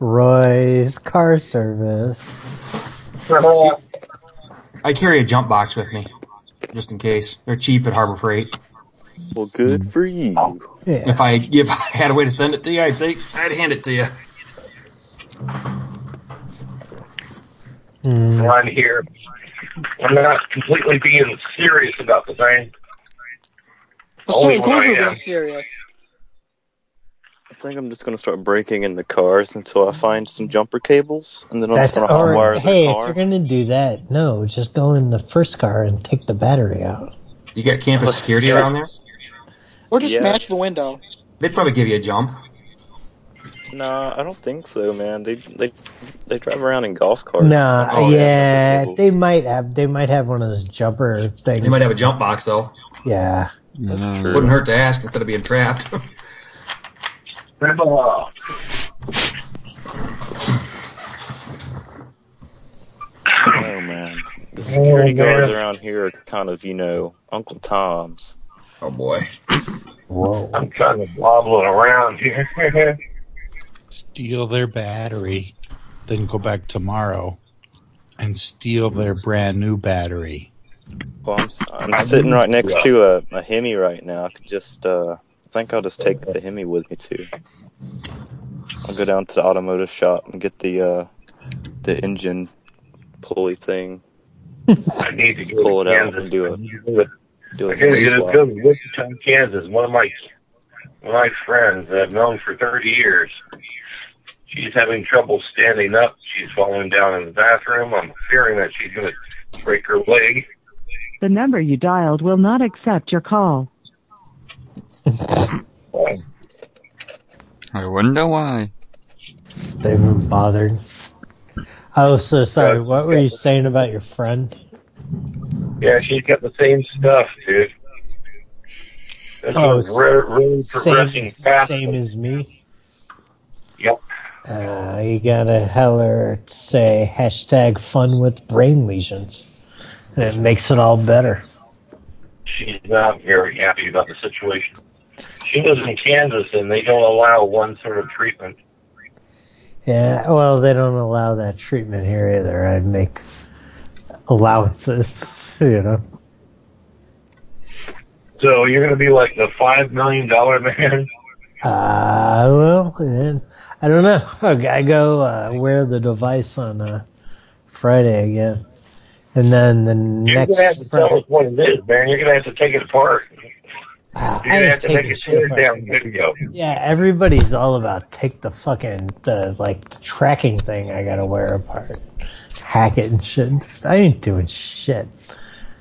S3: Roy's car service.
S14: See, I carry a jump box with me, just in case. They're cheap at Harbor Freight.
S18: Well, good for you.
S14: If I if I had a way to send it to you, I'd say I'd hand it to you.
S6: I'm here. I'm not completely being serious about the thing.
S22: So
S14: Oh,
S6: Only
S22: of course
S6: when
S22: we're
S6: I
S22: being
S6: am.
S22: serious.
S18: I think I'm just gonna start breaking into cars until I find some jumper cables, and then I'm
S3: That's
S18: just gonna
S3: or
S18: hotwire
S3: hey,
S18: the
S3: if
S18: car.
S3: you're gonna do that, no, just go in the first car and take the battery out.
S14: You got campus security around there?
S22: Or just
S18: Oh, Yeah.
S22: smash the window.
S14: They'd probably give you a jump.
S18: Nah, I don't think so, man. They they they drive around in golf carts.
S3: Nah,
S18: Oh,
S3: yeah, they might have they might have one of those jumper things.
S14: They might have a jump box though.
S3: Yeah,
S18: That's
S3: true.
S14: Wouldn't hurt to ask instead of being trapped.
S6: Rebel.
S18: Oh man, the security guards around here are kind of, you know, Uncle Tom's.
S14: Oh boy.
S3: Whoa.
S6: I'm kind of wobbling around here.
S1: Steal their battery, then go back tomorrow and steal their brand new battery.
S18: Well, I'm, s am sitting right next to a, a Hemi right now. I could just, uh, I think I'll just take the Hemi with me too. I'll go down to the automotive shop and get the uh, the engine pulley thing.
S6: I need to
S18: Pull
S6: go
S18: it
S6: to
S18: out
S6: Kansas.
S18: and do it. Do
S6: I
S18: it.
S6: gotta get up to Wichita, Kansas. One of my one of my friends that I've known for 30 years. She's having trouble standing up. She's falling down in the bathroom. I'm fearing that she's going to break her leg.
S17: The number you dialed will not accept your call.
S2: I wonder why.
S3: They've been bothered. Oh, so sorry. What were you saying about your friend?
S6: Yeah, she's got the same stuff, dude. This
S3: Oh,
S6: is re- really
S3: same,
S6: progressing fast.
S3: same as me.
S6: Yep.
S3: Uh, you gotta holler to say hashtag fun with brain lesions. And it makes it all better.
S6: She's not very happy about the situation. She lives in Kansas, and they don't allow one sort of treatment.
S3: Yeah, well, they don't allow that treatment here either. I make allowances, you know.
S6: So you're going to be like the five million dollar man.
S3: Uh, well, man, I don't know. I go uh, wear the device on uh, Friday again. And then the
S6: You're
S3: next
S6: gonna have to tell us what it is, man. You're gonna have to take it apart. You're
S3: Ah, I
S6: gonna have to
S3: take
S6: make
S3: the
S6: a
S3: shit
S6: tear
S3: apart.
S6: down video.
S3: Yeah, everybody's all about take the fucking the like the tracking thing I gotta wear apart. Hack it and shit. I ain't doing shit.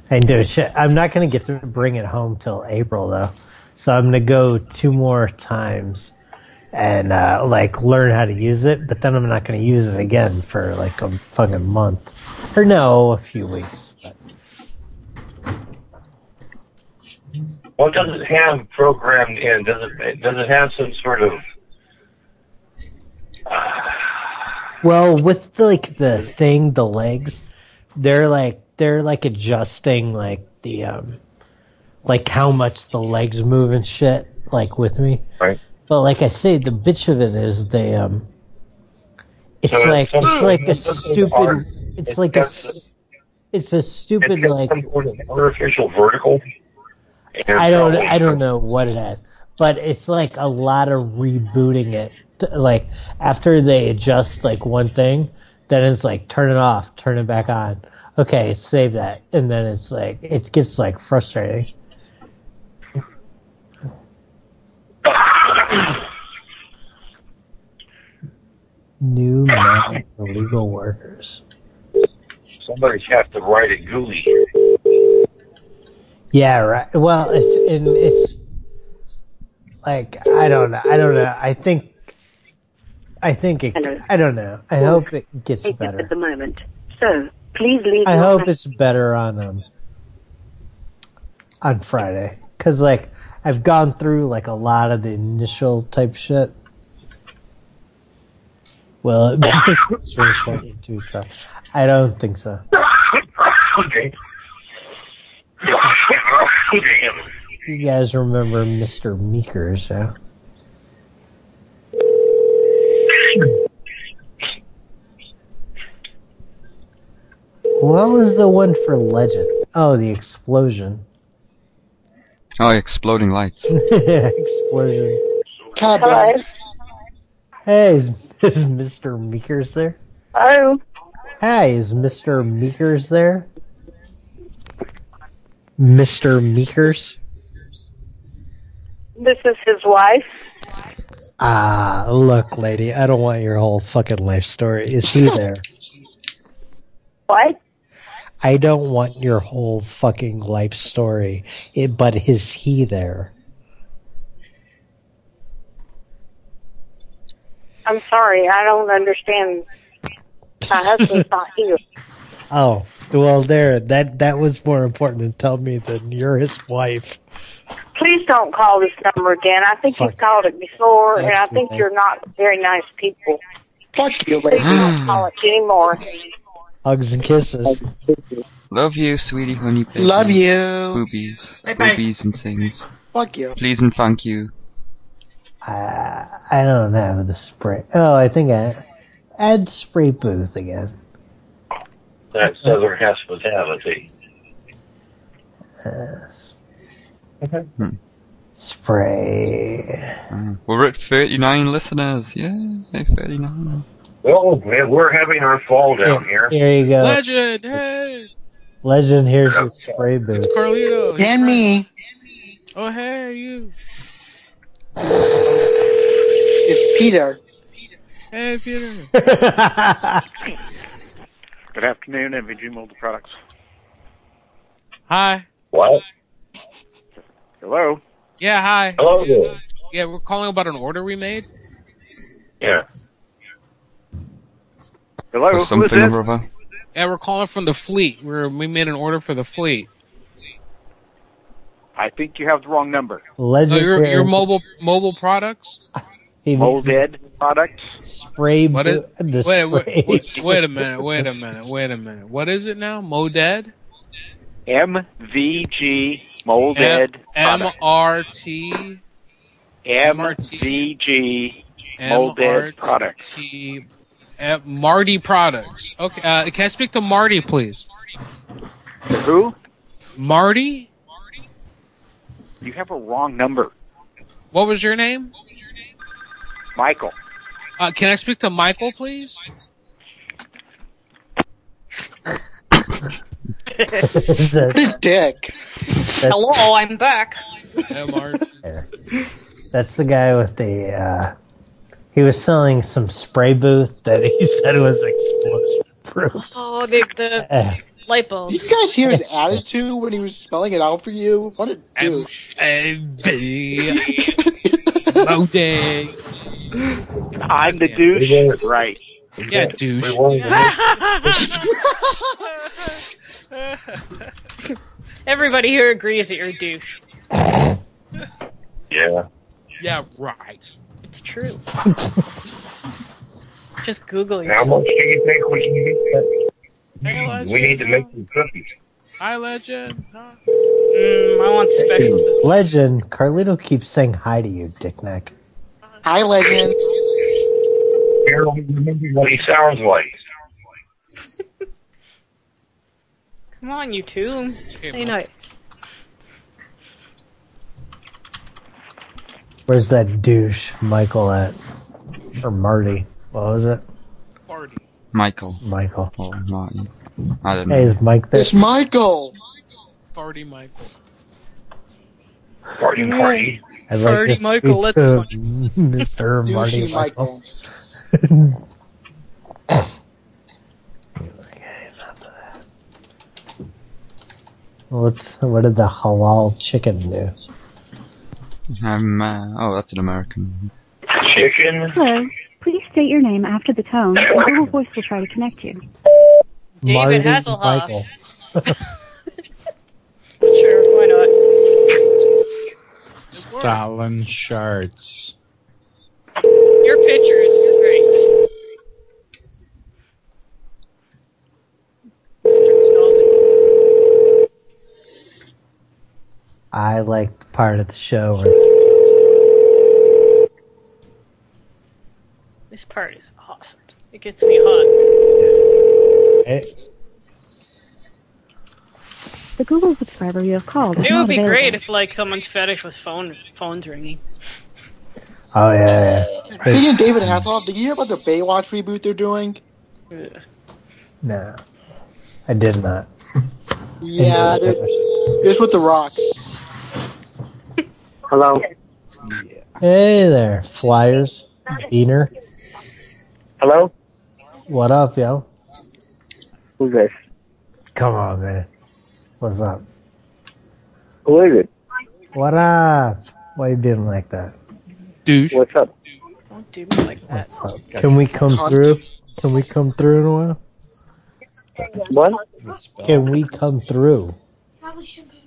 S3: I ain't doing shit. I'm not gonna get to bring it home till April though. So I'm gonna go two more times and uh, like learn how to use it, but then I'm not gonna use it again for like a fucking month. Or no, a few weeks.
S6: Well, does it have programmed in? Does it? Does it have some sort of?
S3: Well, with like the thing, the legs, they're like they're like adjusting like the um like how much the legs move and shit, like with me.
S6: Right.
S3: But like I say, the bitch of it is they um it's
S6: So it's
S3: like it's
S6: something-
S3: like a
S6: something
S3: stupid
S6: art.
S3: it's,
S6: It's
S3: like a
S6: got
S3: s-
S6: the-
S3: it's a stupid like
S6: some sort of artificial vertical. And
S3: I don't
S6: probably-
S3: I don't know what it has, but it's like a lot of rebooting it. T- Like after they adjust like one thing, Then it's like turn it off, turn it back on. Okay, save that, and then it's like it gets like frustrating. New man illegal workers.
S11: Somebody's
S6: have to write a gooey.
S3: Yeah, right. Well, it's and it's like I don't know. I don't know. I think I think it.
S21: Hello.
S3: I don't know. I hope it gets
S21: Take this
S3: better.
S21: at the moment. So please leave.
S3: I
S21: your
S3: hope
S21: message.
S3: it's better on um on Friday because like I've gone through like a lot of the initial type shit. Well, it it's really funny too, so I don't think so.
S6: okay. Damn.
S3: You guys remember Mr. Meeker, so what was the one for Legend? Oh, the explosion.
S2: Oh, exploding lights.
S3: explosion.
S21: Hello.
S3: Hey, is, is Mr. Meekers there?
S21: Hello.
S3: Hey, is Mr. Meekers there? Mr. Meekers?
S21: This is his wife.
S3: Ah, look, lady, I don't want your whole fucking life story. Is he there?
S21: What?
S3: I don't want your whole fucking life story. It, but is he there?
S21: I'm sorry. I don't understand. My husband's not here.
S3: Oh, well, there. That that was more important than tell me that you're his wife.
S21: Please don't call this number again. I think you've
S3: Fuck.
S21: called it before,
S3: Fuck
S21: and I
S3: you,
S21: think
S3: man.
S21: you're not very nice people.
S10: Fuck you,
S21: Please don't call it anymore.
S3: Hugs and kisses.
S2: Love you, sweetie, honey. Baby.
S10: Love you.
S2: Boobies.
S10: Bye-bye.
S2: Boobies and things.
S10: Fuck you.
S2: Please and thank you.
S3: I don't have the spray. Oh, I think I add spray booth again.
S6: That Southern hospitality.
S3: Uh, spray.
S2: Hmm. We're at 39 listeners. Yay, 39.
S6: Well, man, we're having our fall down here.
S3: Here you go.
S8: Legend, hey,
S3: Legend here's the spray booth.
S8: Carlito.
S10: And me.
S8: Oh, hey, you.
S10: It's Peter.
S8: Hey, Peter.
S23: Good afternoon, MVG Molded Products.
S8: Hi.
S6: What?
S23: Hello.
S8: Yeah, hi.
S6: Hello there.
S8: Yeah, we're calling about an order we made.
S6: Yeah.
S23: Hello.
S2: Or
S8: who is
S2: something
S8: it?
S2: or other.
S8: Yeah, we're calling from the fleet. We're, we made an order for the fleet.
S23: I think you have the wrong number.
S3: Legend
S8: Oh, your, your
S3: here's
S8: mobile mobile products.
S3: he makes
S23: Molded products.
S3: spray
S8: What is?
S3: booth. The
S8: Wait, wait, wait,
S3: spray
S8: wait a minute. Wait a minute. Wait a minute. What is it now? Moded.
S23: MVG Molded
S8: M
S23: Products.
S8: R T
S23: MVG Molded Products.
S8: T at Marty Products. Okay, uh, can I speak to Marty, please?
S23: Who?
S8: Marty.
S23: You have a wrong number.
S8: What was your name?
S23: Michael.
S8: Uh, can I speak to Michael, please?
S3: What a
S10: dick.
S11: Hello, I'm back.
S3: That's the guy with the. uh He was selling some spray booth that he said was explosion proof.
S11: Oh, the, the
S3: Eh,
S11: light bulb.
S10: Did you guys hear his attitude when he was spelling it out for you? What a douche.
S8: Moded.
S23: I'm the douche. Right.
S8: Yeah, douche.
S11: Everybody here agrees that you're a douche.
S6: Yeah.
S8: Yeah, right.
S11: It's true. Just Google
S6: How
S11: yourself.
S6: much do you think we can get?
S8: Hey,
S6: that? We need to make some cookies.
S8: Hi, Legend. Huh?
S11: Mm, I want special.
S3: Legend. Carlito keeps saying hi to you, dickneck.
S10: Hi, legend.
S6: Barely remember what he sounds like.
S11: Come on, you two. Say night.
S3: Where's that douche Michael at? Or Marty? What was it?
S8: Party.
S2: Michael.
S3: Michael.
S2: Or Martin. I don't know.
S3: Hey, is Mike there?
S10: It's Michael.
S8: Farty Michael.
S3: Party, party. I'd like
S8: Party,
S3: to
S8: Michael,
S3: speak
S8: that's
S3: to
S8: funny.
S3: Mr. Marty
S10: Douchey
S3: Michael. What's what did the halal chicken do?
S2: Um, uh, oh, that's an American.
S6: Chicken.
S24: Hello. Please state your name after the tone, and Google Voice will try to connect you.
S3: David
S24: Hasselhoff.
S11: Sure, why not?
S1: Stalin shards.
S11: Your pictures are great.
S3: I like the part of the show where
S11: This part is awesome. It gets me hot.
S3: Hey,
S24: The Google subscriber you have called is
S11: It
S24: not
S5: Oh,
S11: would be
S24: available.
S11: great if like someone's fetish was phone phones ringing.
S3: oh yeah, yeah. But-
S10: Speaking of David Hasselhoff, did you hear about the Baywatch reboot they're doing?
S3: no, I did not.
S10: Yeah, they're, it's with The Rock.
S5: Hello.
S3: Hey there, Flyers, Beaner.
S5: Hello.
S3: What up, yo?
S5: Who's this?
S3: Come on, man. What's up?
S5: Who is it?
S3: What up? Why you being like that?
S8: Douche.
S5: What's up?
S11: Don't do me like that.
S3: Can we come through? Can we come through in a while?
S5: What?
S3: Can we come through?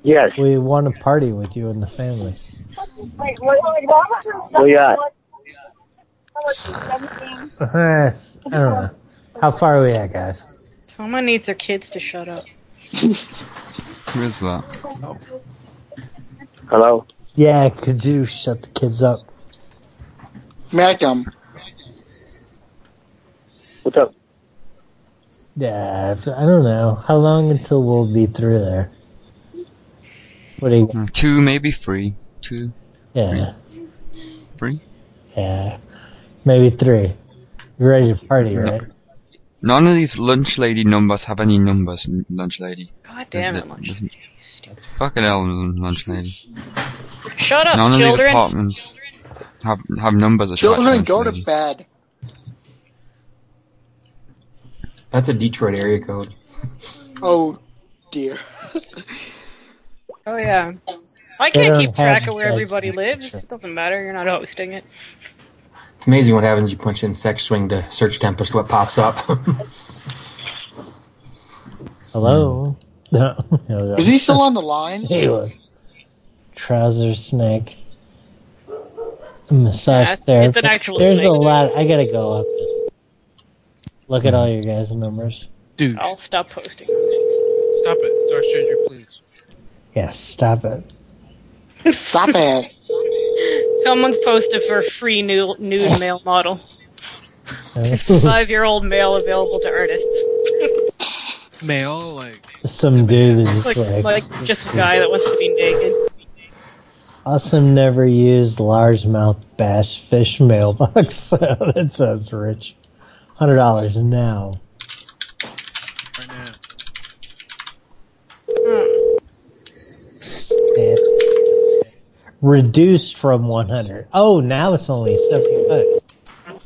S5: Yes.
S3: We want to party with you and the family.
S5: Where you at?
S3: I don't know. How far are we at, guys?
S11: Someone needs their kids to shut up.
S2: Who is that?
S5: Hello.
S3: Yeah, could you shut the kids up?
S10: Macum.
S5: What's up?
S3: Yeah, I don't know. How long until we'll be through there? What do you?
S2: Hmm, Two, maybe three. Two,
S3: Yeah,
S2: three.
S3: yeah, maybe three. You ready to party, right?
S2: None of these lunch lady numbers have any numbers. n- Lunch lady.
S11: God damn
S2: Doesn't-
S11: it, lunch
S2: doesn't- Fucking hell, l- lunch lady.
S11: Shut up,
S2: None of the
S11: children.
S2: apartments have have numbers attached.
S10: Children,
S2: them.
S10: go to bed.
S14: That's a Detroit area code.
S10: Oh dear.
S11: Oh yeah. I
S14: They
S11: can't
S14: don't
S11: keep track
S14: have
S11: of where
S14: beds
S11: everybody lives. It doesn't matter. You're not hosting it.
S14: It's amazing what happens. You punch in sex swing to search Tempest, what pops up.
S3: Hello. No.
S10: Is he still on the line?
S3: He was. Trouser snake. Massage
S11: Yeah, it's-
S3: therapy.
S11: it's an actual
S3: There's
S11: snake.
S3: a lot. I gotta go up. Look at all your guys' numbers.
S8: Dude.
S11: I'll stop posting.
S8: Stop it, Dark Stranger, please.
S3: Yeah, stop it.
S10: Stop it.
S11: Someone's posted for free new, nude male model. Five year old male available to artists.
S8: Male, like
S3: Some dude is
S11: like,
S3: just like,
S11: like just a guy that wants to be naked.
S3: awesome never used largemouth bass fish mailbox. that sounds rich. Hundred dollars now. Yeah. Reduced from one hundred. Oh, now it's only seventy bucks.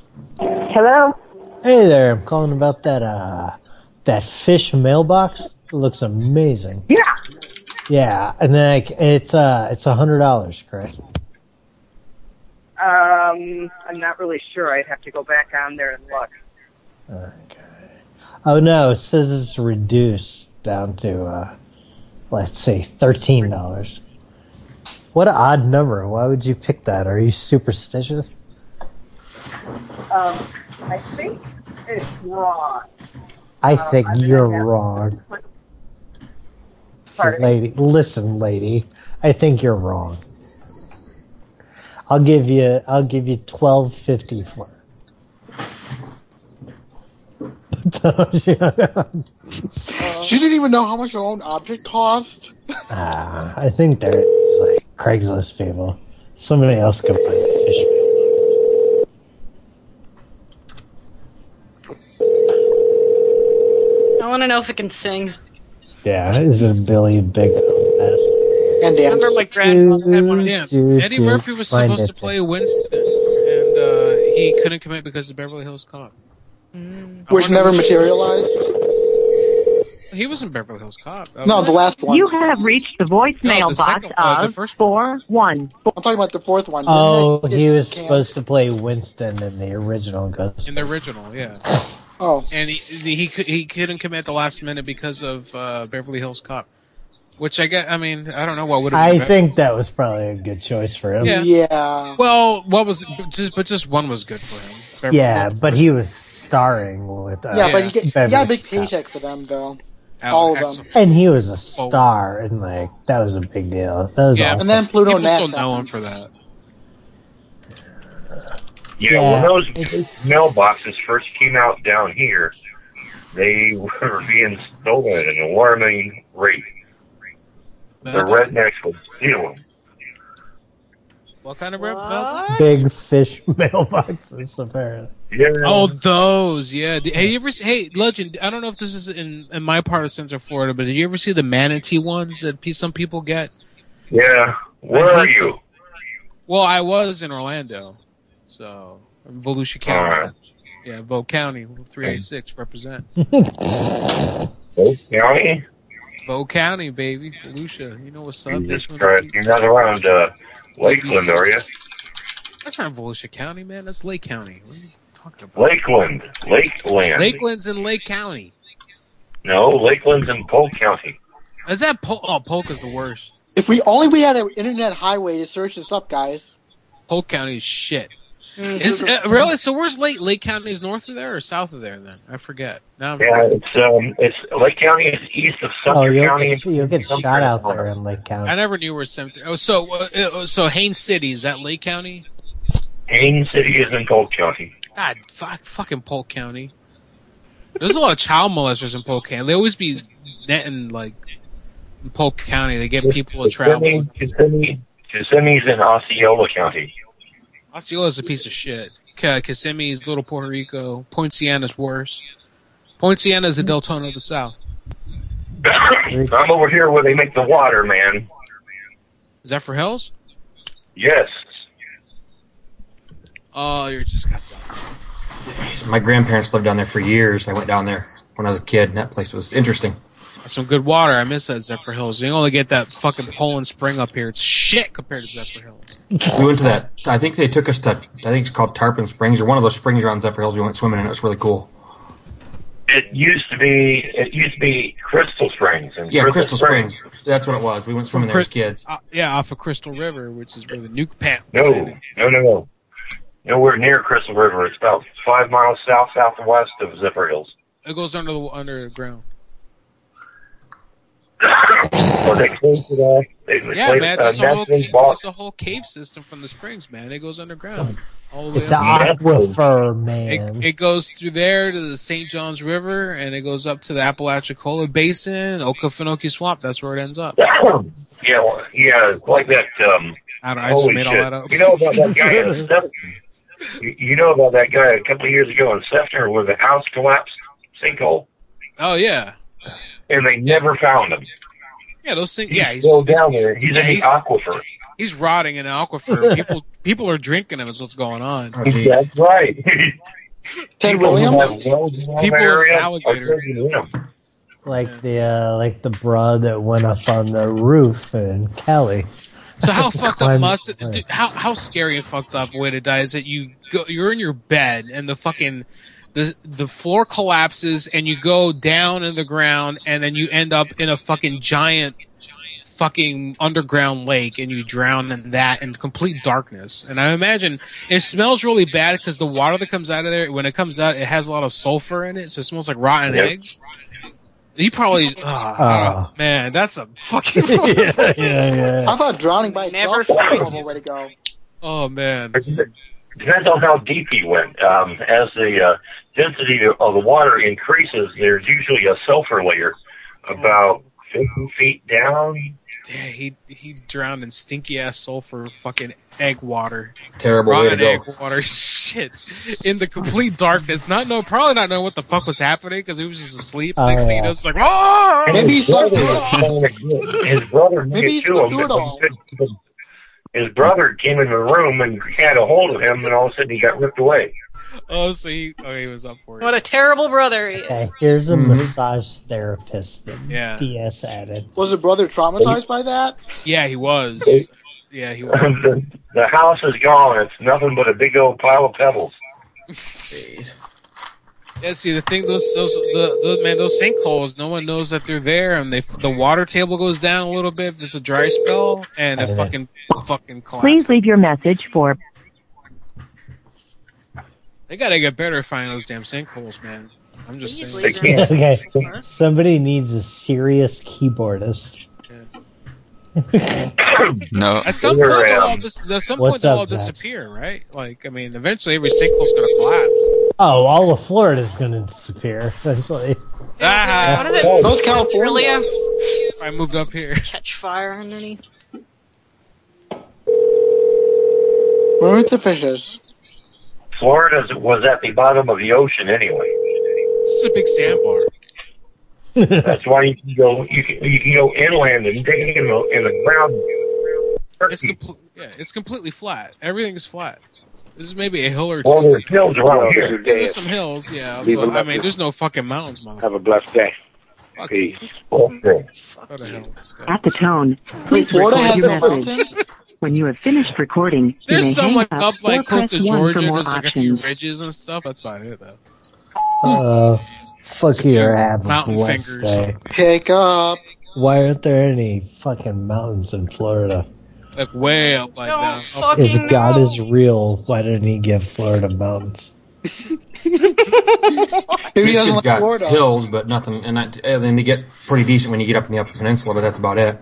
S21: Hello?
S3: Hey there, I'm calling about that uh that fish mailbox. It looks amazing.
S21: Yeah.
S3: Yeah, and then I c it's uh it's a hundred dollars, correct?
S15: Um, I'm not really sure. I'd have to go back on there and look.
S3: Oh no, it says it's reduced down to uh let's say thirteen dollars. What an odd number. Why would you pick that? Are you superstitious?
S15: Um, I think it's wrong.
S3: I
S15: Um,
S3: think
S15: I mean,
S3: you're
S15: I have-
S3: wrong.
S15: Pardon?
S3: Lady, listen, lady. I think you're wrong. I'll give you. I'll give you twelve fifty for. it.
S10: Uh, She didn't even know how much her own object cost.
S3: Ah, I think there is like Craigslist people. Somebody else could buy a fish meal.
S11: want to know if it can sing.
S3: Yeah, that is a Billy Big mess.
S10: And
S11: Remember my grandfather had one of
S8: Dance. Eddie Murphy was supposed to play Winston, and uh, he couldn't commit because of Beverly Hills Cop.
S10: Which never materialized.
S8: He was in Beverly Hills Cop. That
S10: No,
S8: was-
S10: the last one.
S4: You have reached the voicemail
S8: No, the
S4: box
S8: second- uh, the
S4: of four one.
S10: I'm talking about the fourth one.
S3: Oh, he was supposed to play Winston in the original Ghost.
S8: in the original, yeah.
S10: Oh,
S8: and he he cou- he couldn't commit at the last minute because of uh, Beverly Hills Cop, which I get. I mean, I don't know what would have.
S3: I think that was probably a good choice for him.
S8: Yeah.
S10: yeah.
S8: Well, what was but just but just one was good for him. Beverly
S3: Yeah,
S8: Hills.
S3: but he was starring with. Uh,
S10: yeah, but you get you
S3: Beverly
S10: got a big
S3: Hills Cop.
S10: paycheck for them though.
S8: Al-
S10: All of them.
S3: And he was a star, and like that was a big deal. That was
S8: Oh. yeah,
S3: awesome.
S10: And then Pluto
S8: People
S10: Nats
S8: still know him for that.
S11: Yeah,
S3: Yeah.
S6: when those mailboxes first came out down here, they were being stolen at an alarming rate. The rednecks would steal them.
S8: What kind of rep?
S3: big fish mailboxes apparently.
S8: Oh, those. Yeah. The- Have you ever? se- Hey, Legend. I don't know if this is in in my part of Central Florida, but did you ever see the manatee ones that pe- some people get?
S6: Yeah. Where
S8: I
S6: are
S8: hate
S6: you?
S8: Well, I was in Orlando, so Volusia County.
S6: Alright.
S8: Yeah, Vo County, three eight six represent.
S6: Oak County?
S8: Vo County, baby, Volusia. You know what's up?
S6: Jesus
S8: That's, when-
S6: Christ. You're not around uh, Lakeland, are you?
S8: that's not Volusia County, man. That's Lake County. What are you talking about?
S6: Lakeland. Lakeland.
S8: Lakeland's in Lake County.
S6: No, Lakeland's in Polk County.
S8: Is that Polk? Oh, Polk is the worst.
S10: If we only we had an internet highway to search this up, guys.
S8: Polk County is shit. Is uh, really? So where's Lake? Lake County is north of there or south of there? Then I forget. Now I'm-
S6: Yeah, it's um, it's Lake County is east of
S3: Oh,
S6: Sumter
S3: you'll
S6: County.
S3: get, you'll get shot out there in Lake County.
S8: I never knew where Sumter. Oh, so uh, uh, so Haines City is that Lake County?
S6: Haines City is in Polk County.
S8: God, fuck, fucking Polk County. There's a lot of child molesters in Polk County. They always be netting like in Polk County. They get people to travel.
S6: Kissimmee- Kissimmee- Kissimmee's in Osceola County.
S8: Osceola's a piece of shit. K- Kissimmee's Little Puerto Rico. Poinciana's worse. Poinciana's the Deltona of the South.
S6: I'm over here where they make the water, man.
S8: Is that for Hills?
S6: Yes.
S8: Oh, you're just got
S14: My grandparents lived down there for years. I went down there when I was a kid, and that place was interesting.
S8: some good water. I miss that Zephyr Hills. You only get that fucking Poland Spring up here. It's shit compared to Zephyr Hills.
S14: We went to that. I think they took us to. I think it's called Tarpon Springs or one of those springs around Zephyr Hills. We went swimming in. It was really cool.
S6: It used to be it used to be Crystal Springs and
S14: Yeah, Crystal Springs. That's what it was. We went swimming there as kids.
S8: Uh, yeah, off of Crystal River, which is where the nuke pad.
S6: No, no, no, no. Nowhere near Crystal River. It's about five miles south southwest of Zephyr Hills.
S8: It goes under the underground.
S6: So they closed it off. They
S8: Yeah,
S6: replaced,
S8: man,
S6: uh,
S8: there's a whole
S6: National
S8: cave,
S6: Park.
S8: there's a whole cave system from the springs, man. It goes underground. All the way
S3: It's an
S8: up.
S3: aquifer, man.
S8: It goes through there to the St. Johns River, and it goes up to the Apalachicola Basin, Okefenokee Swamp. That's where it ends up.
S6: Yeah, well, yeah, it's like that. Um,
S8: I don't know, I just
S6: holy
S8: made all
S6: shit.
S8: that up.
S6: You know about that guy in Sefton? You- You know about that guy a couple of years ago in Sefton where the house collapsed, sinkhole,
S8: Oh yeah,
S6: and they never found him.
S8: yeah. Those things.
S6: He's
S8: Yeah, he's
S6: still down there. He's
S8: yeah,
S6: in the
S8: he's-
S6: aquifer.
S8: he's rotting in an aquifer. People people are drinking him. Is what's going on.
S3: Oh,
S6: That's right.
S10: Ted
S6: People who
S10: Williams?
S6: have wells in that
S8: People are
S6: area are
S8: alligators.
S6: taking him.
S3: Like the uh, like the broad that went up on the roof in Cali.
S8: So how fucked up
S3: Climbed-
S8: must it, dude, how how scary and fucked up way to die is that you go you're in your bed and the fucking the the floor collapses and you go down in the ground and then you end up in a fucking giant fucking underground lake and you drown in that in complete darkness and i imagine it smells really bad because the water that comes out of there when it comes out it has a lot of sulfur in it so it smells like rotten
S6: Yep.
S8: eggs you probably oh,
S3: Oh.
S8: man that's a fucking
S3: yeah, yeah, yeah.
S10: I thought drowning by itself was a horrible way to go.
S8: oh man
S6: Depends on how deep he went. Um, as the uh, density of the water increases, there's usually a sulfur layer about 50 feet down,
S8: yeah, he he drowned in stinky ass sulfur fucking egg water.
S14: Terrible way
S8: Ramen
S14: to
S8: egg water shit in the complete darkness, not know probably not knowing what the fuck was happening because he was just asleep.
S14: Oh,
S8: Next thing you
S14: yeah.
S8: know, it's like "Ah!"
S10: Maybe he slept through
S6: His brother
S10: Maybe
S6: did
S10: he
S6: too,
S10: slept through it
S6: but he
S10: all.
S6: couldn't- His brother came in the room and had a hold of him, and all of a sudden he got ripped away.
S8: Oh, so he, oh, he was up for it.
S11: What a terrible brother he is.
S3: Okay, here's a
S8: Mhm.
S3: massage therapist that
S8: Yeah.
S3: DS added.
S10: Was the brother traumatized by that?
S8: Yeah, he was. Yeah, he was.
S6: the, the house is gone. It's nothing but a big old pile of pebbles.
S8: Yeah, see the thing, those those the, the man, those sinkholes. No one knows that they're there, and they the water table goes down a little bit. If it's a dry spell, and it fucking fucking collapse.
S4: Please leave your message for
S8: They gotta get better at finding those damn sinkholes, man. I'm just saying.
S3: okay, somebody needs a serious keyboardist.
S2: No.
S8: At some point, they'll all, dis- at some point,
S3: What's
S8: they'll
S3: up,
S8: all
S3: Zach?
S8: disappear, right? Like, I mean, eventually every sinkhole's gonna collapse.
S3: Oh, all of Florida's going to disappear essentially.
S8: Ah,
S11: What is it?
S8: Those
S11: Australia?
S8: I moved up here.
S11: Catch fire underneath.
S10: Where are the fishes?
S6: Florida was at the bottom of the ocean anyway.
S8: This is a big sandbar.
S6: That's why you can go you can, you can go inland and dig in the in the ground.
S8: It's compl- yeah, it's completely flat. Everything is flat. This is maybe a hill or two.
S6: Well, there's hills around here.
S8: There's some hills, yeah.
S6: Leave
S8: But,
S6: them
S8: I
S6: up
S8: mean,
S6: here.
S8: there's no fucking mountains, mother.
S6: Have a blessed day. Peace.
S8: Go to hell. Let's go.
S4: At the tone, please
S8: Florida
S4: record
S8: has
S4: your
S8: no
S4: message. When you have finished recording, you may
S8: There's someone
S4: hang
S8: up
S4: or
S8: like close to
S4: press one for
S8: Georgia.
S4: more
S8: There's like a few
S4: options.
S8: ridges and stuff. That's about it, though.
S3: Uh, fuck your ab
S8: mountain
S3: blessed
S8: fingers.
S3: day.
S10: Pick up.
S3: Why aren't there any fucking mountains in Florida?
S8: Like way up like that.
S3: If God is real, why didn't He give Florida mountains?
S10: Maybe he
S14: Michigan's
S10: doesn't like
S14: got
S10: Florida.
S14: hills, but nothing, and, not, and then they get pretty decent when you get up in the Upper Peninsula, but that's about it.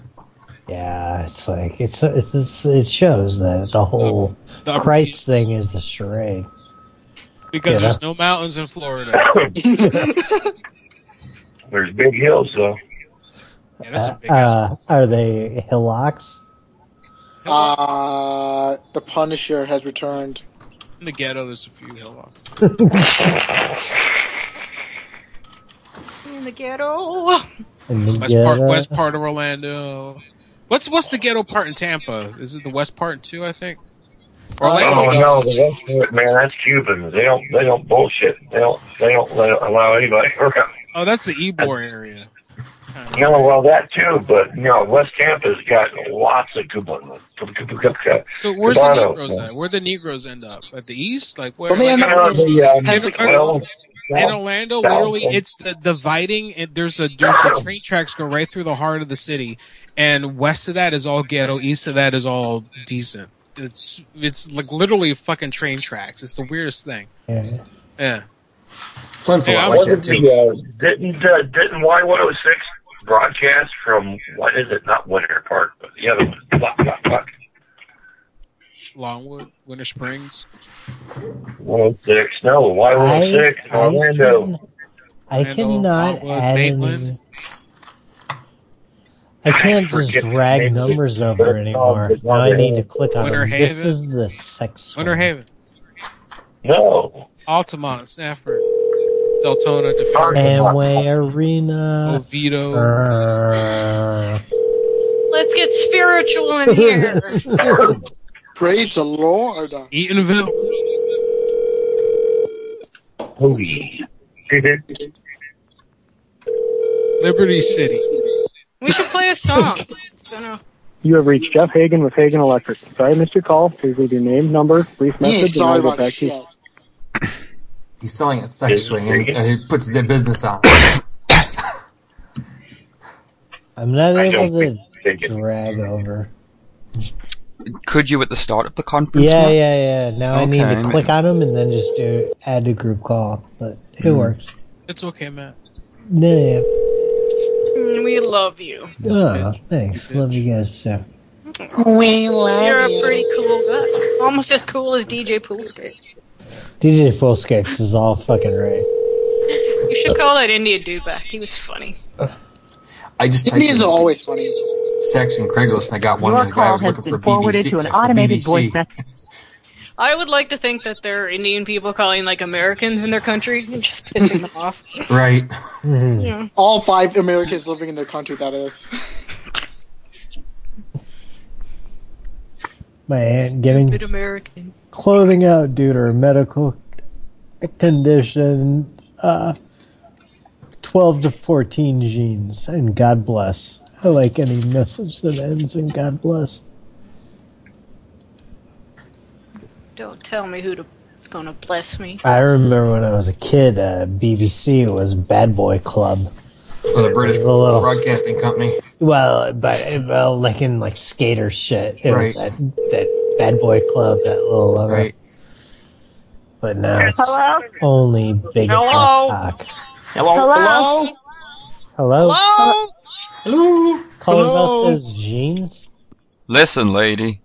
S3: Yeah, it's like it's, it's, it's it shows that the whole
S8: the-
S3: Christ thing is the charade.
S8: Because
S3: Yeah.
S8: there's no mountains in Florida.
S6: There's big hills though.
S8: Yeah, that's a big ass.
S3: Uh, are they hillocks?
S10: Uh, the Punisher has returned.
S8: In the ghetto, there's a few hillocks.
S11: In the ghetto.
S8: West part, west part of Orlando. What's what's the ghetto part in Tampa? Is it the west part too? I think.
S6: Oh no, the rest of it, man, that's Cubans. They don't they don't bullshit. They don't they don't let, allow anybody around.
S8: Oh, that's the Ybor area.
S6: No, well that too, but no, West Tampa's got lots of Cubans.
S8: So where's the Negroes at? Where the Negroes end up? At the east? Like where?
S6: Well, they
S8: like,
S6: end up in the, um, Pensacola.
S8: in Orlando,
S6: South.
S8: literally, it's the dividing. And there's a there's the train tracks go right through the heart of the city, and west of that is all ghetto. East of that is all decent. It's it's like literally fucking train tracks. It's the weirdest thing.
S3: Yeah.
S8: Yeah.
S14: Flint's a
S8: Yeah,
S14: lot
S8: I
S14: like
S8: wasn't
S14: that, too.
S6: didn't uh, didn't Y one oh six broadcast from what is it? Not Winter Park, but the other one. Fuck, fuck, fuck.
S8: Longwood, Winter Springs.
S6: One oh six. No, Y one oh six
S3: I- I
S6: Orlando.
S3: I cannot
S8: Longwood,
S3: add any.
S8: Maitland.
S3: I can't just drag numbers over anymore. Now I need to click on
S8: Winter
S3: them. This
S8: Haven.
S3: is the sex.
S8: Winter Haven.
S6: No.
S8: Altamont, Sanford, Deltona, DeFerrin,
S3: Amway Arena.
S8: Oviedo.
S3: Uh,
S11: Let's get spiritual in here.
S10: Praise the Lord.
S8: Eatonville.
S6: Holy.
S8: Liberty City.
S11: We should play a song. It's been a
S19: You have reached Jeff Hagan with Hagan Electric. Sorry I missed your call. Please leave your name, number, brief
S14: He ain't
S19: message,
S14: sorry
S19: and I'll
S14: about
S19: get back to you.
S10: shit.
S14: He's selling it sexually, and and he puts his business out.
S3: I'm not
S14: I
S3: able
S14: don't
S3: to drag over.
S2: Could you at the start of the conference?
S3: Yeah,
S2: Matt?
S3: yeah, yeah. Now I need to
S2: Okay,
S3: click on them and then just do add to group call. But it
S2: Hmm.
S3: works.
S8: It's okay, Matt.
S3: Yeah, yeah.
S11: Mm, We love you.
S3: Oh, thanks. Love you guys too.
S11: We love You're a pretty cool guy. Almost as cool as DJ Poolskate.
S3: DJ Fullscapes is all fucking right.
S11: You should call that India dude back. He was funny.
S14: I just
S10: Indians are always funny.
S14: sex and Craigslist, and I got one
S4: Your
S14: where the guy
S4: call
S14: was
S4: has
S14: looking
S4: been
S14: for
S4: forwarded
S14: BBC.
S4: to an
S14: uh, for
S4: automated
S14: BBC.
S4: voice message.
S11: I would like to think that there are Indian people calling like Americans in their country and just pissing them off.
S14: Right.
S3: Hmm.
S11: Yeah.
S10: All five Americans living in their country, that is.
S3: My aunt getting
S11: Stupid American.
S3: clothing out due to her medical condition. Uh, 12 to 14 genes, and God bless. I like any message that ends in God bless.
S11: Don't tell me who's gonna bless me.
S3: I remember when I was a kid, uh, BBC was Bad Boy Club.
S14: Oh, the British
S3: It was a little-
S14: Broadcasting Company.
S3: Well, but well, like in like skater shit, it
S14: Right.
S3: was that that bad boy club, that little logo.
S14: Right.
S3: But now it's
S26: Hello?
S3: only big
S26: Hello?
S3: cock.
S26: Hello?
S3: Hello.
S26: Hello?
S14: Hello?
S3: Calling
S26: Hello?
S3: about those jeans.
S2: Listen, lady.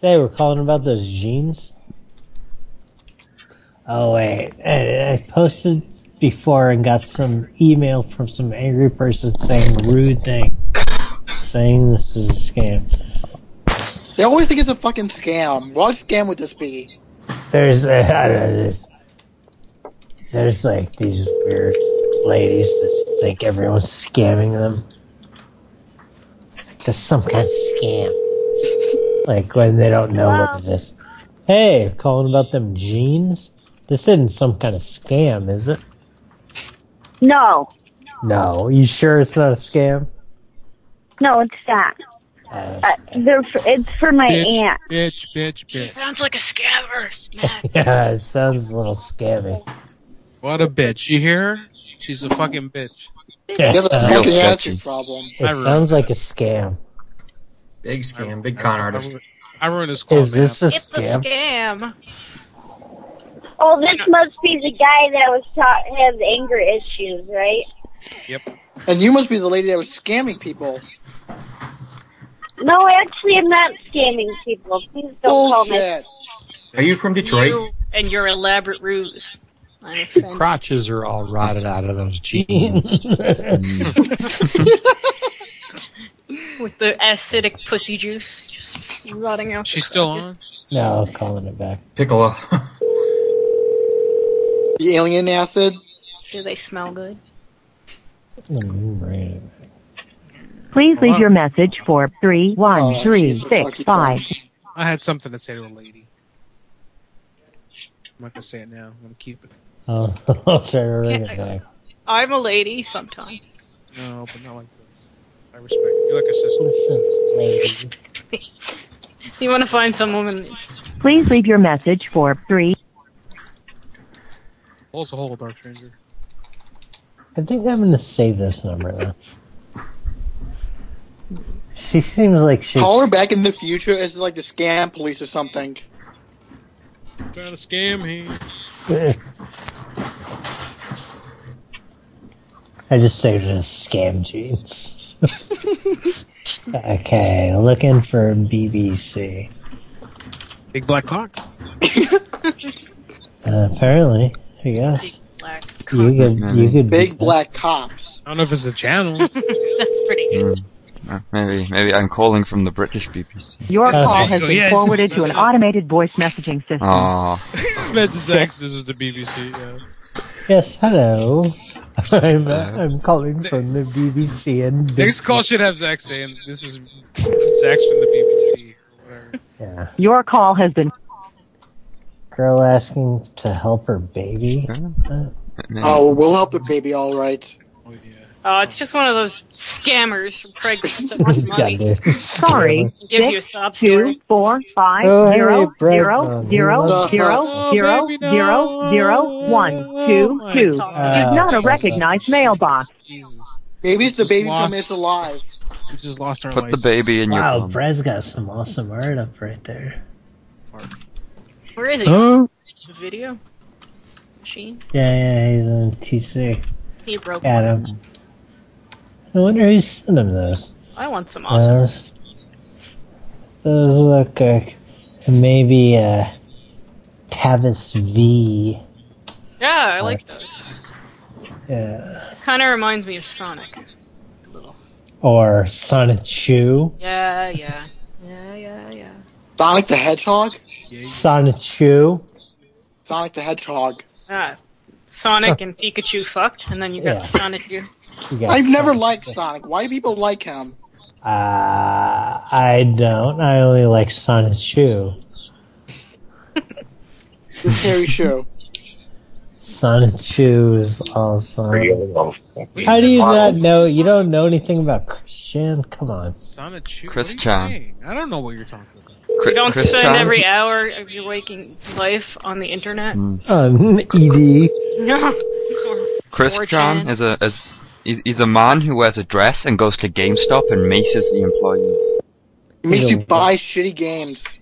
S3: They were calling about those jeans. Oh wait, I, I posted before and got some email from some angry person saying rude thing, saying this is a scam.
S10: They always think it's a fucking scam. What scam would this be?
S3: There's uh, I don't know, there's, there's like these weird ladies that think everyone's scamming them. That's some kind of scam. Like when they don't know what it is. Hey, calling about them jeans? This isn't some kind of scam, is it?
S21: No,
S3: No, you sure it's not a scam?
S21: no, it's not. Uh, they're for, it's for my
S3: Bitch.
S21: aunt.
S8: Bitch, bitch, bitch.
S11: Sounds like a scammer.
S3: yeah, it sounds a little scammy.
S8: What a bitch. You hear her? She's a fucking bitch.
S3: She has a
S8: Real
S3: fucking
S8: bitchy.
S3: attitude
S10: problem.
S3: It sounds like a scam.
S14: Big scam, big con artist.
S8: I ruined his call,
S3: Is
S8: man.
S3: this a
S11: It's a
S3: scam?
S11: scam.
S21: Oh, this must be the guy that was taught has anger issues, right?
S10: And you must be the lady that was scamming people.
S21: No, actually, I'm not scamming people. Please don't call me.
S14: Are you from Detroit?
S11: You and your elaborate ruse. I'm
S1: Your
S11: offended.
S1: crotches are all rotted out of those jeans.
S14: Mm.
S11: With the acidic pussy juice just rotting out.
S8: She's
S11: the
S8: still
S11: crotches.
S8: on?
S3: No, I'm calling it back.
S14: Piccolo.
S10: The alien acid.
S11: Do they smell good?
S4: Please leave your message for three
S10: Oh,
S4: one three six five.
S8: I had something to say to a lady. I'm not gonna say it now. I'm gonna keep it.
S3: Oh, I'll try to ring it
S11: Can't-
S3: back.
S11: I'm a lady sometime.
S8: No, but not like that. I respect you like a sister.
S3: Lady.
S11: You want to find some woman.
S4: Please leave your message for three.
S8: Holds a hole, Dark Stranger.
S3: I think I'm gonna save this number though. She seems like she.
S10: Call her back in the future as like the scam police or something.
S8: Trying to scam him.
S3: I just saved it as scam jeans. okay, looking for BBC.
S8: Big black cock.
S3: Uh, apparently, I guess you could you could
S10: Big black cops.
S8: I don't know if it's a channel.
S11: That's pretty good.
S2: Uh, Maybe, maybe I'm calling from the British BBC.
S4: Your
S8: That's
S4: call
S8: it.
S4: has been
S8: Yes.
S4: forwarded to an
S8: That's it.
S4: automated voice messaging system.
S2: Aw.
S8: He's mentioned sex. This is the BBC. Yeah.
S3: Yes, hello. I'm uh, I'm calling from the BBC and
S8: Next call should have Zach saying this is Zach's from the BBC.
S3: Yeah.
S4: Your call has been.
S3: girl asking to help her baby. Uh,
S10: Oh, we'll help the baby, all right.
S11: Oh, it's just one of those scammers from Craigslist that wants money.
S3: goddamn.
S4: Sorry.
S11: Gives you a
S4: six,
S11: sob story.
S4: two, four, five,
S3: Oh, hey,
S4: zero,
S3: Brad,
S4: zero,
S3: man.
S4: zero,
S3: Oh, You love
S4: zero,
S3: that.
S4: zero,
S3: Oh, baby, no.
S4: zero, zero, one,
S8: Oh,
S4: two,
S3: my
S4: two. Is
S3: God.
S4: not
S3: Oh,
S4: a
S3: my
S4: recognized mailbox.
S3: Uh,
S10: Baby's the
S8: Just
S10: baby
S8: lost-
S10: from It's Alive.
S8: We just lost our
S2: Put the
S8: license.
S2: baby in your
S3: wow,
S2: bum.
S3: Brad's got some awesome art up right there.
S11: Where is he?
S3: Oh.
S11: The video machine.
S3: Yeah, yeah, he's on TC.
S11: He broke.
S3: Got
S11: one.
S3: him. I wonder who sent him those.
S11: I want some awesome.
S3: Uh, those look like maybe uh, Tavis V.
S11: yeah, I like those.
S3: Yeah.
S11: Kind of reminds me of Sonic.
S3: or Sonic Chew.
S11: Yeah, yeah. Yeah, yeah, yeah.
S10: Sonic the Hedgehog?
S3: Sonic Chew.
S10: Sonic the Hedgehog.
S11: Ah, Sonic and Pikachu fucked, and then you got
S3: Yeah.
S11: Sonic you.
S3: You got
S10: I've never liked Sonic. Why do people like him?
S3: Uh, I don't. I only like Sonic Chew.
S10: This hairy shoe.
S3: Sonic Chew is awesome. How do you not know? You don't know anything about Christian? Come on.
S8: Sonic Chew.
S3: Chris
S8: what are you
S3: Chan.
S8: saying? I don't know what you're talking about.
S11: You don't
S3: Chris
S11: spend
S3: Chan?
S11: every hour of your waking life on the internet.
S3: Um, ED.
S11: No.
S2: Chris
S11: 4chan.
S2: Chan is a is he's he's a man who wears a dress and goes to GameStop and maces the employees.
S10: It makes you buy shitty games.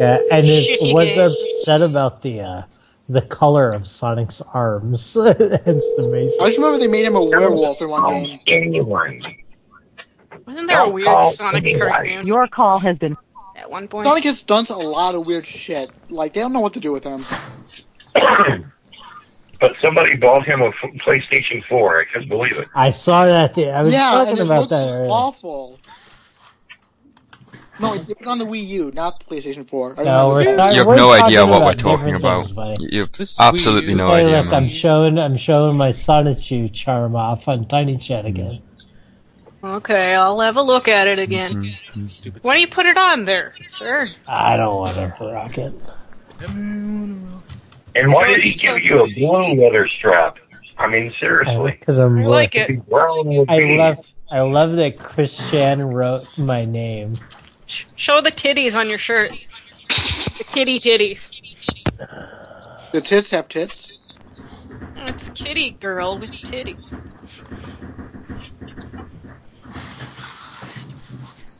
S3: Yeah, and is,
S10: Shitty
S3: was
S10: game.
S3: upset about the uh, the color of Sonic's arms. Hence the mace.
S10: I just remember they made him a werewolf in one game. Anyone.
S11: Wasn't there a
S10: Don't
S11: weird
S10: call
S11: Sonic
S10: anyone.
S11: cartoon
S4: Your call has been.
S11: at one point?
S10: Sonic has done a lot of weird shit. Like, they don't know what to do with him.
S6: But somebody bought him a f- PlayStation 4. I couldn't believe it.
S3: I saw that. The, I was
S10: yeah,
S3: talking
S10: and it
S3: about
S10: looked
S3: that earlier.
S10: awful. No, it was on the Wii U, not the PlayStation 4. I
S3: No,
S10: remember
S3: we're
S10: that.
S3: not-
S2: You have
S3: we're
S2: no idea
S3: talking
S2: what
S3: about
S2: we're talking
S3: different
S2: about.
S3: things, buddy.
S2: You have absolutely no
S3: hey,
S2: idea,
S3: look, I'm
S2: man.
S3: showing I'm showing my Sonichu charm off on Tiny Chat again.
S11: Okay, I'll have a look at it
S8: Mm-hmm.
S11: again. Why do you put it on there, sir?
S3: I don't want to rock it.
S6: And why did he give you a blue leather strap? I mean, seriously.
S3: Because I'm
S11: like
S3: rich.
S11: it.
S3: I love I love that Christian wrote my name.
S11: Show the titties on your shirt. The kitty titties.
S10: The tits have tits.
S11: Oh, It's kitty girl with titties.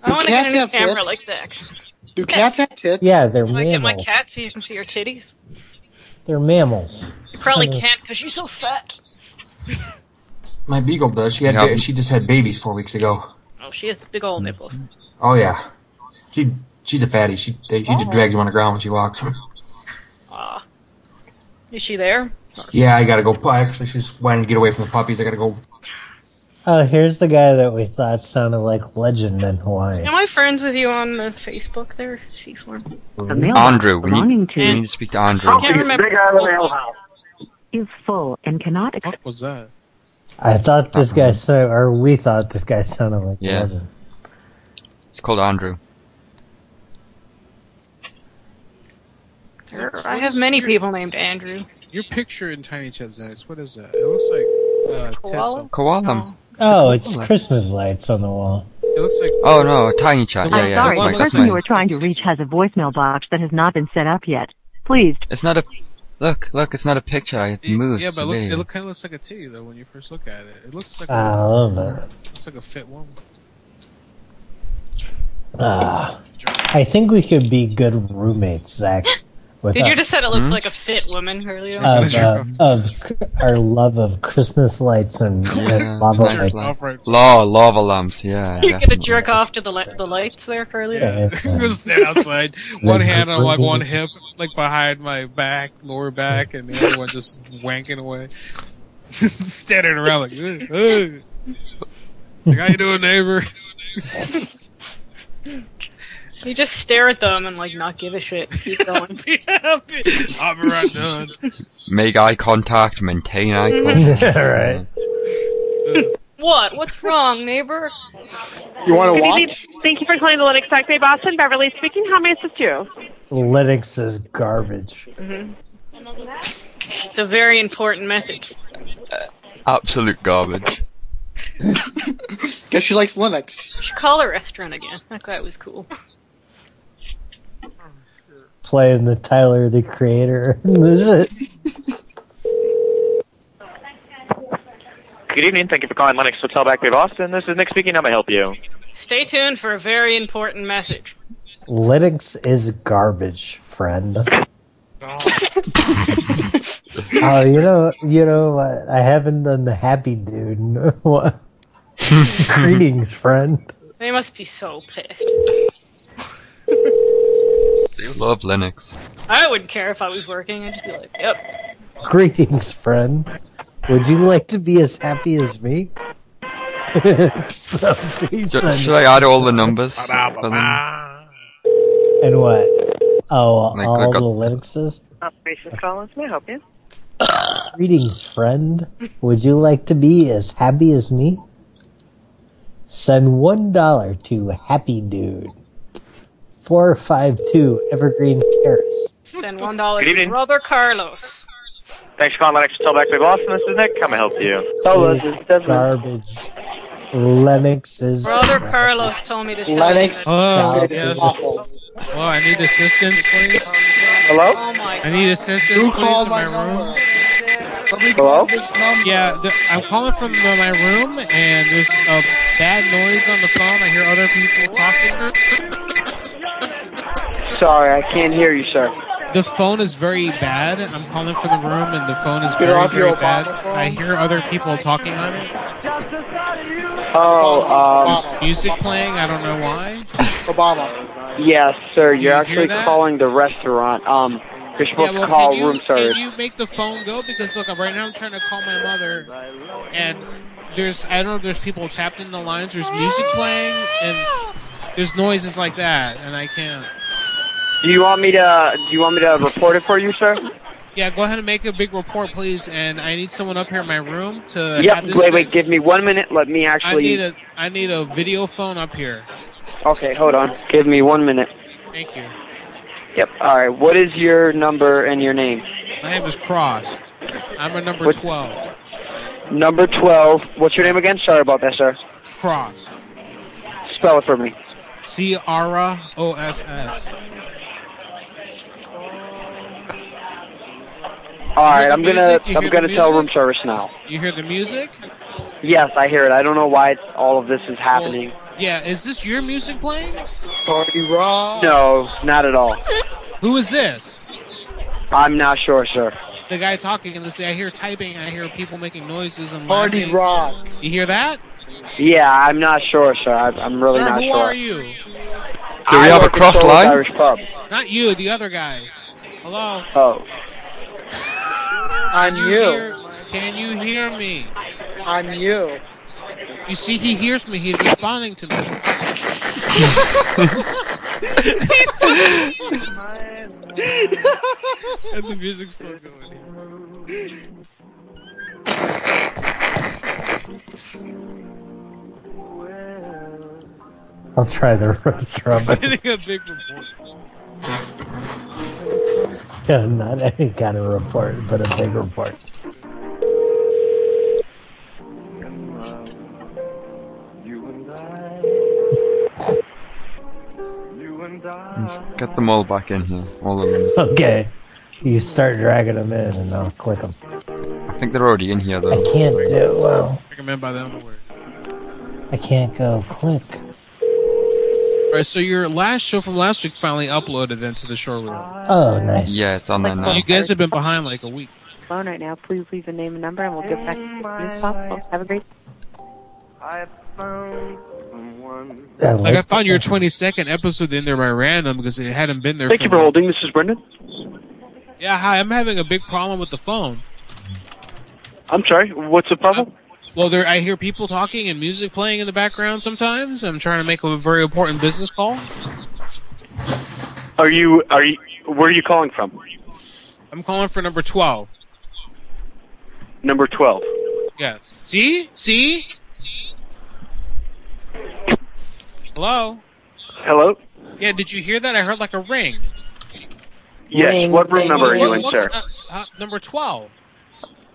S11: I
S10: Do
S11: want to get a
S10: cats
S11: new
S10: have
S11: camera
S10: tits?
S11: like Zach's.
S10: Do cats have tits?
S3: Yeah, they're
S11: Can I get my
S3: mammals.
S11: cat so you can see her titties?
S3: They're mammals.
S11: You probably
S14: Kinda.
S11: can't because she's so fat.
S14: My beagle does. She had
S2: Yeah.
S14: she just had babies four weeks ago.
S11: Oh, she has big old nipples.
S14: Oh yeah, she she's a fatty. She they,
S1: Oh.
S14: she just drags them on the ground when she walks.
S11: Aw. Is she there?
S14: Yeah, I gotta go. pu- Actually, she's wanting to get away from the puppies. I gotta go.
S3: Oh, here's the guy that we thought sounded like legend in Hawaii.
S11: Am I friends with you on the Facebook there, C-Form?
S2: Andrew, we need,
S11: to-
S2: we need to speak to Andrew.
S11: I can't remember.
S17: Is full and cannot. Ex-
S8: was that?
S3: I thought this guy sounded, or we thought this guy sounded like
S2: Yeah.
S3: legend.
S2: It's called Andrew.
S11: There- I have many people named Andrew.
S8: Your picture in Tiny Chat, Zach. What is that? It looks like uh,
S11: Koala?
S8: Tetsu.
S2: Koala.
S3: Oh, it's Christmas lights on the wall.
S8: It looks like.
S2: Oh no, Tiny Chat. Yeah,
S4: I'm
S2: yeah. that's
S4: sorry, the
S2: right, that's
S4: person you
S2: right.
S4: are trying to reach has a voicemail box that has not been set up yet. Please.
S2: It's not a look. Look, it's not a picture. I moved.
S8: Yeah, but it, looks,
S2: today.
S8: it look, kind of looks like a titty though when you first look at it. It looks like a
S3: Ah, I love that.
S8: It's like a fit woman.
S3: Ah, I think we could be good roommates, Zach. with
S11: Did you
S3: our-
S11: just said it looks
S3: Hmm?
S11: like a fit woman earlier?
S3: of, uh, of c- our love of Christmas lights and, and lava lights.
S2: Law, lava lamps. Yeah.
S11: You're gonna
S2: definitely.
S11: jerk off to the li- the lights there, Carly.
S2: uh, Yeah.
S8: Go stand outside, one hand on like one hip, like behind my back, lower back, and the other one just wanking away, standing around like, "Hey, hey. like how you doing, neighbor?
S11: You just stare at them and like not give a shit. Keep going.
S8: I'm right done.
S2: Make eye contact. Maintain eye
S11: Mhm.
S2: contact.
S3: Yeah, right.
S11: What? What's wrong, neighbor?
S10: You want
S25: Good evening. Thank you for calling the Linux Taxi Boston. Beverly speaking. How may I assist you?
S3: Linux is garbage.
S11: hmm It's a very important message.
S2: Absolute garbage.
S10: Guess she likes Linux.
S11: You should call the restaurant again. That guy was cool.
S3: Playing the Tyler the Creator. Is it?
S7: Good evening. Thank you for calling Lennox Hotel Back Bay Boston. This is Nick speaking. How may I help you?
S11: Stay tuned for a very important message.
S3: Linux is garbage, friend. oh, you know, you know what? I haven't done the happy dude. What? Greetings, friend.
S11: They must be so pissed.
S2: They love Linux.
S11: I wouldn't care if I was working. I'd just be like, yep.
S3: Greetings, friend. Would you like to be as happy as me?
S2: should, should I add all the numbers? for them?
S3: And what? Oh,
S2: Like,
S3: all
S2: click
S3: the
S2: on-
S3: Linuxes?
S15: Operations Collins, may I help you?
S3: Greetings, friend. Would you like to be as happy as me? Send one dollar to Happy Dude. 452 Evergreen Terrace.
S11: Send one dollar
S7: Good
S11: to
S7: evening.
S11: brother Carlos.
S7: Thanks for calling Linux Hotel Back Bay Boston. This is Nick. How may I help you?
S8: Oh,
S3: Garbage. Lennox is.
S11: Brother Carlos told me to tell
S10: Lennox.
S11: you.
S8: Oh,
S10: It's
S8: yes.
S10: awful.
S8: Oh, I need assistance, please.
S10: Hello?
S11: Oh my
S8: I need assistance,
S10: Who
S8: please,
S10: called
S8: in
S10: my
S8: my room.
S10: Hello? This number.
S8: Yeah, the, I'm calling from the, my room, and there's a bad noise on the phone. I hear other people talking.
S5: Sorry, I can't hear you, sir.
S8: The phone is very bad. I'm calling from the room, and the phone is
S5: Get
S8: very,
S5: off your
S8: very bad.
S5: Obama phone.
S8: I hear other people talking on it.
S5: Oh, um,
S8: Music playing. I don't know why.
S10: Obama.
S5: um, yes, sir. You're
S8: you hear
S5: actually
S8: that?
S5: calling the restaurant. Um, you're supposed
S8: well,
S5: to call
S8: can you,
S5: room service.
S8: Can you make the phone go? Because look, right now I'm trying to call my mother, and there's I don't know. if There's people tapped in the lines. There's music playing, and there's noises like that, and I can't.
S5: Do you want me to? Do you want me to report it for you, sir?
S8: Yeah, go ahead and make a big report, please. And I need someone up here in my room to.
S5: yep.
S8: Uh, have this
S5: Wait, wait.
S8: fixed.
S5: Give me one minute. Let me
S8: I
S5: actually.
S8: need a I need a video phone up here.
S5: Okay, hold on. Give me one minute.
S8: Thank you.
S5: Yep. All right. What is your number and your name?
S8: My name is Cross. I'm a number
S5: What-
S8: twelve.
S5: Number twelve. What's your name again? Sorry about that, sir.
S8: Cross.
S5: Spell it for me.
S8: C R O S S.
S5: All right. I'm gonna.
S8: music? You
S5: I'm
S8: hear
S5: gonna
S8: the
S5: tell room
S8: music?
S5: service now.
S8: You hear the music?
S5: Yes, I hear it. I don't know why it's, all of this is happening.
S8: Yeah, is this your music playing?
S10: Party rock.
S5: No, not at all.
S8: Who is this?
S5: I'm not sure, sir.
S8: The guy talking and this I hear typing, I hear people making noises and
S10: Party
S8: laughing.
S10: rock.
S8: You hear that?
S5: Yeah, I'm not sure, sir. I, I'm really
S8: Sir,
S5: not
S8: who
S5: sure.
S8: are you?
S5: Do we have a
S2: cross line?
S5: Irish pub.
S8: Not you, the other guy. Hello?
S5: Oh,
S10: I'm
S8: Can
S10: you.
S8: hear- can you hear me?
S10: I'm you.
S8: You see, he hears me. He's responding to me. and the music's still going.
S3: I'll try the restaurant.
S8: I'm
S3: but
S8: getting a big report.
S3: yeah, not any kind of report, but a big report.
S2: Let's get them all back in here. All of them.
S3: Okay. You start dragging them in and I'll click them.
S2: I think they're already in here though.
S3: I can't do uh, well.
S8: Recommend by the underwear.
S3: I can't go click.
S8: All right, so your last show from last week finally uploaded into the short reel.
S3: Oh, nice.
S2: Yeah, it's on there now.
S8: You guys have been behind like a week.
S22: phone right now. Please leave a name and number, and we'll get back to you as soon as possible. Have a great
S5: Oh I found someone.
S8: Like I found your 22nd episode in there by random because it hadn't been there.
S5: Thank you for
S8: long.
S5: holding. This is Brendan.
S8: Yeah, hi. I'm having a big problem with the phone. Uh,
S5: I'm sorry. What's the problem?
S8: Well, there I hear people talking and music playing in the background sometimes. I'm trying to make a very important business call.
S5: Are you? Are you? Where are you calling from?
S8: I'm calling for number 12.
S5: Number twelve.
S8: Yes. See? See? Hello?
S5: Hello.
S8: Yeah, did you hear that? I heard like a ring.
S5: Yes.
S10: Ring,
S5: what room
S10: ring,
S5: number are you
S10: ring.
S5: in, sir?
S8: Uh, uh, number 12.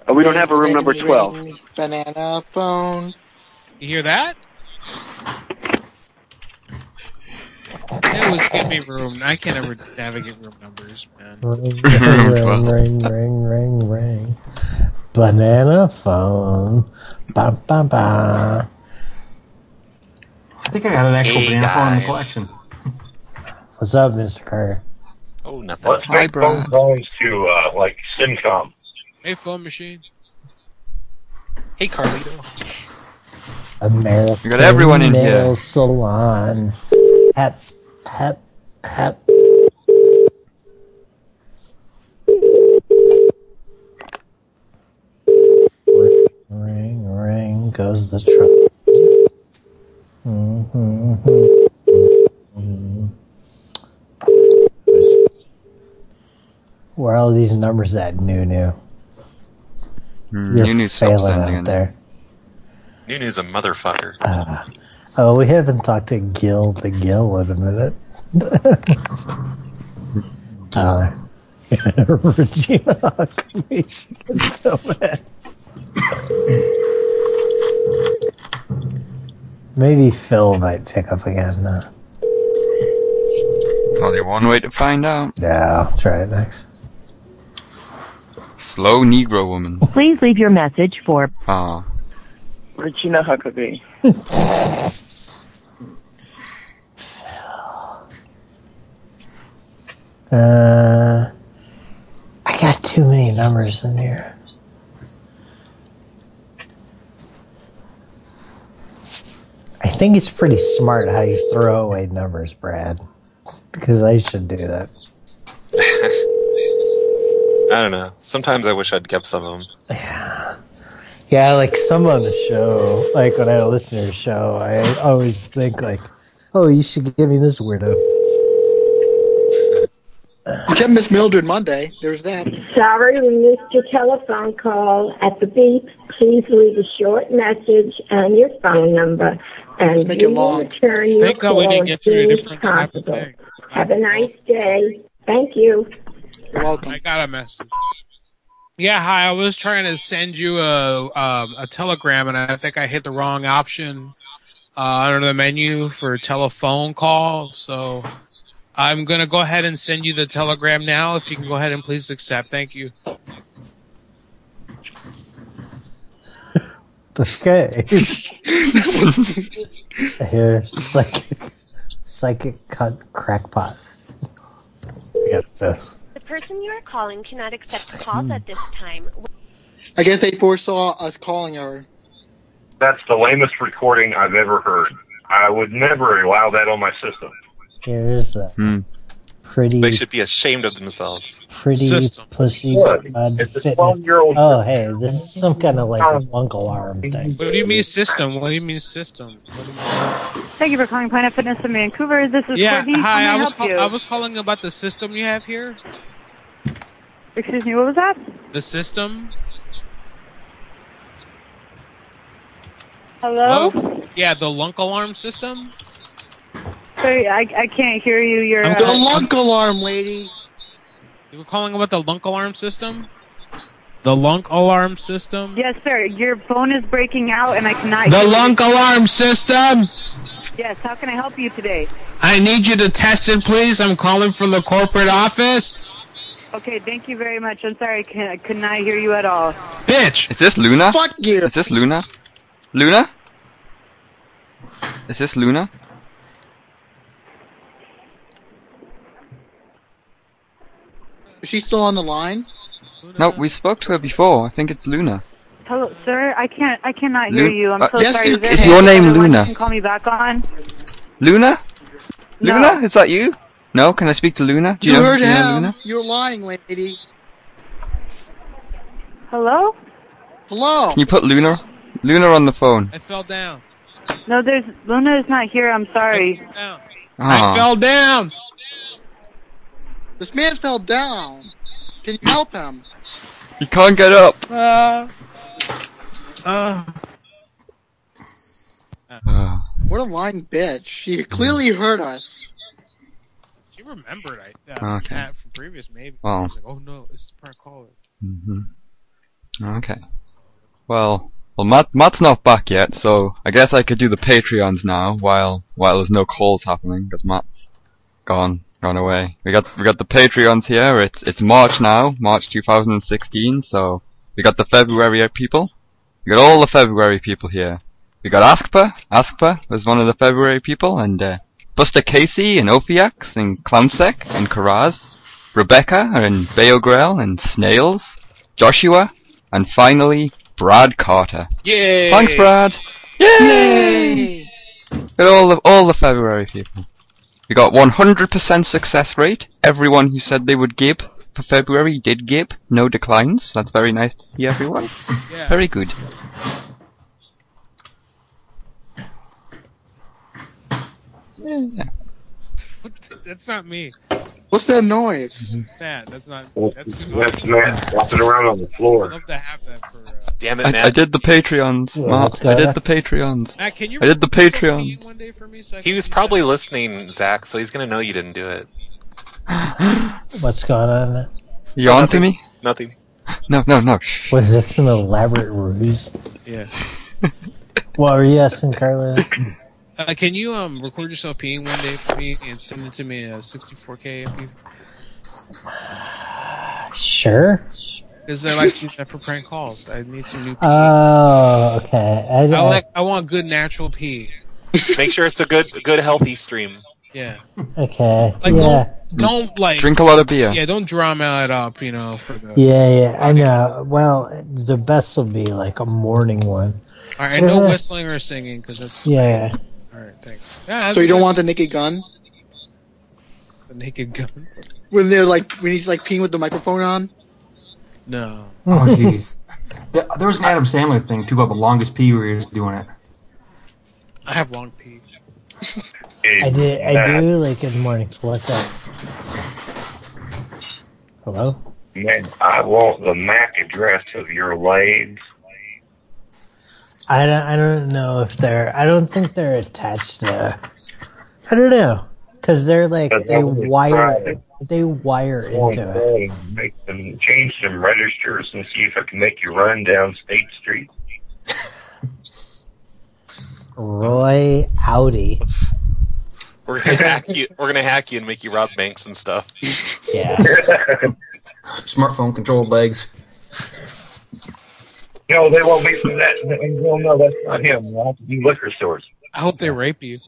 S5: Uh, we don't have a room number
S10: Ring,
S5: twelve.
S10: ring, Banana phone.
S8: You hear that? They always give me room. I can't ever navigate room numbers, man.
S3: Ring, ring, ring, ring, ring, ring. Banana phone. Ba ba ba.
S14: I think I got an actual
S16: Hey,
S14: banana phone in the
S16: guys.
S14: collection.
S3: What's up, Mr. Carter?
S16: Oh, nothing.
S6: Let's make phone calls to uh, like Sincom.
S8: Hey, phone machine.
S16: Hey, Carlito.
S3: American
S2: We got everyone in
S3: Nail
S2: here.
S3: Salon. Hep, hep, hep. Ring, ring goes the Mm-hmm, trumpet. mm-hmm. these numbers that new new.
S2: Mm,
S3: You're
S16: Nunu's
S3: failing
S16: upstanding.
S3: out there.
S16: Nunu's a motherfucker.
S3: Uh, oh, we haven't talked to Gil the Gil in a minute. Tyler. Regina Huckabee, she gets so mad. Maybe Phil might pick up again. Uh,
S2: Only one way to find out.
S3: yeah, I'll try it next.
S2: Slow Negro woman.
S4: Please leave your message for
S2: Ah.
S15: Regina Huckabee.
S3: Uh, I got too many numbers in here. I think it's pretty smart how you throw away numbers, Brad. Because I should do that.
S16: I don't know. Sometimes I wish I'd kept some of them.
S3: Yeah, like some on the show, like when I listen to the show, I always think like, "Oh, you should give me this weirdo."
S10: You kept Miss Mildred Monday. There's that.
S23: Sorry we missed your telephone call. At the beep, please leave a short message and your phone number, and
S10: make
S23: we
S10: it
S23: will
S10: long.
S23: return your
S8: Thank God we
S23: call as
S8: didn't get through
S23: soon
S8: a
S23: as
S8: different type of
S23: possible.
S8: thing.
S23: Have a nice day. Thank you.
S10: You're welcome.
S8: I got a message. Yeah, hi. I was trying to send you a um, a telegram, and I think I hit the wrong option uh, under the menu for telephone call. So I'm gonna go ahead and send you the telegram now. If you can go ahead and please accept, thank you.
S3: Okay. Here, psychic, psychic cut crackpot. Yes, yes.
S18: The person you are calling cannot accept calls at this time.
S10: I guess they foresaw us calling her.
S6: That's the lamest recording I've ever heard. I would never allow that on my system.
S3: Here's the
S2: Hmm.
S3: pretty,
S16: They should be ashamed of themselves.
S3: pretty pussy
S16: Look,
S3: god
S16: it's a
S3: fitness.
S16: 12-year-old
S3: Oh, hey, this is some kind of like uncle arm thing.
S8: What do you mean system? What do you mean system?
S20: Thank you for calling Planet Fitness in Vancouver. This is
S8: Yeah,
S20: Courtney.
S8: hi.
S20: How
S8: I
S20: may
S8: was
S20: help
S8: call-
S20: you?
S8: I was calling about the system you have here.
S20: Excuse me, what was that?
S8: The system.
S20: Hello?
S8: Yeah, the lunk alarm system.
S20: Sorry, I, I can't hear you. You're
S8: I'm
S20: uh,
S8: the lunk
S10: alarm, lady.
S8: You were calling about the lunk alarm system. The lunk alarm system.
S20: Yes, sir. Your phone is breaking out, and I cannot.
S8: The
S20: hear you.
S8: lunk alarm system.
S20: Yes. How can I help you today?
S8: I need you to test it, please. I'm calling from the corporate office.
S20: Okay. Thank you very much. I'm sorry. I, can, I could not hear you at all.
S8: Bitch!
S2: Is this Luna?
S10: Fuck you!
S2: Is this Luna? Luna? Is this Luna?
S10: Is she still on the line?
S2: No, we spoke to her before. I think it's Luna.
S20: Hello, sir. I can't. I cannot hear
S2: Lu-
S20: you. I'm
S2: uh,
S20: so
S2: yes,
S20: sorry.
S2: you-
S20: Is there
S2: is your
S20: any
S2: name
S20: other one
S2: Luna?
S20: You can call me back on.
S2: Luna?
S20: No.
S2: Luna? Is that you? No? Can I speak to Luna? Do you,
S10: You
S2: know,
S10: heard
S2: do you know
S10: him.
S2: Luna?
S10: You're lying, lady.
S20: Hello?
S10: Hello.
S2: Can you put Luna? Luna on the phone.
S8: I fell down.
S20: No, there's Luna is not here. I'm sorry.
S2: Ah.
S8: down.
S10: This man fell down. Can you help him?
S2: He can't get up.
S8: Uh, uh.
S2: Ah.
S10: What a lying bitch. She clearly heard us.
S8: She remembered I uh,
S2: Okay.
S8: that from previous maybe.
S2: Wow.
S8: I was like, oh no, it's the prank caller.
S2: hmm Mm-hmm. Okay. Well, well, Matt, Matt's not back yet, so I guess I could do the Patreons now while while there's no calls happening because Matt's gone gone away. We got we got the Patreons here. It's it's March now, March 2016. So we got the February people. We got all the February people here. We got Askpa. Askpa was one of the February people, and uh, Buster Casey and Ophiax and Clamsec and Karaz. Rebecca and Baogrel and Snails, Joshua, and finally Brad Carter.
S10: Yay!
S2: Thanks, Brad.
S10: Yay!
S2: Got all of all the February people. We got 100% success rate. Everyone who said they would give for February did give. No declines. That's very nice to see everyone. Very good.
S8: That's not me.
S10: What's that noise?
S8: Matt, that's not.
S6: That's, that's Matt flopping around on the floor.
S8: Love to have that for. Uh,
S16: Damn
S2: I, I did the Patreons,
S16: Yeah,
S2: Mark.
S16: let's go.
S2: I did the Patreons.
S8: Matt, can you
S2: I did the
S8: release something
S2: Patreons.
S8: one day for me? So I
S16: He was probably listening, Zach, so he's gonna know you didn't do it.
S3: What's going on?
S2: You on to me?
S16: Nothing.
S2: No, no, no.
S3: Was this an elaborate ruse?
S8: Yeah.
S3: What were you asking, Carla?
S8: Uh, can you um record yourself peeing one day for me and send it to me in uh, 64K? If you,
S3: Sure.
S8: because I like to use that for prank calls. I need some new. Pee.
S3: Oh, okay. I,
S8: I
S3: I-
S8: like. I want good natural pee.
S16: Make sure it's a good, good healthy stream.
S8: Yeah.
S3: okay.
S8: Like
S3: yeah.
S8: don't don't like
S2: Drink a lot of beer.
S8: Yeah, don't drama it up. You know for the.
S3: Yeah, yeah, I know. Well, the best will be like a morning one.
S8: All right, no whistling or singing because that's
S3: Yeah.
S8: All right, thanks. Yeah,
S10: So you don't want the naked gun
S8: the naked gun?
S10: when they're like when he's like peeing with the microphone on?
S8: No.
S14: Oh jeez. Th- There was an Adam Sandler thing too about the longest pee where he was doing it.
S8: I have long pee.
S3: I did. I do like in the morning. What's up? Hello.
S6: Man, I want the MAC address of your laid.
S3: I don't. I don't know if they're. I don't think they're attached to. I don't know because they're like
S6: But
S3: they
S6: that was
S3: wire.
S6: private.
S3: They wire into it.
S6: Make them change some registers and see if I can make you run down State Street.
S3: Roy Audi.
S16: We're gonna hack you. We're gonna hack you and make you rob banks and stuff.
S3: Yeah.
S14: Smartphone controlled legs.
S6: No, they won't be for that. Well, no, that's not him. We'll have to do liquor stores.
S8: I hope they rape you.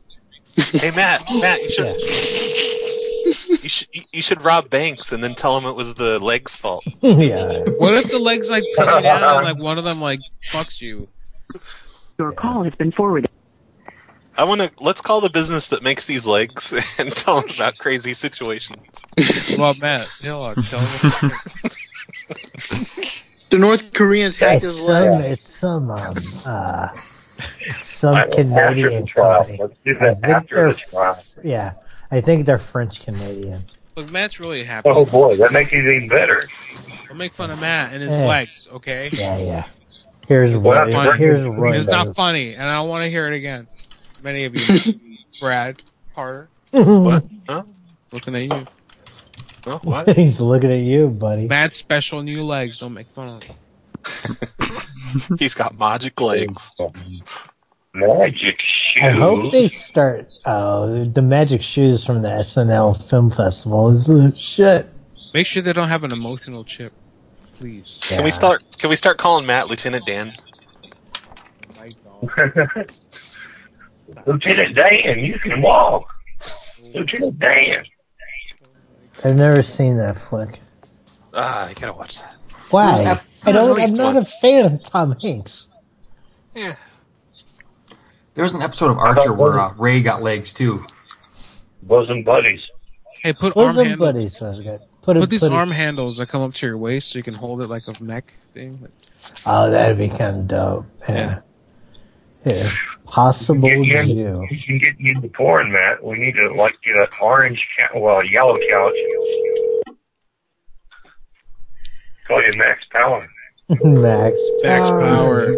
S16: Hey Matt, Matt, you should you should you- you should rob banks and then tell them it was the legs' fault.
S3: yeah.
S8: What if the legs like pin you down and like one of them like fucks you?
S17: Your call has been forwarded.
S16: I want to let's call the business that makes these legs and tell them about crazy situations.
S8: Well, Matt, Hillock, tell them.
S10: The North Koreans hacked his
S3: It's some.
S10: legs.
S3: It's some. Um, uh, it's some Canadian company. I think they're- Yeah, I think they're French Canadian.
S8: Look, Matt's really happy.
S6: Oh boy, that makes it even better.
S8: Don't make fun of Matt and his
S3: Yeah.
S8: legs, okay?
S3: Yeah, yeah. Here's
S6: Well,
S3: Roy.
S6: that's right.
S3: Here's Roy.
S8: It's not
S3: Audi.
S8: funny, and I don't want to hear it again. Many of you, Brad, Carter,
S16: What? Huh?
S8: looking at you.
S16: Huh? What?
S3: He's looking at you, buddy.
S8: Matt's special new legs. Don't make fun of him.
S16: He's got magic legs.
S6: Magic
S3: I hope they start. Oh, the Magic Shoes from the SNL Film Festival is the shit.
S8: Make sure they don't have an emotional chip, please.
S16: Can we start? Can we start calling Matt Lieutenant Dan?
S6: Lieutenant Dan, you can walk. Lieutenant Dan.
S3: I've never seen that flick.
S16: Ah, you gotta watch that.
S3: Why? I don't. I'm not a fan of Tom Hanks.
S14: There was an episode of Archer where uh, Ray got legs too.
S6: Bosom buddies.
S8: Hey, put
S3: Bosom
S8: arm handles.
S3: buddies was good. Put a-
S8: put these
S3: put a-
S8: arm handles that come up to your waist so you can hold it like a mech thing.
S3: Oh, that'd be kind of dope. Yeah. yeah. Possible Jew.
S6: You can get you the porn, Matt. We need to like get an orange, cou- well, yellow couch. Call you Max Power.
S3: Max.
S8: Max Power.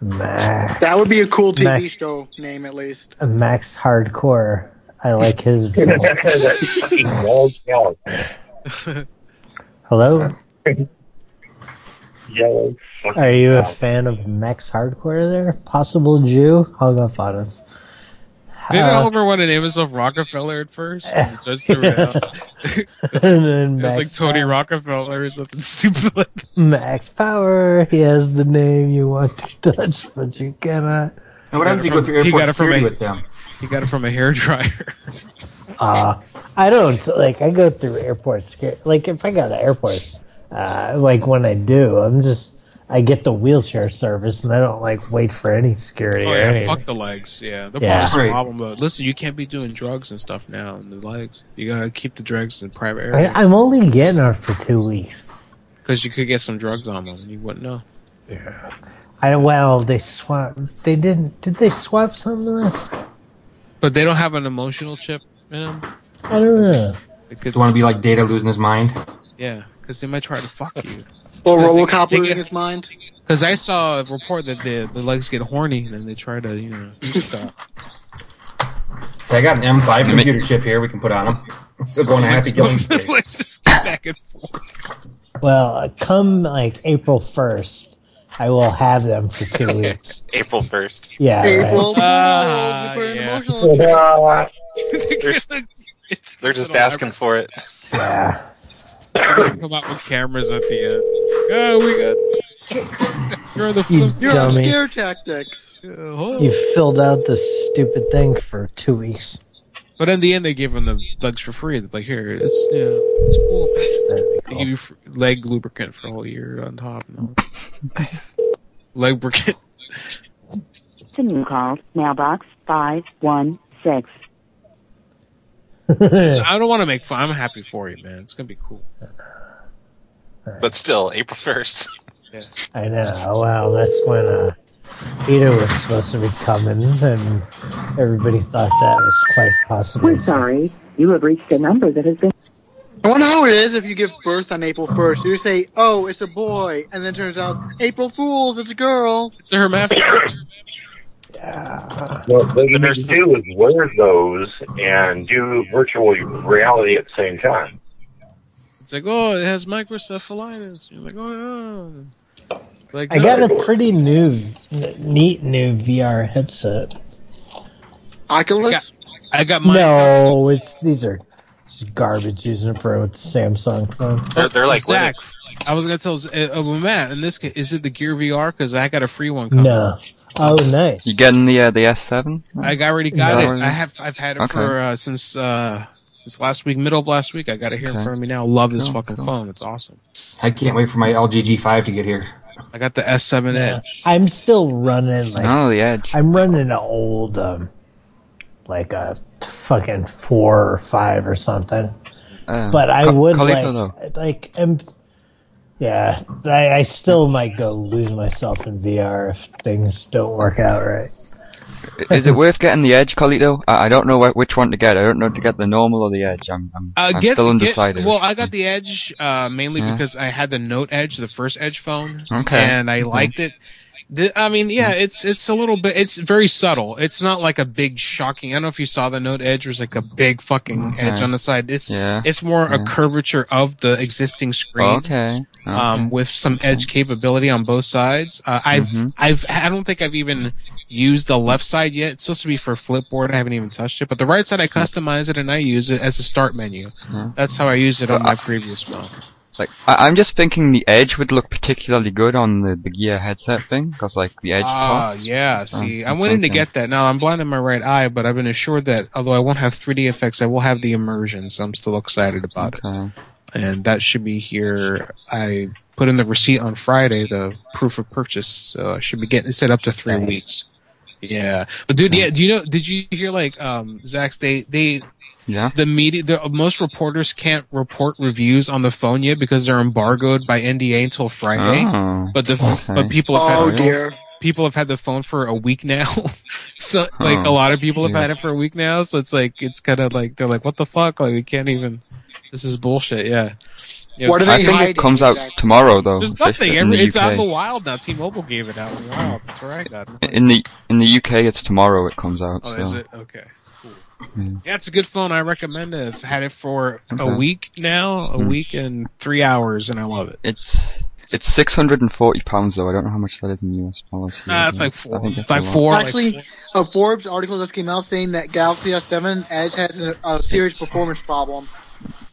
S3: Max.
S10: That would be a cool TV
S3: Mac-
S10: show name at least.
S3: Max Hardcore. I like his.
S6: That fucking yellow couch.
S3: Hello.
S6: Yellow. fucking
S3: Are you a
S6: couch.
S3: fan of Max Hardcore there? Possible Jew? Hung up on us.
S8: Didn't
S3: Uh,
S8: Homer want to name himself Rockefeller at first? And the judge threw it out.
S3: and then
S8: It was like
S3: Max,
S8: Tony Rockefeller or something stupid like that.
S3: Max Power. He has the name you want to touch, but you cannot.
S14: And what happens if you go through
S8: He
S14: airport
S8: got it from
S14: security
S8: a-
S14: with them?
S8: He got it from a hairdryer.
S3: Uh, I don't like. I go through airport security. Like if I go to airport, uh, like when I do, I'm just I get the wheelchair service, and I don't like wait for any security.
S8: Oh
S3: or
S8: yeah,
S3: anything.
S8: fuck the legs. Yeah, the
S3: Yeah.
S8: yeah.
S3: Right.
S8: problem. But listen, you can't be doing drugs and stuff now in the legs. You gotta keep the drugs in private
S3: I,
S8: area
S3: I'm only getting it for two weeks.
S8: because you could get some drugs on them. and You wouldn't know. Yeah.
S3: I well, they swap. They didn't. Did they swap something?
S8: But they don't have an emotional chip in them.
S3: I don't know.
S14: Do you want to be like Data losing his mind?
S8: Yeah, because they might try to fuck you.
S10: Or RoboCop losing his mind.
S8: Because I saw a report that the the legs get horny and then they try to you know do stuff.
S14: So I got an M5 computer chip here we can put on him. They'll go on a happy killing spree.
S8: Let's just get back and forth.
S3: Well, uh, come like April first, I will have them for two weeks.
S16: April first.
S3: Yeah. right.
S16: Ah, yeah. they're, they're just asking for it.
S3: Yeah.
S8: Come out with cameras at the end. Oh, we got. You're the oh.
S3: You
S8: flip.
S10: Your
S3: dummy.
S10: obscure tactics.
S3: You filled out the stupid thing for two weeks.
S8: But in the end, they give them the legs for free. They're like, here, it's yeah, it's cool. They give you fr- leg lubricant for a whole year on top. No. leg lubricant.
S26: The new call, mailbox 516.
S8: So I don't want to make fun. I'm happy for you, man. It's gonna be cool.
S16: But still, April first.
S3: I know. Well, that's when uh, Peter was supposed to be coming, and everybody thought that was quite possible. We're
S26: sorry. You have reached a number that has been.
S10: I wonder how it is if you give birth on April 1st. You say, oh, it's a boy, and then it turns out, April Fools, it's a girl.
S8: It's a hermaphrodite.
S6: What they can do is wear those and do virtual reality at the same time.
S8: It's like, oh, it has microcephalitis. You're like, oh, yeah. Like,
S3: I got a pretty new, n- neat new VR headset.
S10: Oculus?
S8: I got
S3: mine. No, it's these are just garbage using it for with the Samsung phone.
S16: They're, they're like
S8: Zach, I was gonna tell Z- uh, uh, well, Matt. In this case, is it the Gear VR? Because I got a free one. Coming.
S3: No. Oh, nice.
S2: You getting the uh, the S7?
S8: I already got
S2: Yeah.
S8: it. I have. I've had it
S2: Okay.
S8: for uh, since uh, since last week, middle of last week. I got it here in front of me now. Love this fucking phone. It's awesome.
S14: I can't wait for my LG G5 to get here.
S8: I got the S7 Edge.
S3: I'm still running like
S8: Oh, the
S2: Edge.
S3: I'm running an old um, like a fucking four or five or something.
S2: Uh,
S3: but I
S2: Ca-
S3: would
S2: Khalifa,
S3: like like um, yeah. I, I still might go lose myself in VR if things don't work out right.
S2: Is it worth getting the Edge, Colito? I, I don't know wh- which one to get. I don't know to get the normal or the Edge. I'm, I'm,
S8: Uh,
S2: Um, I'm
S8: get,
S2: still
S8: get-
S2: undecided.
S8: well, I got the Edge uh, mainly
S2: Yeah.
S8: because I had the Note Edge, the first Edge phone,
S2: Okay. Mm.
S8: and I
S2: Okay.
S8: liked it. The, I mean, yeah, it's it's a little bit. It's very subtle. It's not like a big shocking. I don't know if you saw the Note Edge was like a big fucking edge
S2: Okay.
S8: on the side. It's
S2: Yeah.
S8: it's more
S2: Yeah.
S8: a curvature of the existing screen.
S2: Okay.
S8: Um, with some edge capability on both sides. Uh, I've
S2: Mhm.
S8: I've I don't think I've even used the left side yet. It's supposed to be for flipboard. I haven't even touched it. But the right side, I customize it and I use it as a start menu.
S2: Mhm.
S8: That's how I use it on my previous phone.
S2: Like, I, I'm just thinking the Edge would look particularly good on the, the Gear headset thing, because like the Edge.
S8: Ah,
S2: pops.
S8: yeah.
S2: So,
S8: See, I
S2: I'm
S8: went in to
S2: thinking-
S8: get that. Now I'm blind in my right eye, but I've been assured that although I won't have 3D effects, I will have the immersion. So I'm still excited about
S2: it,
S8: and that should be here. I put in the receipt on Friday, the proof of purchase. So I uh, should be getting it set up to three weeks. Yeah, but dude, yeah. Do you know? Did you hear like um Zach's? They they
S2: Yeah.
S8: the media. The, most reporters can't report reviews on the phone yet because they're embargoed by NDA until Friday.
S2: Oh,
S8: but the
S2: okay.
S8: but people have
S2: Oh,
S8: had
S2: dear.
S8: people have had the phone for a week now. so like a
S2: Oh,
S8: lot of people have
S2: shit.
S8: had it for a week now. So it's like it's kind of like they're like, what the fuck? Like we can't even. This is bullshit. Yeah. Yeah.
S2: I think it comes out tomorrow though.
S8: There's
S2: just
S8: nothing.
S2: in
S8: Every,
S2: the
S8: it's out
S2: UK.
S8: in the wild now. T-Mobile gave it out in the wild. That's where I got it.
S2: In the in the UK, it's tomorrow. It comes out.
S8: Oh,
S2: so.
S8: is it okay? Cool.
S2: Yeah.
S8: Yeah, it's a good phone. I recommend it. I've had it for a
S2: Okay.
S8: week now, a
S2: Hmm.
S8: week and three hours, and I love it.
S2: It's it's six hundred and forty pounds though. I don't know how much that is in U.S. dollars.
S8: Nah, it's like
S2: I
S8: four.
S2: think
S8: Like
S2: a lot.
S8: four.
S10: Actually, a Forbes article just came out saying that Galaxy S7 Edge has a, a serious performance problem.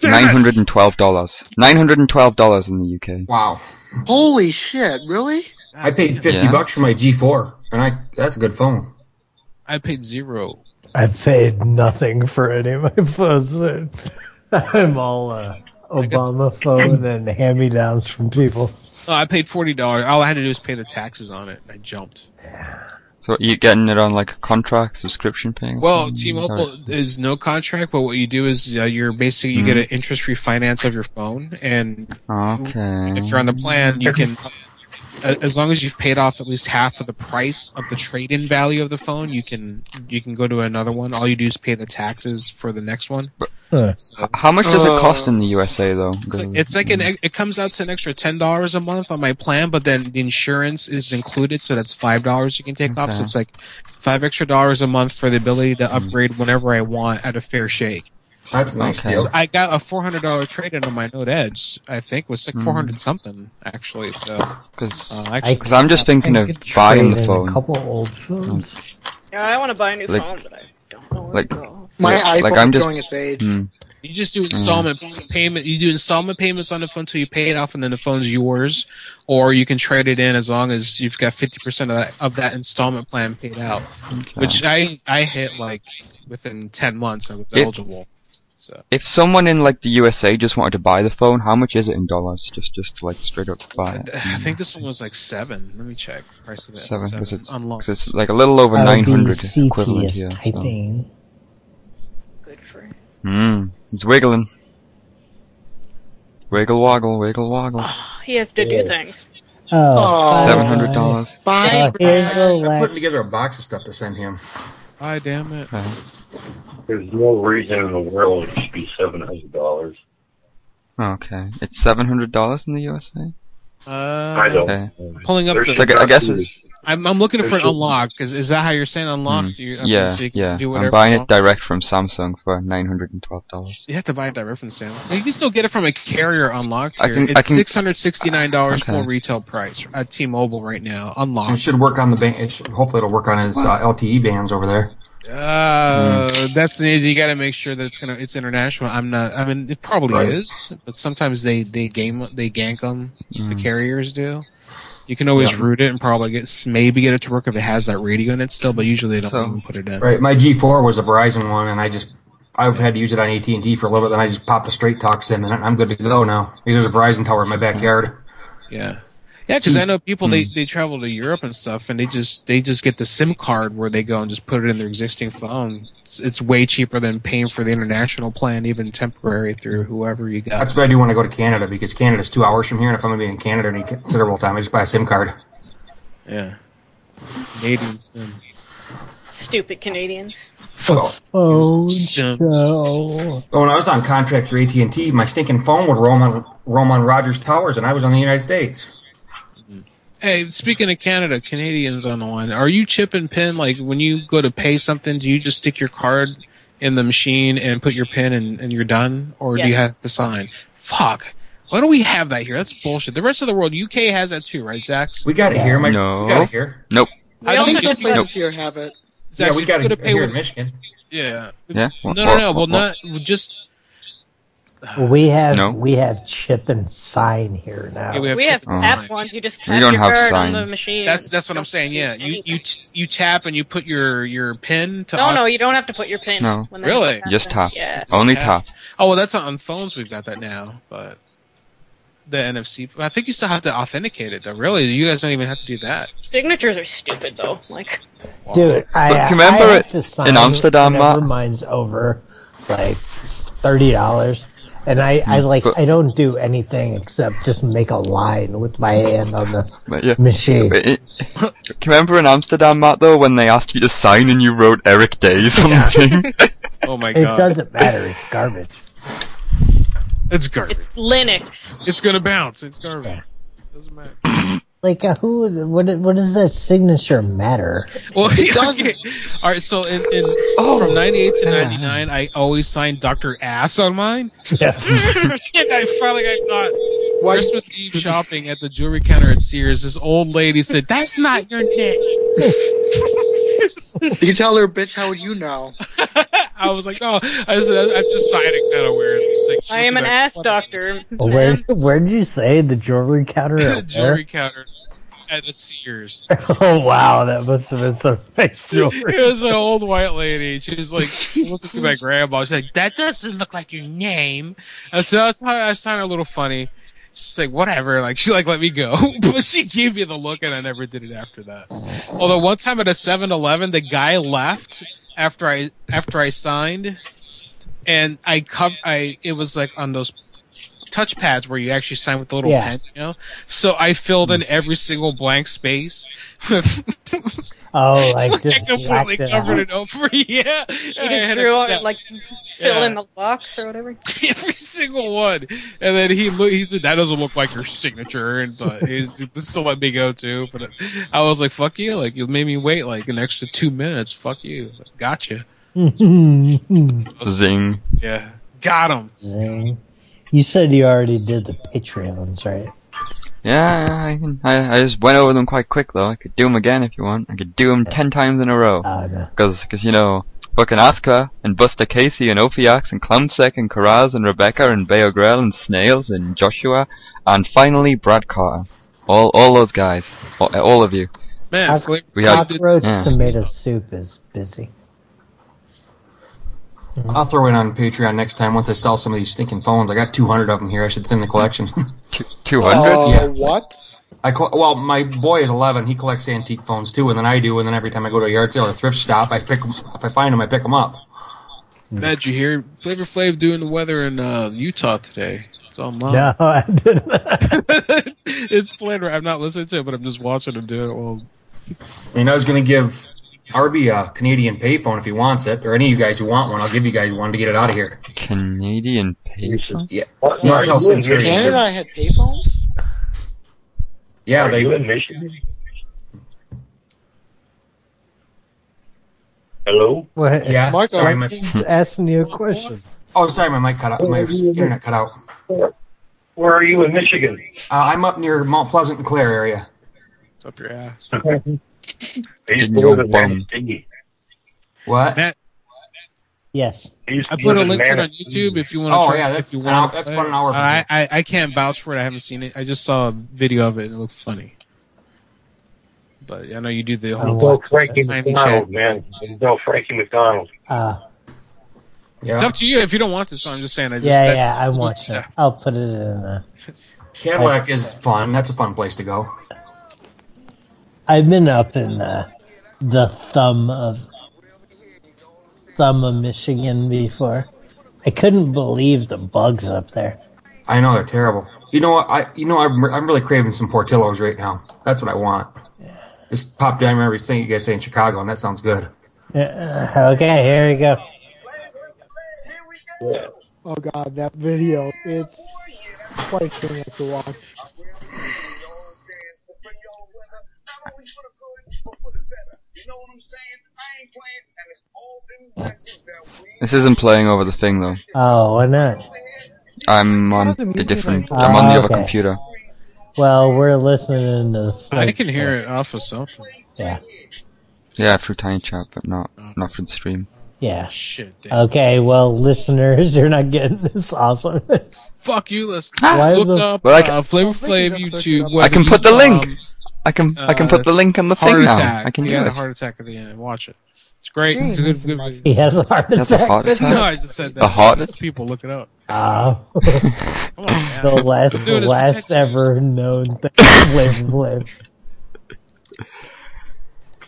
S2: Nine hundred and twelve dollars. Nine hundred and twelve dollars in the UK.
S14: Wow.
S10: Holy shit, really?
S14: I paid 50
S2: Yeah.
S14: bucks for my G4, and I that's a good phone.
S8: I paid zero.
S3: I paid nothing for any of my phones. I'm all uh, Obama phone and hand me downs from people.
S8: No, Oh, I paid forty dollars. All I had to do was pay the taxes on it. and I jumped.
S2: So you getting it on like a contract subscription thing? or
S8: Well,
S2: something? Or-
S8: T-Mobile is no contract, but what you do is uh, you're basically
S2: Mm-hmm.
S8: you get an interest-free finance of your phone, and
S2: Okay.
S8: if you're on the plan, you can, a- as long as you've paid off at least half of the price of the trade-in value of the phone, you can you can go to another one. All you do is pay the taxes for the next one.
S2: H- How much does it cost in the USA though?
S8: Uh, It's like an
S2: Mm.
S8: it comes out to an extra ten dollars a month on my plan, but then the insurance is included, so that's five dollars you can take off. So
S2: Okay.
S8: it's like five extra dollars a month for the ability to upgrade whenever I want at a fair shake.
S14: That's a nice
S8: Okay.
S14: deal.
S8: So I got a four hundred dollar trade in on my Note Edge. I think was like four hundred something actually. So uh,
S2: because
S8: actually-
S2: Because I'm just thinking of buying the phone.
S3: old phones.
S11: Yeah, I want to buy a new
S2: Like-
S11: phone, but I
S2: Like
S10: My
S2: yeah, like
S10: iPhone's
S2: I'm just,
S10: showing its age.
S2: Hmm.
S8: You just do installment payment. You do installment payments on the phone till you pay it off, and then the phone's yours. Or you can trade it in as long as you've got fifty percent of that, of that installment plan paid out, which I I hit like within ten months. I was
S2: It-
S8: eligible.
S2: If someone in like the USA just wanted to buy the phone, how much is it in dollars? Just just like straight up buy it.
S8: I think this one was like seven. Let me check price of that.
S2: Seven, because it's,
S8: on loan.
S2: 'cause it's like a little over
S3: That would
S2: nine
S3: be
S2: hundred
S3: CP
S2: equivalent
S3: is
S2: here. so-
S3: typing.
S2: Mm, he's wiggling. Wiggle woggle, wiggle woggle.
S11: he has to
S2: Yeah.
S11: do things.
S3: Oh,
S2: Seven hundred dollars.
S3: Bye. Uh, here's the
S14: I'm
S3: last
S14: putting together a box of stuff to send him.
S8: Hi, damn it.
S2: Uh-huh.
S6: There's no reason in the world it should be seven hundred dollars.
S2: Okay, it's seven hundred dollars in the USA.
S8: Uh,
S6: I don't.
S2: Okay.
S8: Pulling up
S2: There's
S8: the.
S2: like, I guess it's
S8: I'm, I'm looking for an
S2: There's-
S8: unlock. Is, is that how you're saying unlock? Do you, okay,
S2: Hmm. Mm. yeah,
S8: so you can
S2: yeah.
S8: do whatever
S2: I'm buying
S8: you
S2: it direct from Samsung for nine hundred and twelve dollars.
S8: You have to buy it direct from Samsung. So you can still get it from a carrier unlocked.
S2: I
S8: Here.
S2: can- I
S8: it's
S2: can-
S8: six hundred sixty nine dollars
S2: Okay.
S8: full retail price at T Mobile right now.
S14: It
S8: Unlocked.
S14: should work on the band. It should, hopefully, it'll work on his uh, LTE bands over there.
S8: Uh,
S2: Mm.
S8: that's the- you got to make sure that it's gonna it's international. I'm not. I mean, it probably
S14: Right.
S8: is, but sometimes they they game they gank them. The
S2: Mm.
S8: carriers do. You can always
S14: Yeah.
S8: root it and probably get s- maybe get it to work if it has that radio in it still, but usually they don't
S14: So-
S8: even put it in.
S14: Right, my G4 was a Verizon one, and I just I've had to use it on AT and T for a little bit. Then I just popped a straight talk sim in it. and I'm good to go now. There's a Verizon tower in my backyard. Hmm.
S8: Yeah. Yeah, because
S2: Hmm.
S8: I know people they, they travel to Europe and stuff, and they just they just get the SIM card where they go and just put it in their existing phone. It's, it's way cheaper than paying for the international plan, even temporary through whoever you got.
S14: That's why I do want to go to Canada because Canada's two hours from here, and if I'm going to be in Canada any considerable time, I just buy a SIM card.
S8: Yeah. Canadians. um,
S11: Stupid Canadians.
S3: Oh,
S8: so
S14: Oh, when I was on contract through AT and T, my stinking phone would roam on roam on Rogers Towers, and I was on the United States.
S8: Hey, speaking of Canada, Canadians on the line, are you chip and pin like when you go to pay something? Do you just stick your card in the machine and put your pin and, and you're done, or do you
S21: Yes.
S8: have to sign? Fuck. Why don't we have that here? That's bullshit. The rest of the world, UK has that too, right, Zax?
S14: We got it here, my
S2: no.
S14: we got it here.
S2: Nope.
S8: I
S10: I
S8: don't
S10: think
S8: think
S10: some
S8: it's-
S10: places
S8: nope.
S10: here have it.
S8: Zach,
S14: yeah, we
S8: if
S14: got
S8: you're
S14: it
S8: gonna pay
S14: here
S8: with-
S14: in Michigan.
S8: Yeah.
S2: Yeah.
S8: No,
S2: Wha-
S8: no,
S2: wha-
S8: no. Well,
S2: wha-
S8: not just.
S3: We have
S2: No.
S3: we have chip and sign here now.
S8: Yeah, we have
S11: We have
S8: Oh.
S11: tap ones. You just
S3: We
S11: tap
S3: don't
S11: your
S3: have
S11: card
S3: sign.
S11: on the machine.
S8: That's that's what I'm saying. Yeah, you you t- you tap and you put your your pin to.
S11: no,
S8: au-
S11: no, you don't have to put your pin.
S2: No.
S11: When they
S8: Really?
S11: tap
S2: Just
S11: it.
S2: top.
S11: Yeah.
S2: Only
S8: Yeah.
S2: top.
S8: Oh well, that's not on phones. We've got that now, but the NFC. I think you still have to authenticate it though. Really, you guys don't even have to do that.
S11: Signatures are stupid though. Like,
S3: Dude, I
S2: But remember
S3: I
S2: it
S3: have to
S2: in
S3: sign
S2: Amsterdam, uh?
S3: whenever
S2: Ma-
S3: mine's over like thirty dollars, and I, I like I don't do anything except just make a line with my hand on the
S2: But yeah.
S3: machine.
S2: But it- Can you remember in Amsterdam, Matt, though, when they asked you to sign and you wrote Eric Days on the thing?
S8: Oh my
S3: It doesn't matter. It's garbage.
S8: It's garbage.
S11: Linux.
S8: It's gonna bounce. It's garbage. Doesn't matter.
S3: Like uh, who? What? What does that signature matter?
S8: Well, yeah, okay. All right. So in, in
S2: Oh,
S8: from '98 to '99, I always signed Doctor Ass on mine.
S3: Yeah.
S8: and I finally got caught. Christmas Eve shopping at the jewelry counter at Sears. This old lady said, "That's not your name."
S10: You tell her, bitch, how would you know?
S8: I was like, "Oh, I said, I just signed it kind of weird." It's like, she
S11: I am an
S8: looked at
S11: ass doctor.
S3: Well, Where where did you say the jewelry counter?
S8: the
S3: at
S8: jewelry
S3: where?
S8: counter at the Sears.
S3: Oh wow, that must have been some nice jewelry.
S8: it was an old white lady. She was like, looked at my grandma. She's like, that doesn't look like your name. And so that's how I sound a little funny. She's like, whatever. Like, she like, let me go. but she gave me the look and I never did it after that. Although one time at a 7-Eleven, the guy left after I, after I signed and I cov- I, it was like on those touchpads where you actually sign with the little
S3: Yeah.
S8: pen, you know? So I filled in every single blank space with
S3: Oh, like
S8: I
S3: just
S8: completely
S3: blacked it
S8: covered
S3: out.
S8: it over. yeah,
S11: You just drew on it, like fill in
S8: Yeah.
S11: the box or whatever.
S8: every single one. And then he look, he said that doesn't look like your signature, and but he's, this is let me go to. But I was like, fuck you! Like you made me wait like an extra two minutes. Fuck you! Gotcha.
S2: Zing.
S8: Yeah, got him.
S3: Zing. You said you already did the Patreons, right?
S2: Yeah, I can. I, I just went over them quite quick though. I could do them again if you want. I could do them ten times in a row. Because you know, fucking Asuka and Buster Casey and Ophiox and Clownsec and Karaz and Rebecca and Beogrel and Snails and Joshua and finally Brad Carter. All all those guys, all, all of you.
S8: Man, Flick-
S2: we had-
S3: Cockroach
S2: yeah.
S3: tomato soup is busy.
S14: I'll throw in on Patreon next time once I sell some of these stinking phones. I got 200 of them here. I should thin the collection.
S2: 200?
S14: yeah. What? I col- well, my boy is 11. He collects antique phones too, and then I do. And then every time I go to a yard sale or thrift shop, I pick 'em- if I find them, I pick them up.
S3: Mm.
S8: Matt, you hear Flavor Flav doing the weather in uh, Utah today? It's online.
S3: No, I didn't.
S8: it's playing. right- I'm not listening to it, but I'm just watching him do it. Well,
S14: I mean, I was going to give Arby a Canadian payphone if he wants it, or any of you guys who want one. I'll give you guys one to get it out of here.
S2: Canadian pesos.
S14: Yeah. No, tell Sincere.
S10: Canada had payphones?
S14: Yeah,
S10: Are
S14: they.
S10: you in
S14: Michigan?
S6: Hello?
S3: What?
S14: Yeah,
S3: Mark,
S14: sorry, my-
S3: he's asking you a question.
S14: Oh, sorry, my mic cut out. My internet cut out.
S6: Where are you in Michigan?
S14: Uh, I'm up near Mount Pleasant and Clare area.
S8: up your ass.
S6: I used
S14: In
S6: to
S14: your
S6: live in
S14: bum.
S6: Manistee.
S14: What?
S3: Yes.
S6: I, used to
S8: I put
S6: live
S8: a
S6: in
S8: link to it on
S6: Manistee.
S8: YouTube if you want to.
S14: Oh,
S8: try
S14: yeah,
S8: it,
S14: that's
S8: if you
S14: an
S8: wanna
S14: hour- that's
S8: play
S14: about
S8: it.
S14: an hour from
S8: I, I I can't vouch for it. I haven't seen it. I just saw a video of it. and It looked funny. But I know you do the
S3: Oh,
S8: whole
S6: Until Frankie
S8: time
S6: McDonald,
S8: check.
S6: man. Until Frankie McDonald.
S3: Uh,
S8: It's up to you if you don't want this. one. I'm just saying. I just,
S3: yeah,
S8: that-
S3: yeah, I want that. I'll put it in the.
S14: Cadillac is fun. That's a fun place to go.
S3: I've been up in the, the thumb of thumb of Michigan before. I couldn't believe the bugs up there.
S14: I know they're terrible. You know what? I you know I'm, I'm really craving some Portillos right now. That's what I want. Just popped down. I remember saying you guys say in Chicago, and that sounds good.
S3: Yeah, Uh, okay, here we go.
S21: Oh god, that video. It's quite a thing to watch.
S2: This isn't playing over the thing though.
S3: Oh, why not?
S2: I'm on
S3: doesn't
S2: the
S3: mean
S2: different.
S3: anything.
S2: I'm on the
S3: Ah,
S2: other
S3: okay.
S2: computer.
S3: Well, we're listening to. The
S8: I can hear it Oh, off of something.
S3: Yeah.
S2: Yeah, through Tiny Chat, but not not through the stream.
S3: Yeah.
S8: Shit.
S3: Okay, well, listeners, you're not getting this awesome.
S8: Fuck you, listen.
S3: Why
S8: Look
S3: the-
S8: up
S3: But I can-
S8: uh, Flavor Flav YouTube.
S2: I
S8: whether
S2: can
S8: you,
S2: put the link.
S8: um,
S2: I can I can
S8: uh,
S2: put the link on the
S8: heart
S2: thing now.
S8: attack.
S2: I can
S8: he
S2: do
S8: had a
S2: it.
S8: heart attack at the end. Watch it. It's great.
S3: He
S8: It's a good, good
S3: He has a heart
S2: He has a
S3: attack.
S2: heart attack?
S8: No, I just said that.
S2: A heart-
S8: People look it up.
S2: Oh.
S8: Oh. Come
S3: Ah.
S8: on, man.
S3: the last,
S8: Dude,
S3: the
S8: it's
S3: last ever known thing. live, live.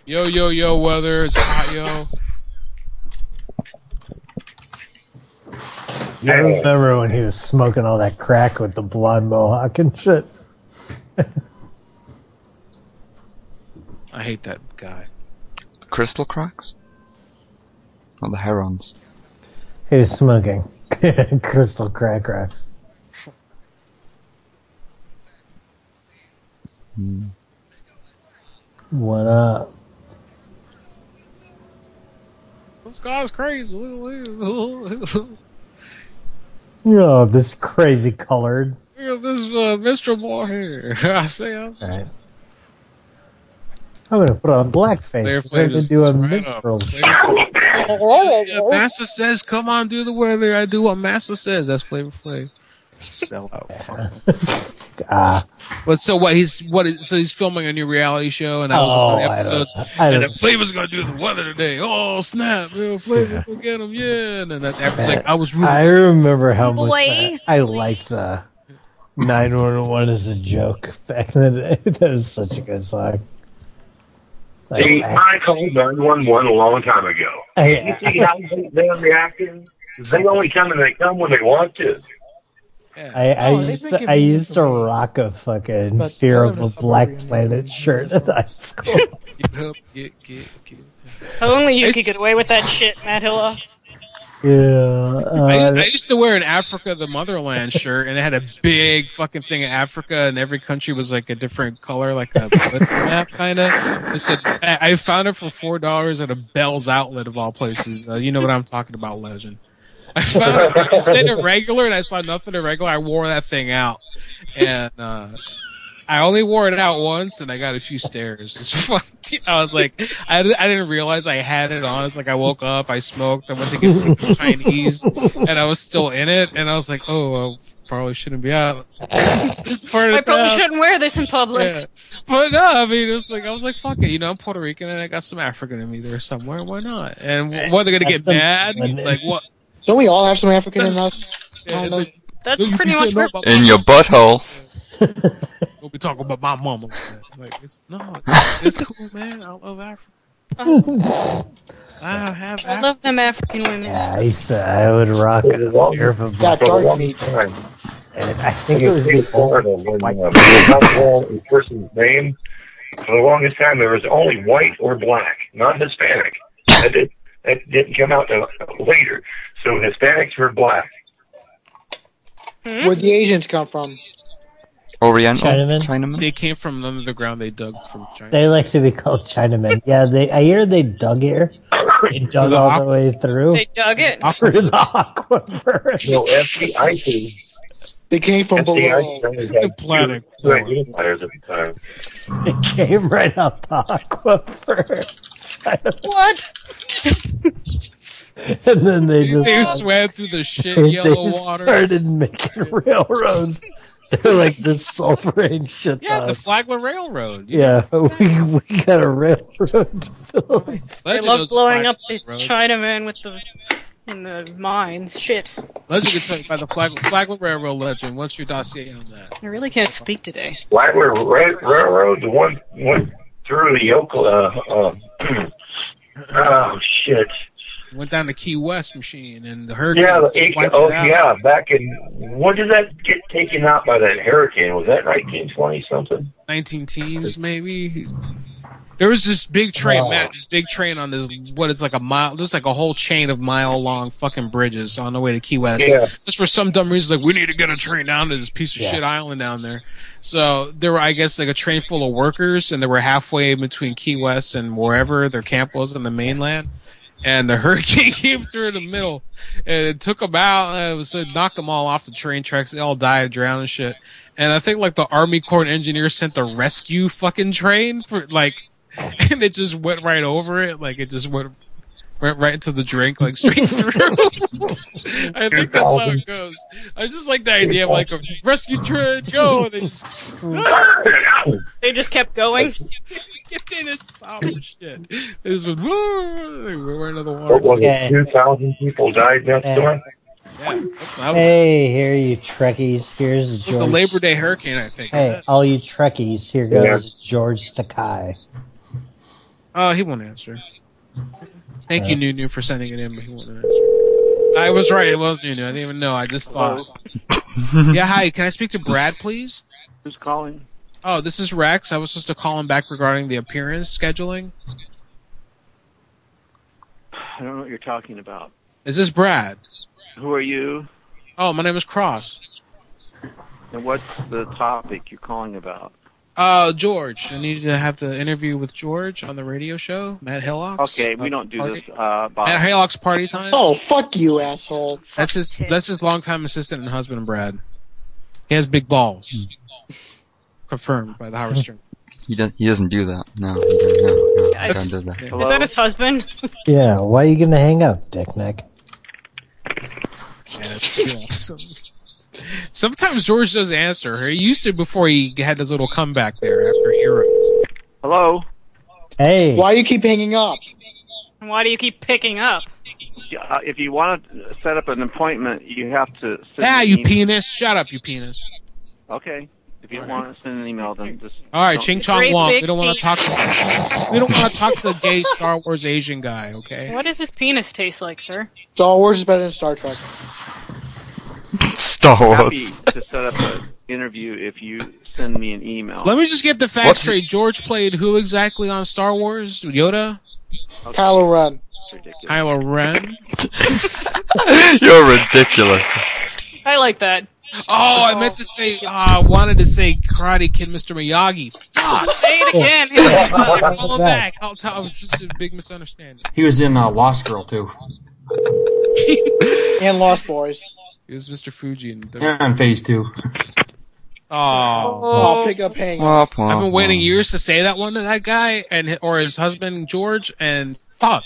S8: Yo, yo, yo, weather. It's hot, yo.
S3: I remember when he was smoking all that crack with the blonde mohawk and shit.
S8: I hate that guy.
S2: Crystal Crocs? Or the Herons?
S3: He was smoking crystal crack rocks.
S2: Hmm.
S3: What up?
S8: This guy's crazy. Look
S3: Oh, this crazy colored.
S8: at this uh, Mr. Moore here. I see him.
S3: Right. I'm gonna put on
S8: Player
S3: blackface. We're
S8: Flav
S3: gonna
S8: just
S3: do a
S8: ran up.
S3: minstrel.
S8: Yeah, Master says, come on, do the weather. I do what Master says. That's Flavor Flav. Sell out.
S3: Ah,
S8: But so what? He's what? Is, so he's filming a new reality show, and that was one of
S3: Oh,
S8: the
S3: I don't-
S8: episodes.
S3: I don't-
S8: and the Flavor's gonna do the weather today. Oh snap! Yo, Flavor, go get him, yeah. And then that Evan's like, I was really
S3: I remember how much
S8: Boy.
S3: I, I liked the 911 as a joke back in the day. That was such a good song. Like,
S6: See,
S3: I-
S6: I called 911 a long time ago.
S3: Yeah.
S6: You see how they- they're reacting? They only come and they come when they want to.
S3: I, I
S6: Oh, they've
S3: used
S6: been
S3: to, I
S6: giving you
S3: used to rock a fucking
S6: But
S3: fear of
S6: none of
S3: a
S6: us have
S3: black
S6: really
S3: planet shirt at high school.
S8: Get up, get, get, get.
S11: If only you could get away with that shit, Matt Hilla.
S3: Yeah.
S8: I,
S3: Uh,
S8: I used to wear an Africa the Motherland shirt, and it had a big fucking thing of Africa, and every country was like a different color, like a blood map kind of. It said I I found it for four dollars at a Bell's outlet of all places. Uh, you know what I'm talking about, legend. I found it. It said irregular, and I saw nothing irregular. I wore that thing out, and uh, I only wore it out once, and I got a few stares. It's fucking, I was like, I, di- I didn't realize I had it on. It's like I woke up, I smoked, I went to get Chinese, and I was still in it, and I was like, oh, I probably shouldn't be out. This part of
S11: I probably
S8: town.
S11: shouldn't wear this in public.
S8: Yeah. But no, I mean, it's like I was like, "Fuck it," you know. I'm Puerto Rican, and I got some African in me there somewhere. Why not? And w- what are they gonna get
S10: That's some-
S8: mad? Like what?
S10: Don't we all have some African in us?
S8: Yeah, it's
S10: Kinda.
S8: like, That's pretty much where-
S2: In your butthole.
S8: Don't be talking about my mama. Like, that. Like, it's, no, it's cool, man. I love Africa. I don't have.
S11: Uh-huh. I love them African women.
S3: I used to, I would rock a pair of
S10: Got dark
S3: a
S10: meat.
S3: and I think it was
S6: in Florida when uh, they got all a person's name. For the longest time, there was only white or black, not Hispanic. That, did, that didn't come out till later. So Hispanics were black.
S8: hmm?
S10: Where'd the Asians come from?
S2: Oriental.
S3: Chinaman.
S8: They came from under the ground. They dug from China.
S3: They like to be called Chinamen. Yeah, they. I hear they dug here. They dug
S8: the
S3: all the way through.
S11: They dug it.
S3: Through the aquifer.
S6: No, FD ISIS.
S10: They came from
S6: FD
S10: below.
S6: ISIS only had
S10: The planet.
S6: two identifiers at the time.
S3: It came right out the aquifer.
S11: What?
S3: and then they just
S8: They swam through the shit
S3: they
S8: yellow water.
S3: started making railroads. They're like this sulfur ain't shit.
S8: Yeah,
S3: to
S8: the
S3: us.
S8: Flagler Railroad.
S3: Uh, Yeah, we we got a railroad.
S11: They
S8: Legend
S11: love
S8: knows
S11: blowing
S8: Flagler
S11: up the
S8: Road.
S11: Chinaman with the in the mines. Shit,
S8: Legend gets touched by the Flagler, Flagler Railroad legend. What's your dossier on that?
S11: I really can't speak today.
S6: Flagler Ra- Railroad, the one went through the Oklahoma. Uh, oh shit!
S8: Went down the Key West machine and the hurricane.
S6: Yeah, the eight,
S8: wiped it
S6: oh
S8: out.
S6: yeah, back in when did that get taken out by that hurricane? Was that nineteen twenty something?
S8: 19 teens maybe there was this big train matt this big train on this what is like a mile there's like a whole chain of mile long fucking bridges on the way to key west
S6: Yeah.
S8: just for some dumb reason like we need to get a train down to this piece of shit island down there so there were i guess like a train full of workers and they were halfway in between key west and wherever their camp was on the mainland and the hurricane came through the middle and it took them out and it was it knocked them all off the train tracks they all died drowned and shit and i think like the army corps of engineers sent the rescue fucking train for like and it just went right over it like it just went went right into the drink like straight through i think that's how it goes i just like the idea of like a rescue train go and they just
S11: They just kept going.
S8: Skip in and stop and shit. They just went, "Woo," they went right into the water
S6: What was
S3: Yeah.
S6: it? Two thousand people died next
S3: Yeah.
S6: door.
S3: Hey, here you Trekkies. Here's
S8: It was the
S3: George.
S8: Labor Day hurricane, I think.
S3: hey, all you Trekkies. Here goes George Takai.
S8: Oh, he won't answer. Thank you, New New, for sending it in, but he won't answer. I was right. It was New New. I didn't even know. I just thought. yeah, hi. Can I speak to Brad, please?
S5: Who's calling?
S8: Oh, this is Rex. I was supposed to call him back regarding the appearance scheduling.
S5: I don't know what you're talking about.
S8: Is this Brad?
S5: Who are you?
S8: Oh, my name is Cross.
S5: And what's the topic you're calling about?
S8: Uh, George. I needed to have the interview with George on the radio show. Matt Hillocks.
S5: Okay,
S8: Uh,
S5: we don't do
S8: party.
S5: this. Uh, Bob.
S8: Matt Hillocks party time.
S10: Oh, fuck you, asshole.
S8: That's his. That's his longtime assistant and husband, Brad. He has big balls. Confirmed by the Howard Stern.
S2: He doesn't. He doesn't do that. No, he doesn't. No, no.
S11: I-
S2: Don't do that.
S11: Is that his husband?
S3: Yeah, why you gonna hang up, Dick Neck?
S8: Sometimes George doesn't answer. He used to before he had his little comeback there after Heroes.
S5: Hello.
S3: Hey.
S10: Why do you keep hanging up?
S11: And Why do you keep picking up?
S5: Uh, if you want to set up an appointment, you have to. Send
S8: Ah,
S5: an
S8: you
S5: email.
S8: penis! Shut up, you penis!
S5: Okay. If you want to send an email, then just.
S8: All right,
S5: don't-
S8: Ching Chong Wong. We don't want to talk. We don't want to talk to the gay Star Wars Asian guy. Okay.
S11: What does his penis taste like, sir?
S10: Star Wars is better than Star Trek.
S2: Star
S6: Oh.
S5: Happy to set up an interview if you
S1: send me an email.
S8: Let me just get the facts straight. George played who exactly on Star Wars? Yoda?
S10: Kylo Ren.
S8: Kylo Ren?
S2: You're ridiculous.
S11: I like that.
S8: Oh, I meant to say, uh, I wanted to say Karate Kid Mr. Miyagi. Fuck!
S11: Say it again.
S8: I'm falling back. I'll tell- I was just a big misunderstanding.
S14: He was in uh, Lost Girl too,
S10: and Lost Boys.
S8: It was Mr. Fuji and
S14: and on Phase Two.
S8: Oh.
S10: I'll pick up hang.
S14: Womp womp
S8: I've been waiting
S14: womp.
S8: years to say that one to that guy and hi- or his husband George and fuck.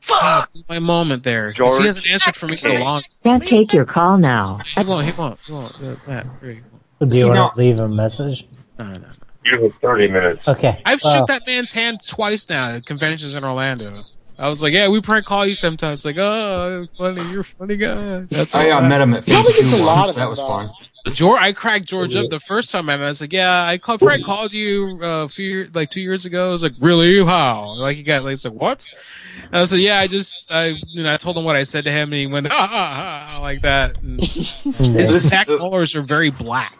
S8: Fuck my moment there. 'Cause
S4: George.
S8: He hasn't answered for me for a long
S4: Can't take your call now.
S8: He won't, he won't, he won't. Uh, Matt, here you go.
S3: Do
S8: See,
S3: you
S8: now-
S3: want to leave a message?
S6: Give it 30 minutes.
S3: Okay.
S8: I've
S3: Uh,
S8: shook that man's hand twice now at conventions in Orlando. I was like, yeah, we prank call you sometimes. Like, oh, funny, you're a funny guy. That's
S14: I uh,
S8: all right.
S14: met him at Phase Two once. That was fun.
S8: George, I cracked George up the first time I met. him. I was like, "Yeah, I called, probably called you uh, a few year- like two years ago." I was like, "Really? How?" Like he got like, he's like, "What?" And I was like, "Yeah, I just I you know I told him what I said to him, and he went ah ah ah like that." And his
S14: This-
S8: exact colors are very black.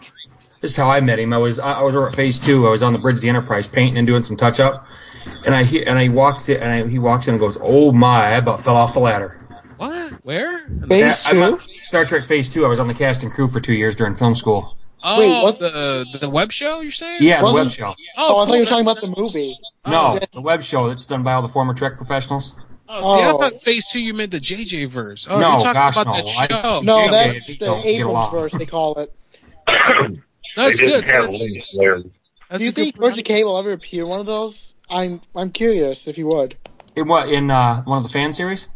S14: This is how I met him. I was I I was over at Phase Two. I was on the bridge of the Enterprise painting and doing some touch up, and I he, and I walks in, and I, he walks in and goes, "Oh my! I about fell off the ladder."
S8: What? Where?
S14: Yeah, I'm on- Star Trek Phase Two. I was on the cast and crew for two years during film school.
S8: Oh,
S14: Wait,
S8: the the web show you're saying?
S14: Yeah, the web show.
S10: Oh, I thought you
S8: cool,
S10: were talking
S8: that's-
S10: about the movie.
S14: No, the web show that's done by all the former Trek professionals.
S8: Oh, see, I
S10: Oh.
S8: thought Phase Two you meant the JJ verse. Oh,
S14: No,
S8: you're talking
S14: gosh,
S8: about
S14: no.
S8: that
S14: I-
S8: show.
S10: No,
S14: Yeah,
S10: that's
S14: they
S10: the
S14: don't get
S10: Abrams
S14: along.
S10: verse they call it.
S8: That's
S6: they didn't
S8: good, so
S6: Have
S8: that's-
S6: links there.
S8: That's
S10: Do you
S8: a good
S10: think George Takei will ever appear in one of those? I'm I'm curious if he would.
S14: In what in uh, one of the fan series?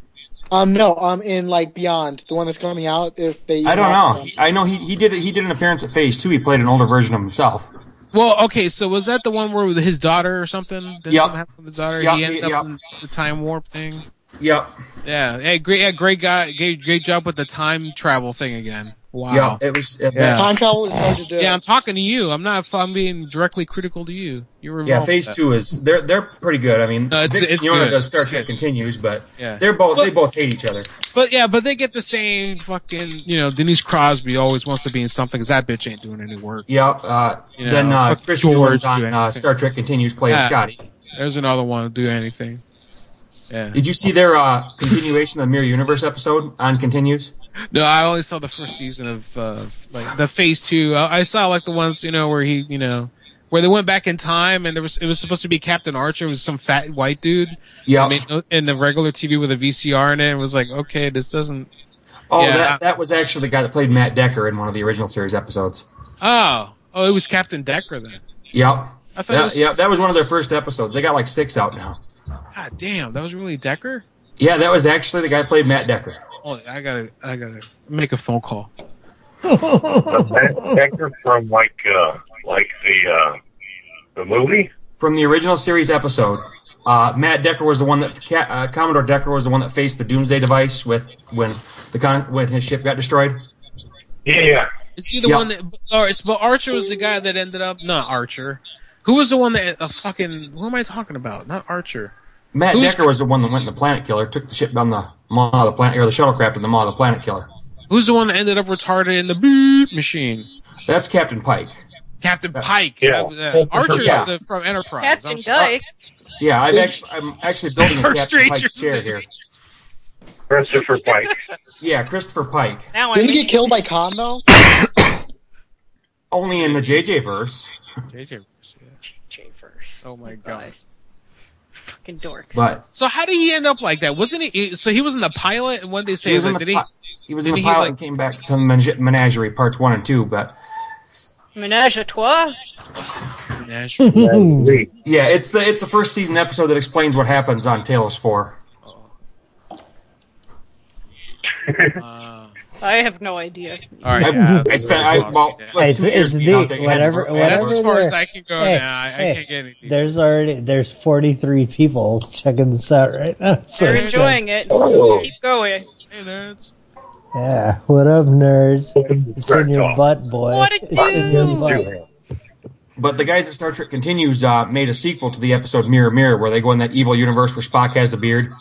S10: Um, no, um, in like Beyond, the one that's coming out. If they,
S14: I don't know. He- I know he, he did he did an appearance at Phase Two. He played an older version of himself.
S8: Well, okay, so was that the one where with his daughter or something? Did
S14: Yep.
S8: something happen with his daughter?
S14: Yep,
S8: he ended
S14: yep.
S8: up in the time warp thing.
S14: Yep.
S8: Yeah. Hey, great, yeah, great guy. Great, great job with the time travel thing again. Wow.
S14: Yep. It was at
S8: Yeah.
S14: that
S10: Time travel is hard to do.
S8: Yeah, I'm talking to you. I'm not. I'm being directly critical to you. You were
S14: Yeah,
S8: involved
S14: phase
S8: with that.
S14: two is they're they're pretty good. I mean,
S8: No, it's-
S14: Vic
S8: it's
S14: Mignogna
S8: good.
S14: does Star
S8: It's
S14: Trek continues, but
S8: Yeah.
S14: they're both they both hate each other.
S8: But yeah, but they get the same fucking. You know, Denise Crosby always wants to be in something because that bitch ain't doing any work.
S14: Yep. Uh,
S8: You
S14: then
S8: know,
S14: uh,
S8: fuck
S14: Chris
S8: George
S14: Jordan's on
S8: doing
S14: uh,
S8: anything.
S14: Star Trek continues playing
S8: Yeah.
S14: Scotty.
S8: There's another one to do anything. Yeah.
S14: Did you see their uh, continuation of the Mirror Universe episode on continues?
S8: No, I only saw the first season of uh, like the Phase Two. I, I saw like the ones you know where he you know where they went back in time and there was it was supposed to be Captain Archer. It was some fat white dude.
S14: Yeah.
S8: I mean, in the regular TV with a VCR in it, it was like okay, this doesn't.
S14: Oh,
S8: Yeah.
S14: that, that was actually the guy that played Matt Decker in one of the original series episodes.
S8: Oh, oh, it was Captain Decker then.
S14: Yep.
S8: I thought it
S14: Yeah,
S8: was-
S14: yeah, that was one of their first episodes. They got like six out now.
S8: God damn, that was really Decker.
S14: Yeah, that was actually the guy that played Matt Decker.
S8: Oh, I gotta, I gotta make a phone call.
S6: That actor from like uh, like the uh, the movie.
S14: From the original series episode, uh, Matt Decker was the one that Ca- uh, Commodore Decker was the one that faced the Doomsday device with when the con- when his ship got destroyed.
S6: Yeah.
S8: Is he the
S14: Yeah.
S8: one that? Or, it's- but Archer was the guy that ended up not Archer. Who was the one that? A fucking. Who am I talking about? Not Archer.
S14: Matt
S8: Who's-
S14: Decker was the one that went in the Planet Killer, took the ship down the maw of the planet or the shuttlecraft in the maw of the Planet Killer.
S8: Who's the one that ended up retarded in the beep machine?
S14: That's Captain Pike.
S8: Captain Pike.
S14: Yeah.
S8: Uh, Archer's
S14: Yeah.
S8: the, from Enterprise.
S11: Captain
S8: I'm sorry.
S11: Dyke.
S14: Yeah, I've actually I'm actually building a
S8: Our
S14: Captain Pike
S8: stranger's
S14: chair
S8: name.
S14: here.
S6: Christopher Pike.
S14: Yeah, Christopher Pike.
S11: Now
S10: Didn't he get killed by Khan though?
S14: Only in the JJ verse.
S8: JJ.
S11: JJ first.
S8: Oh my god.
S11: Fucking dorks.
S14: But
S8: So how did he end up like that? Wasn't he? So he was in the pilot, and when they say
S14: He was in
S8: like,
S14: the
S8: did he?
S14: pi- he was in
S8: did
S14: the pilot
S8: like-
S14: and came back to the menage- menagerie parts one and two, but
S11: Menage a trois?
S14: yeah, it's the it's the first season episode that explains what happens on Talos Four.
S11: I have no idea.
S8: All right, uh,
S14: I,
S8: yeah.
S14: I spent I, well, like
S3: It's-
S14: two years
S3: it's
S14: being out
S3: the-
S14: there, you had to
S3: whatever-
S14: go-
S3: whatever
S8: That's as far
S3: there-
S8: as I can go
S3: Hey,
S8: now. I, I
S3: hey,
S8: can't get any.
S3: There's already there's 43 people checking this out right now. So
S11: They're
S3: it's
S11: enjoying it.
S3: Oh.
S11: Keep going.
S3: like, yeah. What up, nerds? It's in your butt, boy.
S11: What it
S3: It's in your butt.
S14: But the guys at Star Trek Continues uh, made a sequel to the episode Mirror Mirror, where they go in that evil universe where Spock has the beard.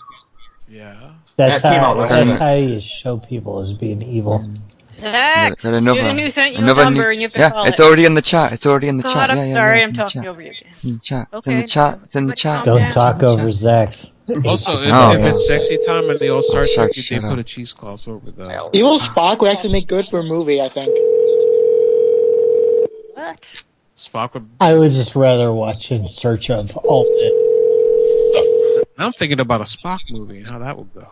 S8: Yeah.
S3: That's
S14: That came
S3: how,
S14: out with
S3: that's
S14: her.
S3: how you show people as being evil.
S11: Zach,
S2: And another-
S11: you- who sent you a
S2: another
S11: number
S2: new-
S11: and you have to
S2: yeah,
S11: call
S2: it's
S11: it.
S2: already in the chat. It's already in the
S11: God,
S2: chat.
S11: I'm
S2: yeah, yeah,
S11: sorry,
S2: yeah,
S11: I'm
S2: it's in the
S11: talking
S2: chat.
S11: over you.
S2: It's in the chat. It's in the chat. It's in the chat.
S3: Don't talk over Zach's.
S8: Also, if,
S2: Oh,
S8: if
S2: yeah.
S8: it's sexy time and they all start
S2: Sorry,
S8: drinking, they
S2: shut
S8: put
S2: up.
S8: a cheesecloth over the.
S10: Evil Spock would actually make good for a movie, I think.
S11: What?
S8: Spock would.
S3: I would just rather watch In Search of Alton.
S8: I'm thinking about a Spock movie and how that would go.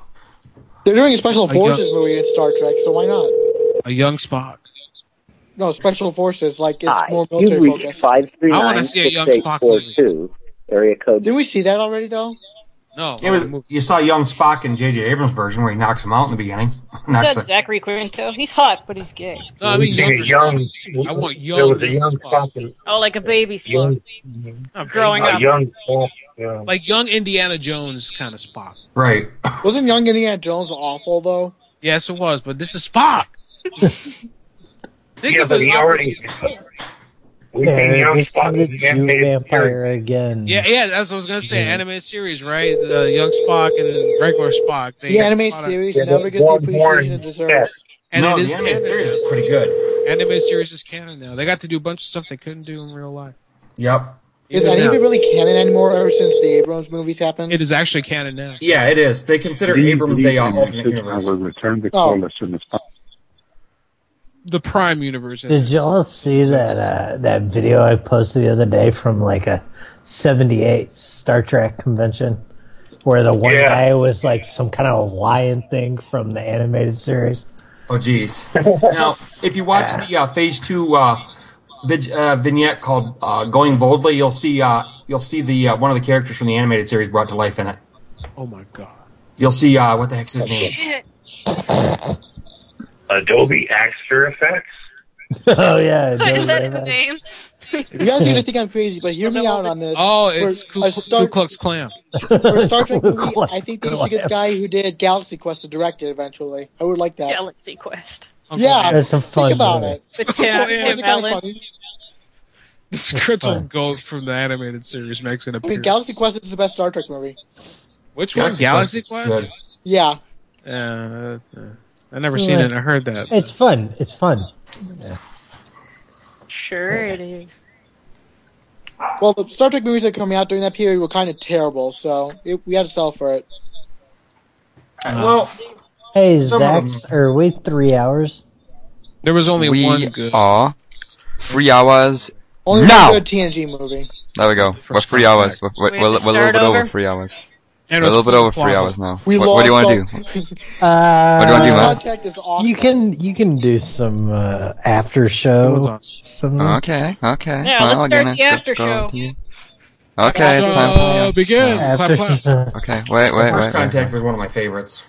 S10: They're doing a Special
S8: I
S10: Forces
S8: don't-
S10: movie in Star Trek, so why not?
S8: A young Spock.
S10: No, Special Forces, like it's more
S1: You've
S10: military
S1: reached
S10: focused.
S1: Ah, five three
S8: I wanna
S1: nine
S8: see a
S1: six
S8: young
S1: eight
S8: Spock
S1: four two. Area code.
S10: Didn't we see that already, though?
S8: No,
S14: it was. You saw young Spock in J.J. Abrams' version where he knocks him out in the beginning. knocks
S11: Is
S14: the
S11: that Zachary Quinto? He's hot, but he's gay.
S8: No, I mean younger
S6: young.
S8: I want young.
S6: There was a young Spock. in-
S11: Oh, like a baby Spock.
S6: Young,
S8: Not
S11: Growing
S8: baby.
S11: up.
S6: a young Spock. Yeah.
S8: Like young Indiana Jones kind of Spock.
S14: Right.
S10: Wasn't Young Indiana Jones awful though?
S8: Yes, it was, but this is Spock. Think
S6: Yeah,
S8: of
S6: but
S8: his
S6: he already. We think young Spock is an
S3: you
S6: animated
S3: vampire again.
S14: Mm-hmm.
S8: Yeah, yeah, that's what I was gonna say. Animated series, right? The young Spock and regular Spock. They
S10: The anime
S8: Spock-
S10: series never gets the appreciation it deserves.
S8: And
S14: no,
S8: it is
S14: the animated
S8: canon.
S14: series is pretty good.
S8: Anime series is canon now. They got to do a bunch of stuff they couldn't do in real life.
S14: Yep.
S10: Is
S8: Even
S10: any of
S8: now.
S10: it really canon anymore ever since the Abrams movies happened?
S8: It is actually canon now.
S14: Yeah, it is. They consider
S8: Leave-
S14: Abrams
S8: leave
S14: a uh,
S8: the
S14: alternate
S8: message,
S14: universe.
S8: I will
S14: return
S8: Oh.
S14: the
S10: call
S14: as soon as
S8: The Prime universe. is-
S3: Did y'all see that uh, that video I posted the other day from like a '78 Star Trek convention, where the one
S14: Yeah.
S3: guy was like some kind of lion thing from the animated series?
S14: Oh, geez. now, if you watch the uh, Phase Two uh, vid- uh, vignette called uh, "Going Boldly," you'll see uh, you'll see the uh, one of the characters from the animated series brought to life in it.
S8: Oh my god.
S14: You'll see uh, what the heck's his name?
S6: Adobe After Effects.
S3: oh yeah,
S11: Is that his name?
S10: You guys are gonna think I'm crazy, but hear me out on this.
S8: Oh,
S10: For
S8: it's Ku,
S10: a
S8: Ku
S10: Star,
S8: Klux Klan.
S10: for a Star Trek
S8: Ku
S10: movie.
S8: Klux
S10: I think they should get the guy who did Galaxy Quest to direct it eventually. I would like that.
S11: Galaxy Quest.
S10: yeah,
S3: That's a fun
S10: think about
S3: movie.
S10: it.
S11: But Tim,
S10: It's
S11: Tim
S10: kinda
S11: Allen.
S10: funny.
S8: The scriptal goat from the animated series makes an
S10: I mean,
S8: appearance.
S10: Galaxy Quest is the best Star Trek movie.
S8: Which one? Galaxy
S14: Galaxy Quest
S8: Quest?
S14: is
S10: Yeah,
S8: Uh, uh, I never seen it. I heard that.
S3: It's fun. It's fun.
S11: Sure it is.
S10: Well, the Star Trek movies that were coming out during that period were kind of terrible, so it, we had to sell for it.
S14: Well,
S3: Hey,
S14: Some
S3: Zach,
S14: of
S3: are we three hours?
S8: There was only
S2: we
S8: one good.
S2: are three hours
S10: Only
S2: now.
S10: one good TNG movie.
S2: There we go. We're three hours. We're, we're,
S10: We
S2: we're,
S10: have
S2: we're a little
S10: to start
S2: bit over
S10: over?
S2: three hours.
S8: And
S2: we're a
S8: it was
S2: little bit
S8: full
S2: over three
S8: plot.
S2: hours now.
S10: We
S2: what, what do you
S10: lost
S2: want to do?
S3: Uh,
S2: What do you want to do, man?
S10: Contact is awesome.
S3: You can you can do some uh, after show.
S8: It was awesome.
S3: something.
S2: Okay, okay.
S11: Yeah,
S2: well,
S11: let's
S2: I'm
S11: start
S2: gonna
S11: the after
S2: go
S11: show.
S2: to you. Okay, it's time for
S8: begin.
S3: After
S8: Clap, clap.
S2: Okay, wait,
S14: The
S2: wait, wait,
S14: First
S2: wait.
S14: Contact was one of my favorites.